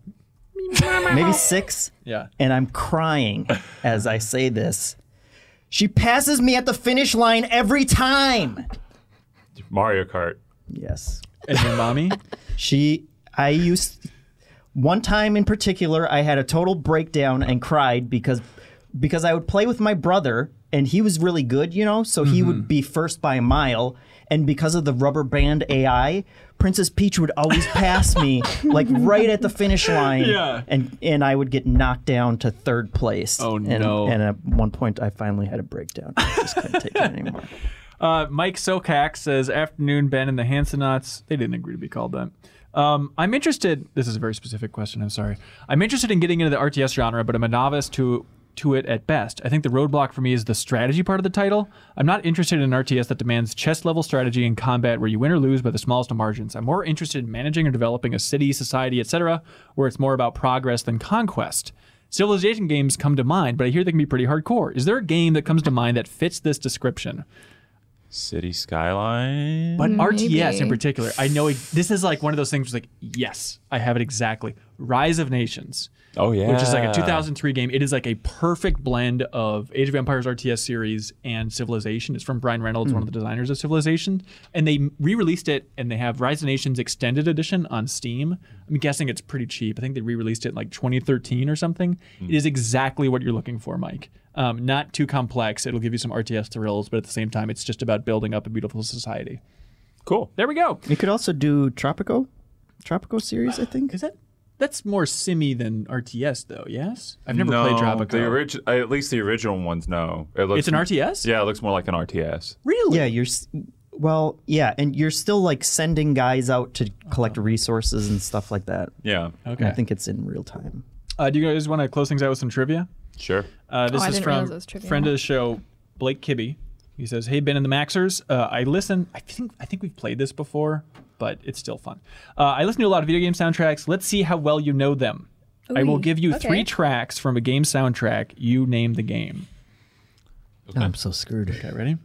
maybe six, Yeah. and I'm crying as I say this. She passes me at the finish line every time. Oh. Mario Kart. Yes. And your mommy? she, I used, one time in particular, I had a total breakdown and cried because, because I would play with my brother and he was really good, you know, so he Mm-hmm. would be first by a mile. And because of the rubber band AI, Princess Peach would always pass me like right at the finish line. Yeah. And, and I would get knocked down to third place. Oh, no. And at one point, I finally had a breakdown. I just couldn't take it anymore. Uh, Mike Sokak says, "Afternoon, Ben and the Hansenauts. They didn't agree to be called that. Um, I'm interested. This is a very specific question. I'm sorry. I'm interested in getting into the RTS genre, but I'm a novice to to it at best. I think the roadblock for me is the strategy part of the title. I'm not interested in an RTS that demands chess level strategy and combat where you win or lose by the smallest of margins. I'm more interested in managing or developing a city, society, etc., where it's more about progress than conquest." Civilization games come to mind, but I hear they can be pretty hardcore. Is there a game that comes to mind that fits this description? City Skyline. But RTS in particular, I know it, this is like one of those things. Where it's like, yes, I have it exactly. Rise of Nations. Oh, which is like a yeah. 2003 game. It is like a perfect blend of Age of Empires RTS series and Civilization. It's from Brian Reynolds, one of the designers of Civilization, and they re-released it. And they have Rise of Nations Extended Edition on Steam. I'm guessing it's pretty cheap. I think they re-released it in like 2013 or something. It is exactly what you're looking for, Mike. Um, not too complex. It'll give you some RTS thrills, but at the same time, it's just about building up a beautiful society. Cool. There we go. You could also do Tropico, Tropico series, I think. Is that that's more simi than RTS though? Yes, I've never played Tropico. The orig- uh, at least the original ones, no. It looks It's an RTS? Yeah, it looks more like an RTS. Really? Yeah, you're. s- Well, yeah, and you're still like sending guys out to Uh-huh. collect resources and stuff like that. Yeah. And I think it's in real time. Uh, do you guys want to close things out with some trivia? Sure. Uh, this Oh, I is didn't from realize it was trivia. friend of the show, Blake Kibbe. He says, "Hey Ben and the Maxers, uh, I listen. I think I think we've played this before, but it's still fun. Uh, I listen to a lot of video game soundtracks. Let's see how well you know them. I will Ooh, give you okay. three tracks from a game soundtrack. You name the game. I'm so screwed. Okay, ready?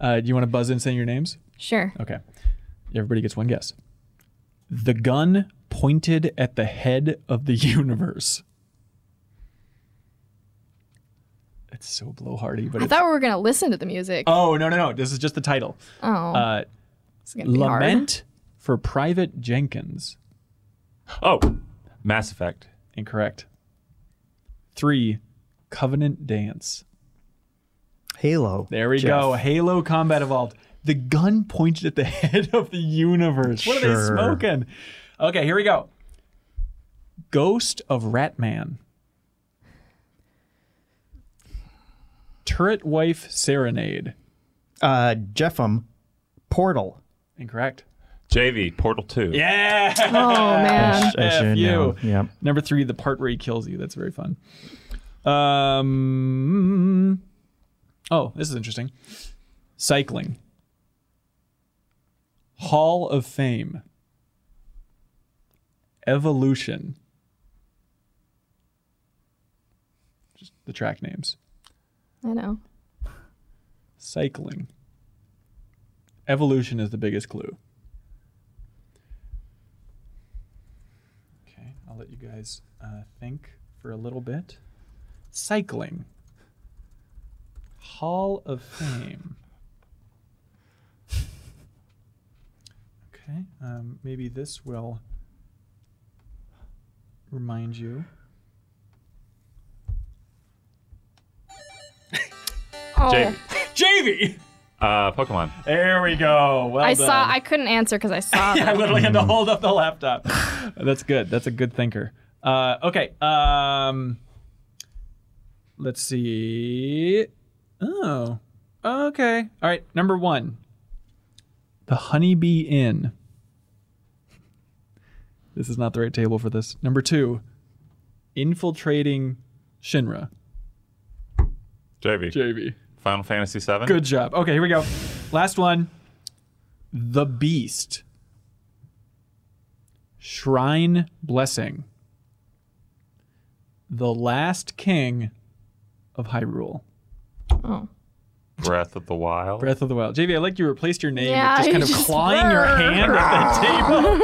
Uh, do you want to buzz in saying your names? Sure. Okay. Everybody gets one guess. The gun pointed at the head of the universe. It's so blowhardy, but I it's- thought we were gonna listen to the music. oh no no no! This is just the title. Oh. Uh, It's gonna be hard. Lament for Private Jenkins. Oh, Mass Effect. Incorrect. Three, Covenant Dance. Halo. There we go. Halo Combat Evolved. The gun pointed at the head of the universe. What are they Sure. smoking? Okay, here we go. Ghost of Ratman. Turret Wife Serenade. Uh, Jeffem, Portal. Incorrect. JV, Portal 2. Yeah. Oh man. I sh- I F should you. know. Yep. Number three, the part where he kills you. That's very fun. Um. Oh, this is interesting. Cycling. Hall of Fame. Evolution. Just the track names. I know. Cycling. Evolution is the biggest clue. Okay, I'll let you guys uh, think for a little bit. Cycling. Hall of Fame. Okay, um, maybe this will remind you. Oh. JV. JV. Uh, Pokemon. There we go. Well I done. saw. I couldn't answer because I saw. I them. literally had to hold up the laptop. That's good. That's a good thinker. Uh, okay. Um, let's see. Oh, okay. All right. Number one, the Honeybee Inn. This is not the right table for this. Number two, infiltrating Shinra. JV. JV. Final Fantasy 7. Good job. Okay, here we go. Last one. The Beast. Shrine Blessing. The last king of Hyrule. Oh. Breath of the Wild. Breath of the Wild. JV, I like you replaced your name Yeah, with just kind you of just clawing your were. hand at the table.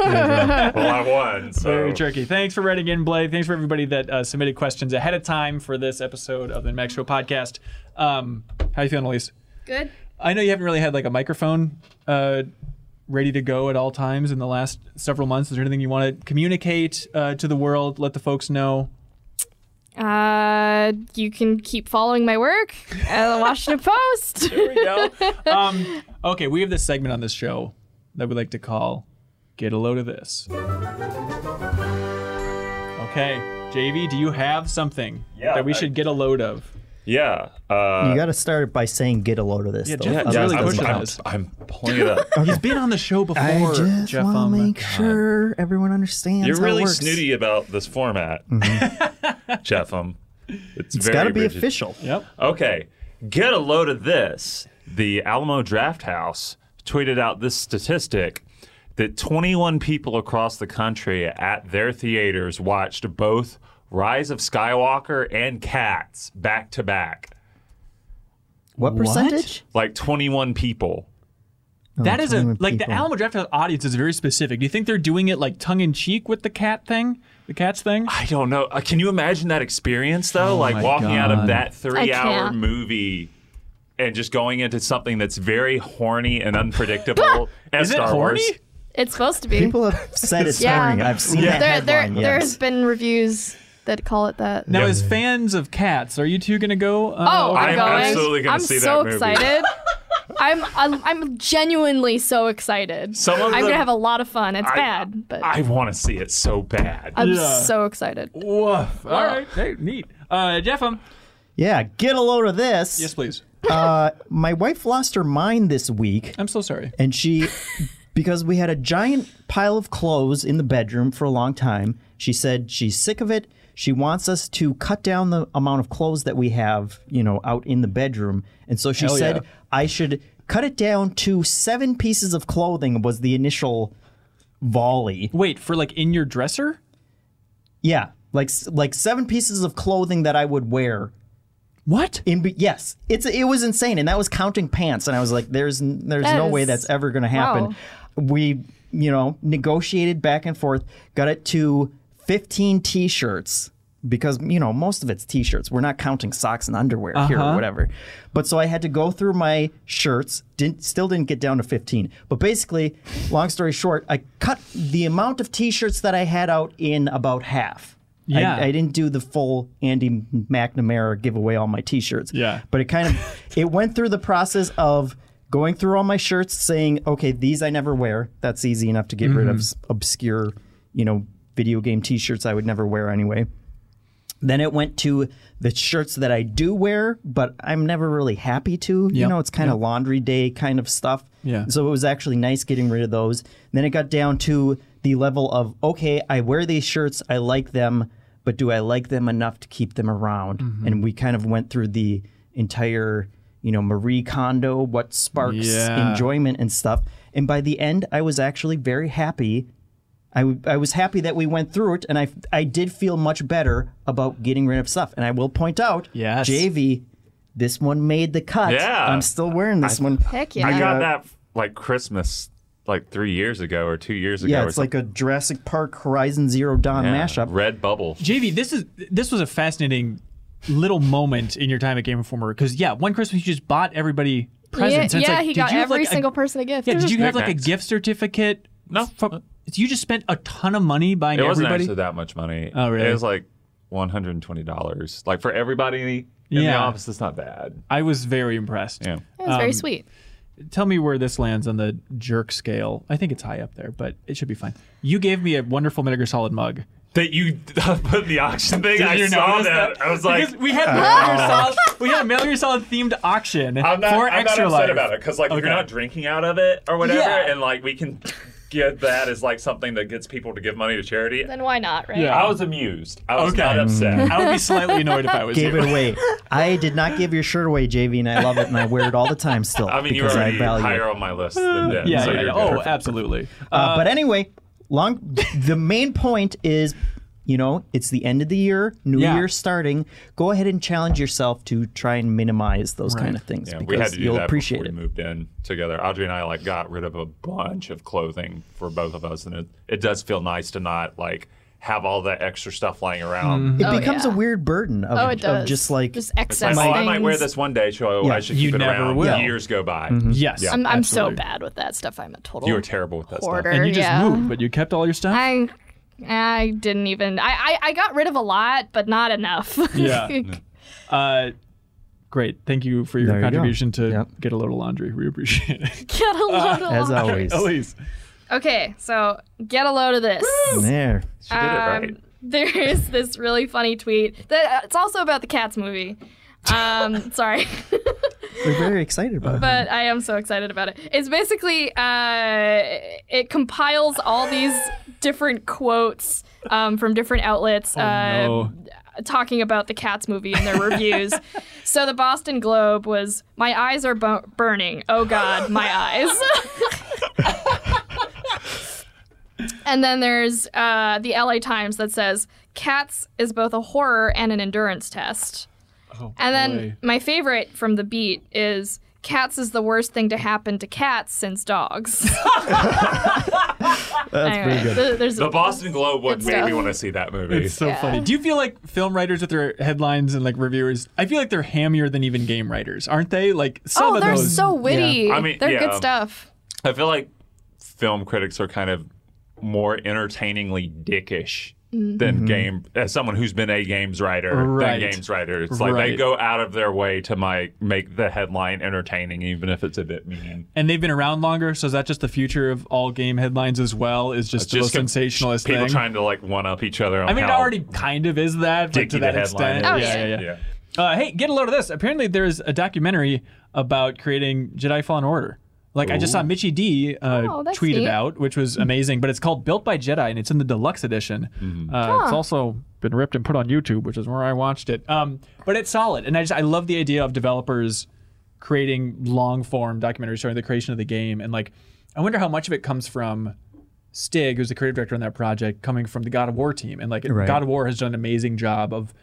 well, I won. So. Very tricky. Thanks for writing in, Blade. Thanks for everybody that uh, submitted questions ahead of time for this episode of the Max Show podcast. Um, how you feeling, Elise? Good. I know you haven't really had like a microphone uh, ready to go at all times in the last several months. Is there anything you want to communicate uh, to the world? Let the folks know. Uh, you can keep following my work at the Washington Post. there we go. Um, okay, we have this segment on this show that we like to call "Get a Load of This." Okay, JV, do you have something Yeah, that we I- should get a load of? Yeah. Uh, you got to start by saying, "Get a load of this." Yeah, though. Jeff- Otherwise Jeff's it doesn't pushing count. us. I'm pulling it up. He's been on the show before, I just Jeff. want to um, make sure everyone understands. You're how really it works. Mm-hmm. snooty about this format, Jeff. Um, it's It's very gotta be rigid. official. Yep. Okay, get a load of this. The Alamo Draft House tweeted out this statistic that 21 people across the country at their theaters watched both Rise of Skywalker and Cats back to back. What percentage? Oh, Like 21 people. that is a like the Alamo Draft House audience is very specific. Do you think they're doing it like tongue in cheek with the cat thing, the cat's thing? I don't know. Uh, can you imagine that experience though? Oh my like walking out of God. that I three-hour can't. movie and just going into something that's very horny and Uh, unpredictable. as Is it Star horny? Wars. It's supposed to be. People have said it's Yeah. turning. I've seen that there, there, headline. there yes. has been reviews that call it that. Now, as fans of cats, are you two gonna go? Uh, Oh, I'm, going. I'm so movie. excited. I'm, I'm I'm genuinely so excited. Some of I'm them- gonna have a lot of fun. It's I- bad, but I want to see it so bad. am so excited. Woof. All right. Hey, neat. Uh, Jeff, um, Yeah, get a load of this. Yes, please. uh, my wife lost her mind this week. I'm so sorry. And she, because we had a giant pile of clothes in the bedroom for a long time, she said she's sick of it. She wants us to cut down the amount of clothes that we have, you know, out in the bedroom. And so she Hell said yeah. I should cut it down to seven pieces of clothing was the initial volley. Wait, for like in your dresser? Yeah, like s- like seven pieces of clothing that I would wear. What? In be- yes, it's it was insane, and that was counting pants, and I was like, "There's n- there's That no is- way that's ever going to happen." wow. We you know negotiated back and forth, got it to 15 t-shirts because you know most of it's t-shirts. We're not counting socks and underwear here Uh-huh. or whatever. But so I had to go through my shirts. Didn't still didn't get down to 15. But basically, long story short, I cut the amount of t-shirts that I had out in about half. I- Yeah. I, didn't do the full Andy McNamara give away all my t-shirts. Yeah. But it kind of it went through the process of going through all my shirts saying, "Okay, these I never wear. That's easy enough to get rid of Mhm. s- obscure, you know, video game t-shirts I would never wear anyway." Then it went to the shirts that I do wear, but I'm never really happy to. You Yep. know, it's kind of Yep. laundry day kind of stuff. Yeah. So it was actually nice getting rid of those. Then it got down to the level of okay, I wear these shirts, I like them, but do I like them enough to keep them around? Mhm. And we kind of went through the entire, you know, Marie Kondo, what sparks Yeah. enjoyment and stuff. And by the end, I was actually very happy. I, w- I was happy that we went through it, and I, I did feel much better about getting rid of stuff. And I will point out, yes. JV, this one made the cut. Yeah. I'm still wearing this one. Heck I The, got uh, that like Christmas, like three years ago or two years ago. Yeah, or it's like a Jurassic Park Horizon Zero Dawn something. Yeah, mashup. Red Bubble. JV, this is this was a fascinating little moment in your time at Game Informer because yeah, one Christmas you just bought everybody presents. Yeah, and it's yeah like, he did got you have, every like, a- single person a gift. Yeah, did you have like a gift certificate? No, you just spent a ton of money buying It wasn't everybody. actually that much money. Oh, really? It was like one hundred and twenty dollars. Like for everybody in the Yeah. office, it's not bad. I was very impressed. Um, Yeah, That was very sweet. Tell me where this lands on the jerk scale. I think it's high up there, but it should be fine. You gave me a wonderful vinegar solid mug. That you put in the auction thing. Did I you saw notice that. I was like, Because we had "Oh." Metal Gear Solid, we had Metal Gear Solid themed auction I'm not, for I'm extra not upset life. about it because like Okay. we're not drinking out of it or whatever, Yeah. and like we can get that as like something that gets people to give money to charity. Then why not, right? I was amused. I was not Mm. upset. I would be slightly annoyed if I was Gave you. it away. I did not give your shirt away, JV, and I love it, and I wear it all the time still. I mean, you're because already value it. higher on my list than Uh, Yeah, them. yeah, so yeah. you're Oh, good. absolutely. Uh, but anyway, long. the main point is, you know, it's the end of the year, new Yeah. year starting. Go ahead and challenge yourself to try and minimize those kind of things Yeah, because we had to do you'll that appreciate before it. we moved in together. Audrey and I like got rid of a bunch of clothing for both of us, and it, it does feel nice to not like have all that extra stuff lying around. It becomes a weird burden of, Oh, it of does. just like Just It's like, oh, I might wear this one day, so Yeah. I should You keep it never around. will. Years go by. Mhm. Yes. I'm, I'm so bad with that stuff. I'm a total. You were terrible with that Hoarder, stuff. And you just yeah. moved, but you kept all your stuff? I I didn't even I, I I got rid of a lot, but not enough. Yeah. uh, great. Thank you for your There you go. contribution to Get a Load of Laundry. We appreciate it. Get a load of As laundry. Elise. always. Okay, so get a load of this. There. Um, There is this really funny tweet that uh, it's also about the Cats movie. Um, sorry, We're very excited about it. but I am so excited about it. It's basically uh, it compiles all these different quotes um, from different outlets. Oh, uh, Oh, no. talking about the Cats movie and their reviews. so the Boston Globe was, "My eyes are bu- burning. Oh God, my eyes." and then there's uh, the LA Times that says, "Cats is both a horror and an endurance test." and then boy. my favorite from the beat is. Cats is the worst thing to happen to cats since dogs. Anyway, th- there's the Boston Globe would good make stuff. me want to see that movie. It's so funny. Do you feel like film writers with their headlines and like reviewers? I feel like they're hammier than even game writers, aren't they? Like some oh, of they're those. so witty. I mean, they're yeah. good stuff. I feel like film critics are kind of more entertainingly dickish Mhm. than game as someone who's been a games writer Mm-hmm. Right. than games writer. It's like they Right. go out of their way to my, make the headline entertaining, even if it's a bit mean. And they've been around longer, so is that just the future of all game headlines as well? Is just, It's the most com- sensationalist people thing? trying to like one up each other. On I mean, it how already kind of is that, but dicky to that the headline extent. is. yeah, yeah, yeah. Oh, Yeah. Uh, hey, get a load of this. Apparently, there's a documentary about creating Jedi Fallen Order. Like I just saw Ooh. Mitchie D uh, Oh, that's tweeted neat. out, which was amazing. But it's called Built by Jedi, and it's in the deluxe edition. Uh, It's Huh. also been ripped and put on YouTube, which is where I watched it. Um, but it's solid, and I just I love the idea of developers creating long form documentaries showing the creation of the game. And like, I wonder how much of it comes from Stig, who's the creative director on that project, coming from the God of War team. And like, Right. God of War has done an amazing job of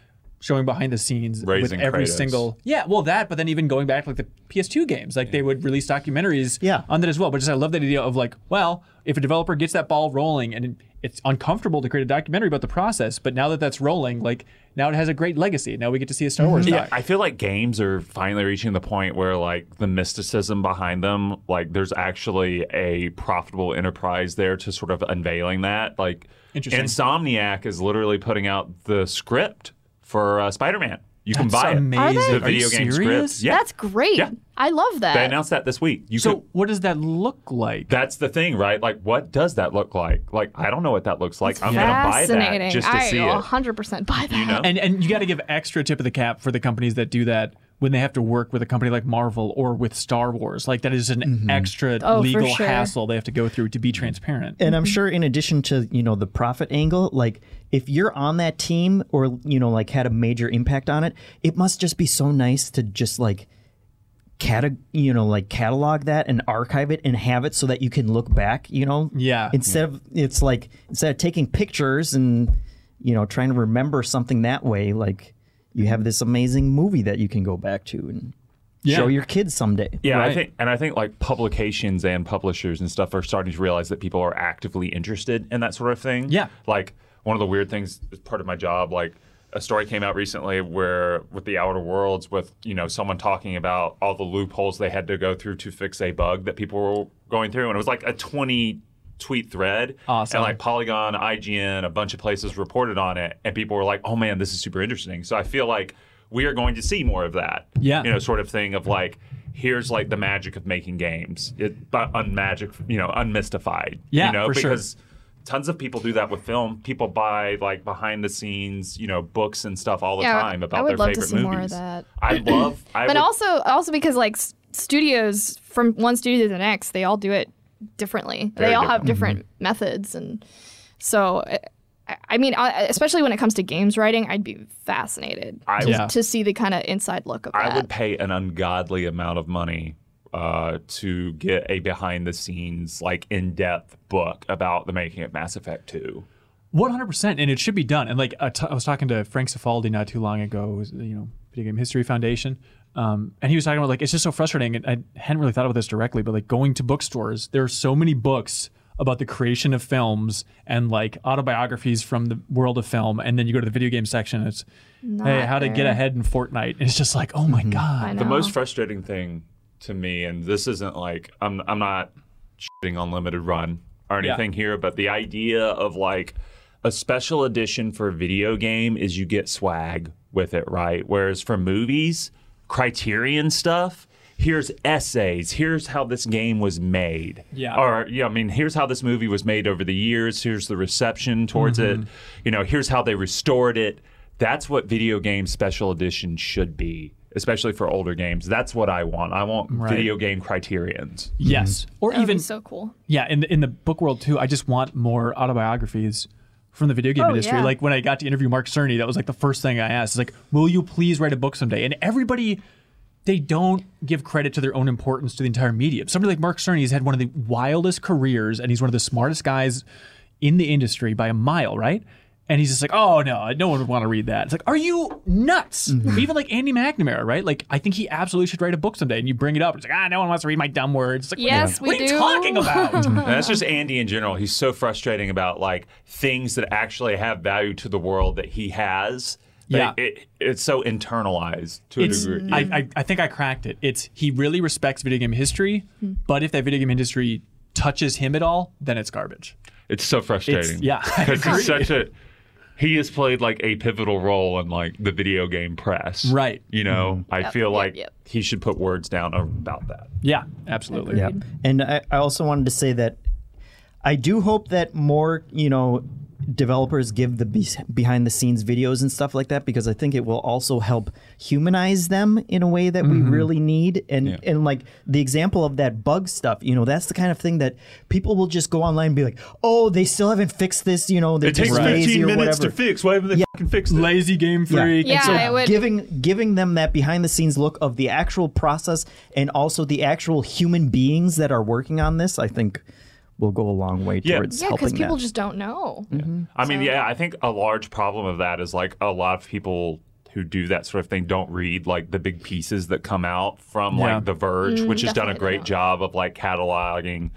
showing behind the scenes Raising with every Kratos. single yeah well that but then even going back to like the ps2 games like they would release documentaries yeah. on that as well but just i love that idea of like well if a developer gets that ball rolling and it's uncomfortable to create a documentary about the process but now that that's rolling like now it has a great legacy now we get to see a star wars Yeah, doc. I feel like games are finally reaching the point where like the mysticism behind them, like there's actually a profitable enterprise there to sort of unveiling that. Like Interesting. Insomniac is literally putting out the script for uh, Spider-Man. You can That's buy amazing. it. Are they? The Are you video game serious? scripts. Yeah. That's great. Yeah. I love that. They announced that this week. You so what does that look like? That's the thing, right? Like, what does that look like? Like, I don't know what that looks like. I'm gonna buy Fascinating. that just to I see will it. 100% buy that. and and you got to give extra tip of the cap for the companies that do that when they have to work with a company like Marvel or with Star Wars, like that is an extra Oh, for legal sure. hassle they have to go through to be transparent. And I'm sure, in addition to you know the profit angle, like if you're on that team or you know like had a major impact on it, it must just be so nice to just like cata- you know like catalog that and archive it and have it so that you can look back. You know, yeah. Instead of it's like instead of taking pictures and you know trying to remember something that way, like you have this amazing movie that you can go back to and Yeah. show your kids someday. Yeah, I think, and I think like publications and publishers and stuff are starting to realize that people are actively interested in that sort of thing. Yeah, like one of the weird things as part of my job, like a story came out recently where with the Outer Worlds, with you know someone talking about all the loopholes they had to go through to fix a bug that people were going through, and it was like a twenty tweet thread Awesome. and like polygon ign a bunch of places reported on it and people were like oh man this is super interesting so i feel like we are going to see more of that Yeah. you know sort of thing of like here's like the magic of making games it but unmagic you know unmystified Yeah, you know for sure. because tons of people do that with film people buy like behind the scenes you know books and stuff all the Yeah, time I about would their love to favorite see movies more of that. i love i but would, also, also because like s- studios from one studio to the next, they all do it differently. Very they all have different. Mm-hmm. different methods, and so eh, I, I mean, I- especially when it comes to games writing, I'd be fascinated I to, would- to see the kind of inside look of I that. would pay an ungodly amount of money uh, to get a behind the scenes, like in depth book about the making of Mass Effect 2. One hundred percent, and it should be done. And like uh, t- I was talking to Frank Cifaldi not too long ago, who's, you know, Video Game History Foundation, um, and he was talking about like it's just so frustrating. And I hadn't really thought about this directly, but like going to bookstores, there are so many books about the creation of films and like autobiographies from the world of film, and then you go to the video game section, and it's Not hey, how to get there. Mm-hmm. ahead in Fortnite, and it's just like oh my god, The most frustrating thing to me, and this isn't like I'm I'm not shitting on limited run or Yeah. anything here, but the idea of like a special edition for a video game is you get swag with it, right? Whereas for movies, criterion stuff, here's essays, here's how this game was made. Yeah. Or yeah, I mean, here's how this movie was made over the years, here's the reception towards Mhm. it, you know, here's how they restored it. That's what video game special edition should be, especially for older games. That's what I want. I want Right. video game criterions. yes, or That would be even so cool. Yeah, in the, in the book world too, I just want more autobiographies from the video game Oh, industry. yeah. Like when I got to interview Mark Cerny, that was like the first thing I asked. It's like, "Will you please write a book someday?" And everybody they don't give credit to their own importance to the entire medium. Somebody like Mark Cerny has had one of the wildest careers and he's one of the smartest guys in the industry by a mile, right? And he's just like, oh no, no one would want to read that. It's like, are you nuts? Mm-hmm. Even like Andy McNamara, right? Like, I think he absolutely should write a book someday. And you bring it up, it's like, ah, no one wants to read my dumb words. It's like, Yes, we what, what do. are you talking about? And that's just Andy in general. He's so frustrating about like things that actually have value to the world that he has. but Yeah. it, it's so internalized to It's- a degree. I, I, I think I cracked it. It's he really respects video game history, Hmm. but if that video game industry touches him at all, then it's garbage. It's so frustrating. It's- yeah, I because agree. he's such a he has played like a pivotal role in like the video game press. Right. Mm-hmm. You know, I Yep, feel yep, like yep. he should put words down about that. Yeah, absolutely. Yeah. And I, I also wanted to say that I do hope that more, you know, developers give the be- behind the scenes videos and stuff like that because I think it will also help humanize them in a way that Mm-hmm. we really need. And and like the example of that bug stuff, you know, that's the kind of thing that people will just go online and be like, "Oh, they still haven't fixed this, you know, they're It takes just lazy 15 or minutes to whatever." fix. Why haven't they fucking fixed it? Lazy game freak. Yeah, and so I would- giving giving them that behind the scenes look of the actual process and also the actual human beings that are working on this, I think will go a long way Yeah. towards Yeah, helping because people that. just don't know. I mean, yeah, I think a large problem of that is like a lot of people who do that sort of thing don't read like the big pieces that come out from Yeah. like The Verge, Mm, which has done a definitely great job of like cataloging,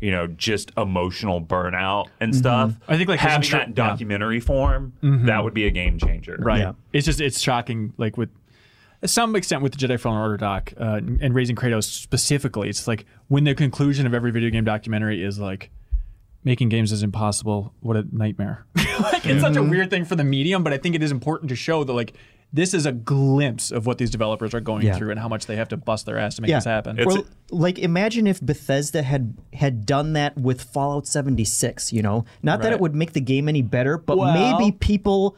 you know, just emotional burnout and stuff. Mm-hmm. I think, like, there's having intro- that in documentary form, Mhm. that would be a game changer. Right. It's just it's shocking. Like with some extent with the Jedi Fallen Order doc uh, and and raising Kratos specifically, it's like when the conclusion of every video game documentary is like making games is impossible. What a nightmare. like it's Mm-hmm. such a weird thing for the medium, but I think it is important to show that like. This is a glimpse of what these developers are going Yeah. through and how much they have to bust their ass to make yeah. this happen. Well, like imagine if Bethesda had had done that with Fallout 76, you know? Not that Right. it would make the game any better, but Well- maybe people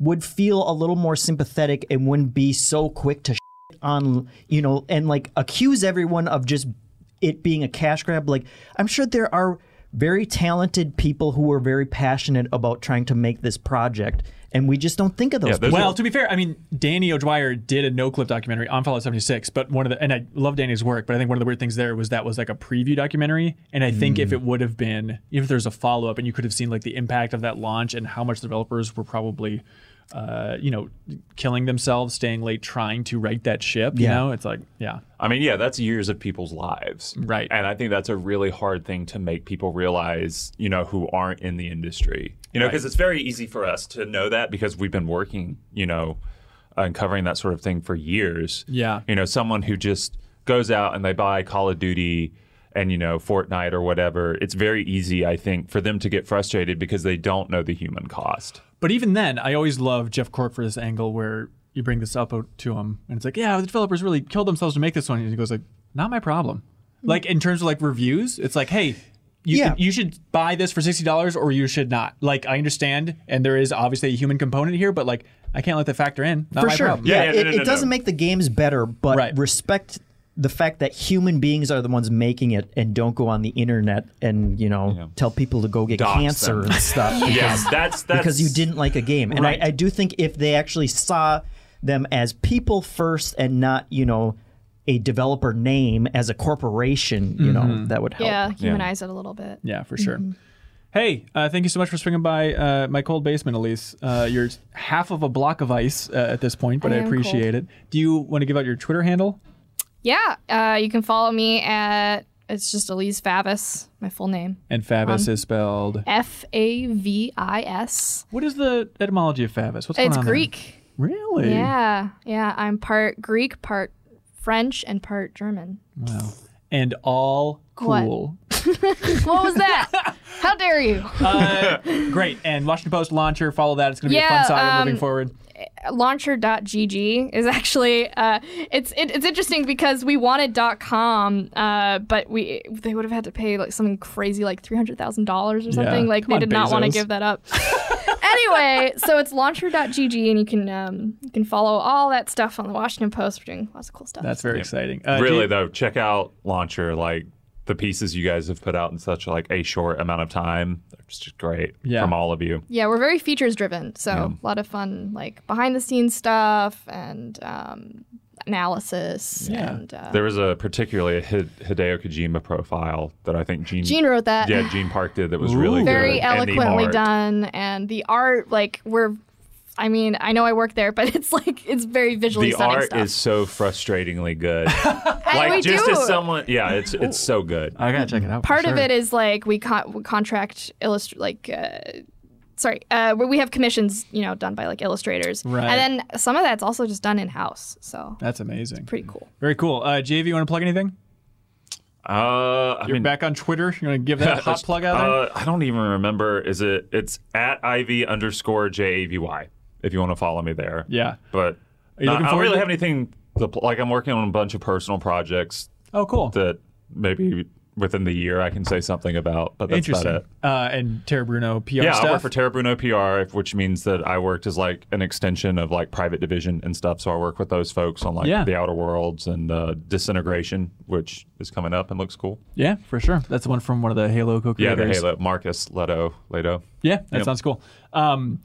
would feel a little more sympathetic and wouldn't be so quick to shit on, you know, and like accuse everyone of just it being a cash grab. Like I'm sure there are very talented people who are very passionate about trying to make this project and we just don't think of those people. well, to be fair, I mean, Danny O'Dwyer did a no clip documentary on Fallout 76, but one of the, and I love Danny's work, but I think one of the weird things there was that was like a preview documentary. And I think Hmm. if it would have been, if there's a follow up and you could have seen like the impact of that launch and how much developers were probably, uh, you know, killing themselves, staying late, trying to right that ship, you Yeah. know, it's like, yeah. I mean, yeah, that's years of people's lives. Right. And I think that's a really hard thing to make people realize, you know, who aren't in the industry. You know, Right. because it's very easy for us to know that because we've been working, you know, and covering that sort of thing for years. Yeah. You know, someone who just goes out and they buy Call of Duty and, you know, Fortnite or whatever, it's very easy, I think, for them to get frustrated because they don't know the human cost. But even then, I always love Jeff Cork for this angle where you bring this up to him, and it's like, yeah, the developers really killed themselves to make this one, and he goes like, not my problem. Like in terms of like reviews, it's like, hey, you Hmm. Yeah. you should buy this for sixty dollars or you should not. Like I understand, and there is obviously a human component here, but like I can't let that factor in. Not for my sure. problem. Yeah, it, it doesn't make the games better, but respect the fact that human beings are the ones making it, and don't go on the internet and you know tell people to go get Dox cancer them. and stuff. Yeah, because- that's- because you that's- didn't like a game, and Right. I, I do think if they actually saw them as people first and not you know. a developer name as a corporation, you know, Mhm. that would help. Yeah, humanize it a little bit. Mm-hmm. Yeah, for sure. Mm-hmm. Hey, uh, thank you so much for swinging by uh, my cold basement, Elise. Uh, you're half of a block of ice uh, at this point, but I I, am appreciate cold. it. Do you want to give out your Twitter handle? Yeah, uh, you can follow me at it's just Elise Favis, my full name. And Favis Um, is spelled. F A V I S. What is the etymology of Favis? What's going It's on there? Greek. Really? Yeah, yeah. I'm part Greek, part French, and part German. Wow. And all What? cool. what was that? How dare you? Uh, great. And Washington Post launcher, follow that. It's going to be a Yeah, fun saga um, moving forward. launcher.gg is actually uh, it's it, it's interesting because we wanted .com uh, but we they would have had to pay like something crazy like $300,000 or something Yeah. like Come they on, did not want to Bezos. give that up. anyway, so it's launcher.gg and you can um, you can follow all that stuff on the Washington Post we're doing lots of cool stuff. That's very exciting. Uh, really though, check out Launcher. Like the pieces you guys have put out in such like a short amount of time. They're just great Yeah. from all of you. Yeah, we're very features driven, so a lot of fun like behind the scenes stuff and um, analysis and uh, There was a particularly a Hid- Hideo Kojima profile that I think Gene Gene wrote that. Yeah, Gene Park did that was really very good. And the eloquently art. done and the art like we're i mean i know i work there but it's like it's very visually The stunning art stuff is so frustratingly good. And like we just do. as someone, yeah, it's it's so good. I gotta check it out. part of it is like we, con- we contract illustr like uh, sorry uh, we we have commissions you know done by like illustrators Right. and then some of that's also just done in house so That's amazing. pretty cool Very cool. Uh, JV, you want to plug anything? Uh, I You're mean, back on Twitter. You want to give that a hot plug out there? Uh, I don't even remember. Is it? It's at iv underscore j a v y. If you want to follow me there. Yeah. But Are you no, looking I don't forward really to- have anything. To, pl- like I'm working on a bunch of personal projects. Oh, cool. That maybe within the year I can say something about. But that's about Interesting. it. Uh, and Tara Bruno PR yeah, stuff. I work for Terra Bruno PR, which means that I worked as like an extension of like private division and stuff. So I work with those folks on like Yeah. the Outer Worlds and uh, Disintegration, which is coming up and looks cool. yeah, for sure. That's the one from one of the Halo Yeah, co-creators. the Halo Marcus Leto Leto. Yeah, that Yep. sounds cool. Um,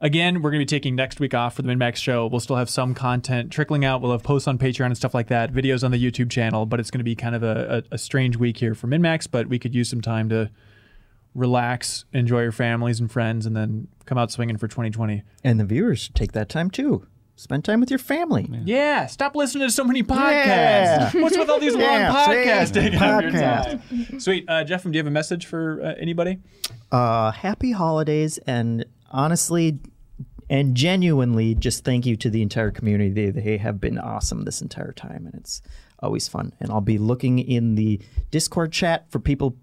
again, we're going to be taking next week off for the Minmax show. We'll still have some content trickling out. We'll have posts on Patreon and stuff like that, videos on the YouTube channel, but it's going to be kind of a, a, a strange week here for Minmax, but we could use some time to relax, enjoy your families and friends, and then come out swinging for 2020. And the viewers should take that time too. Spend time with your family. Yeah, stop listening to so many Yeah. podcasts. What's with all these long Yeah, podcasts see? taking up your Podcast. time? Sweet. Uh, Jeff, do you have a message for uh, anybody? Uh, happy holidays, and honestly, and genuinely, just thank you to the entire community. They, they have been awesome this entire time, and it's always fun. And I'll be looking in the Discord chat for people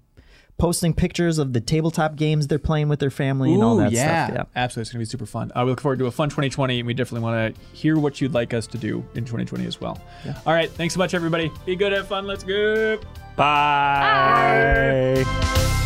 posting pictures of the tabletop games they're playing with their family and all Ooh, that yeah. stuff. Absolutely. It's going to be super fun. Uh, we look forward to a fun 2020, and we definitely want to hear what you'd like us to do in 2020 as well. All right. Thanks so much, everybody. Be good. Have fun. Let's go. Bye. Bye.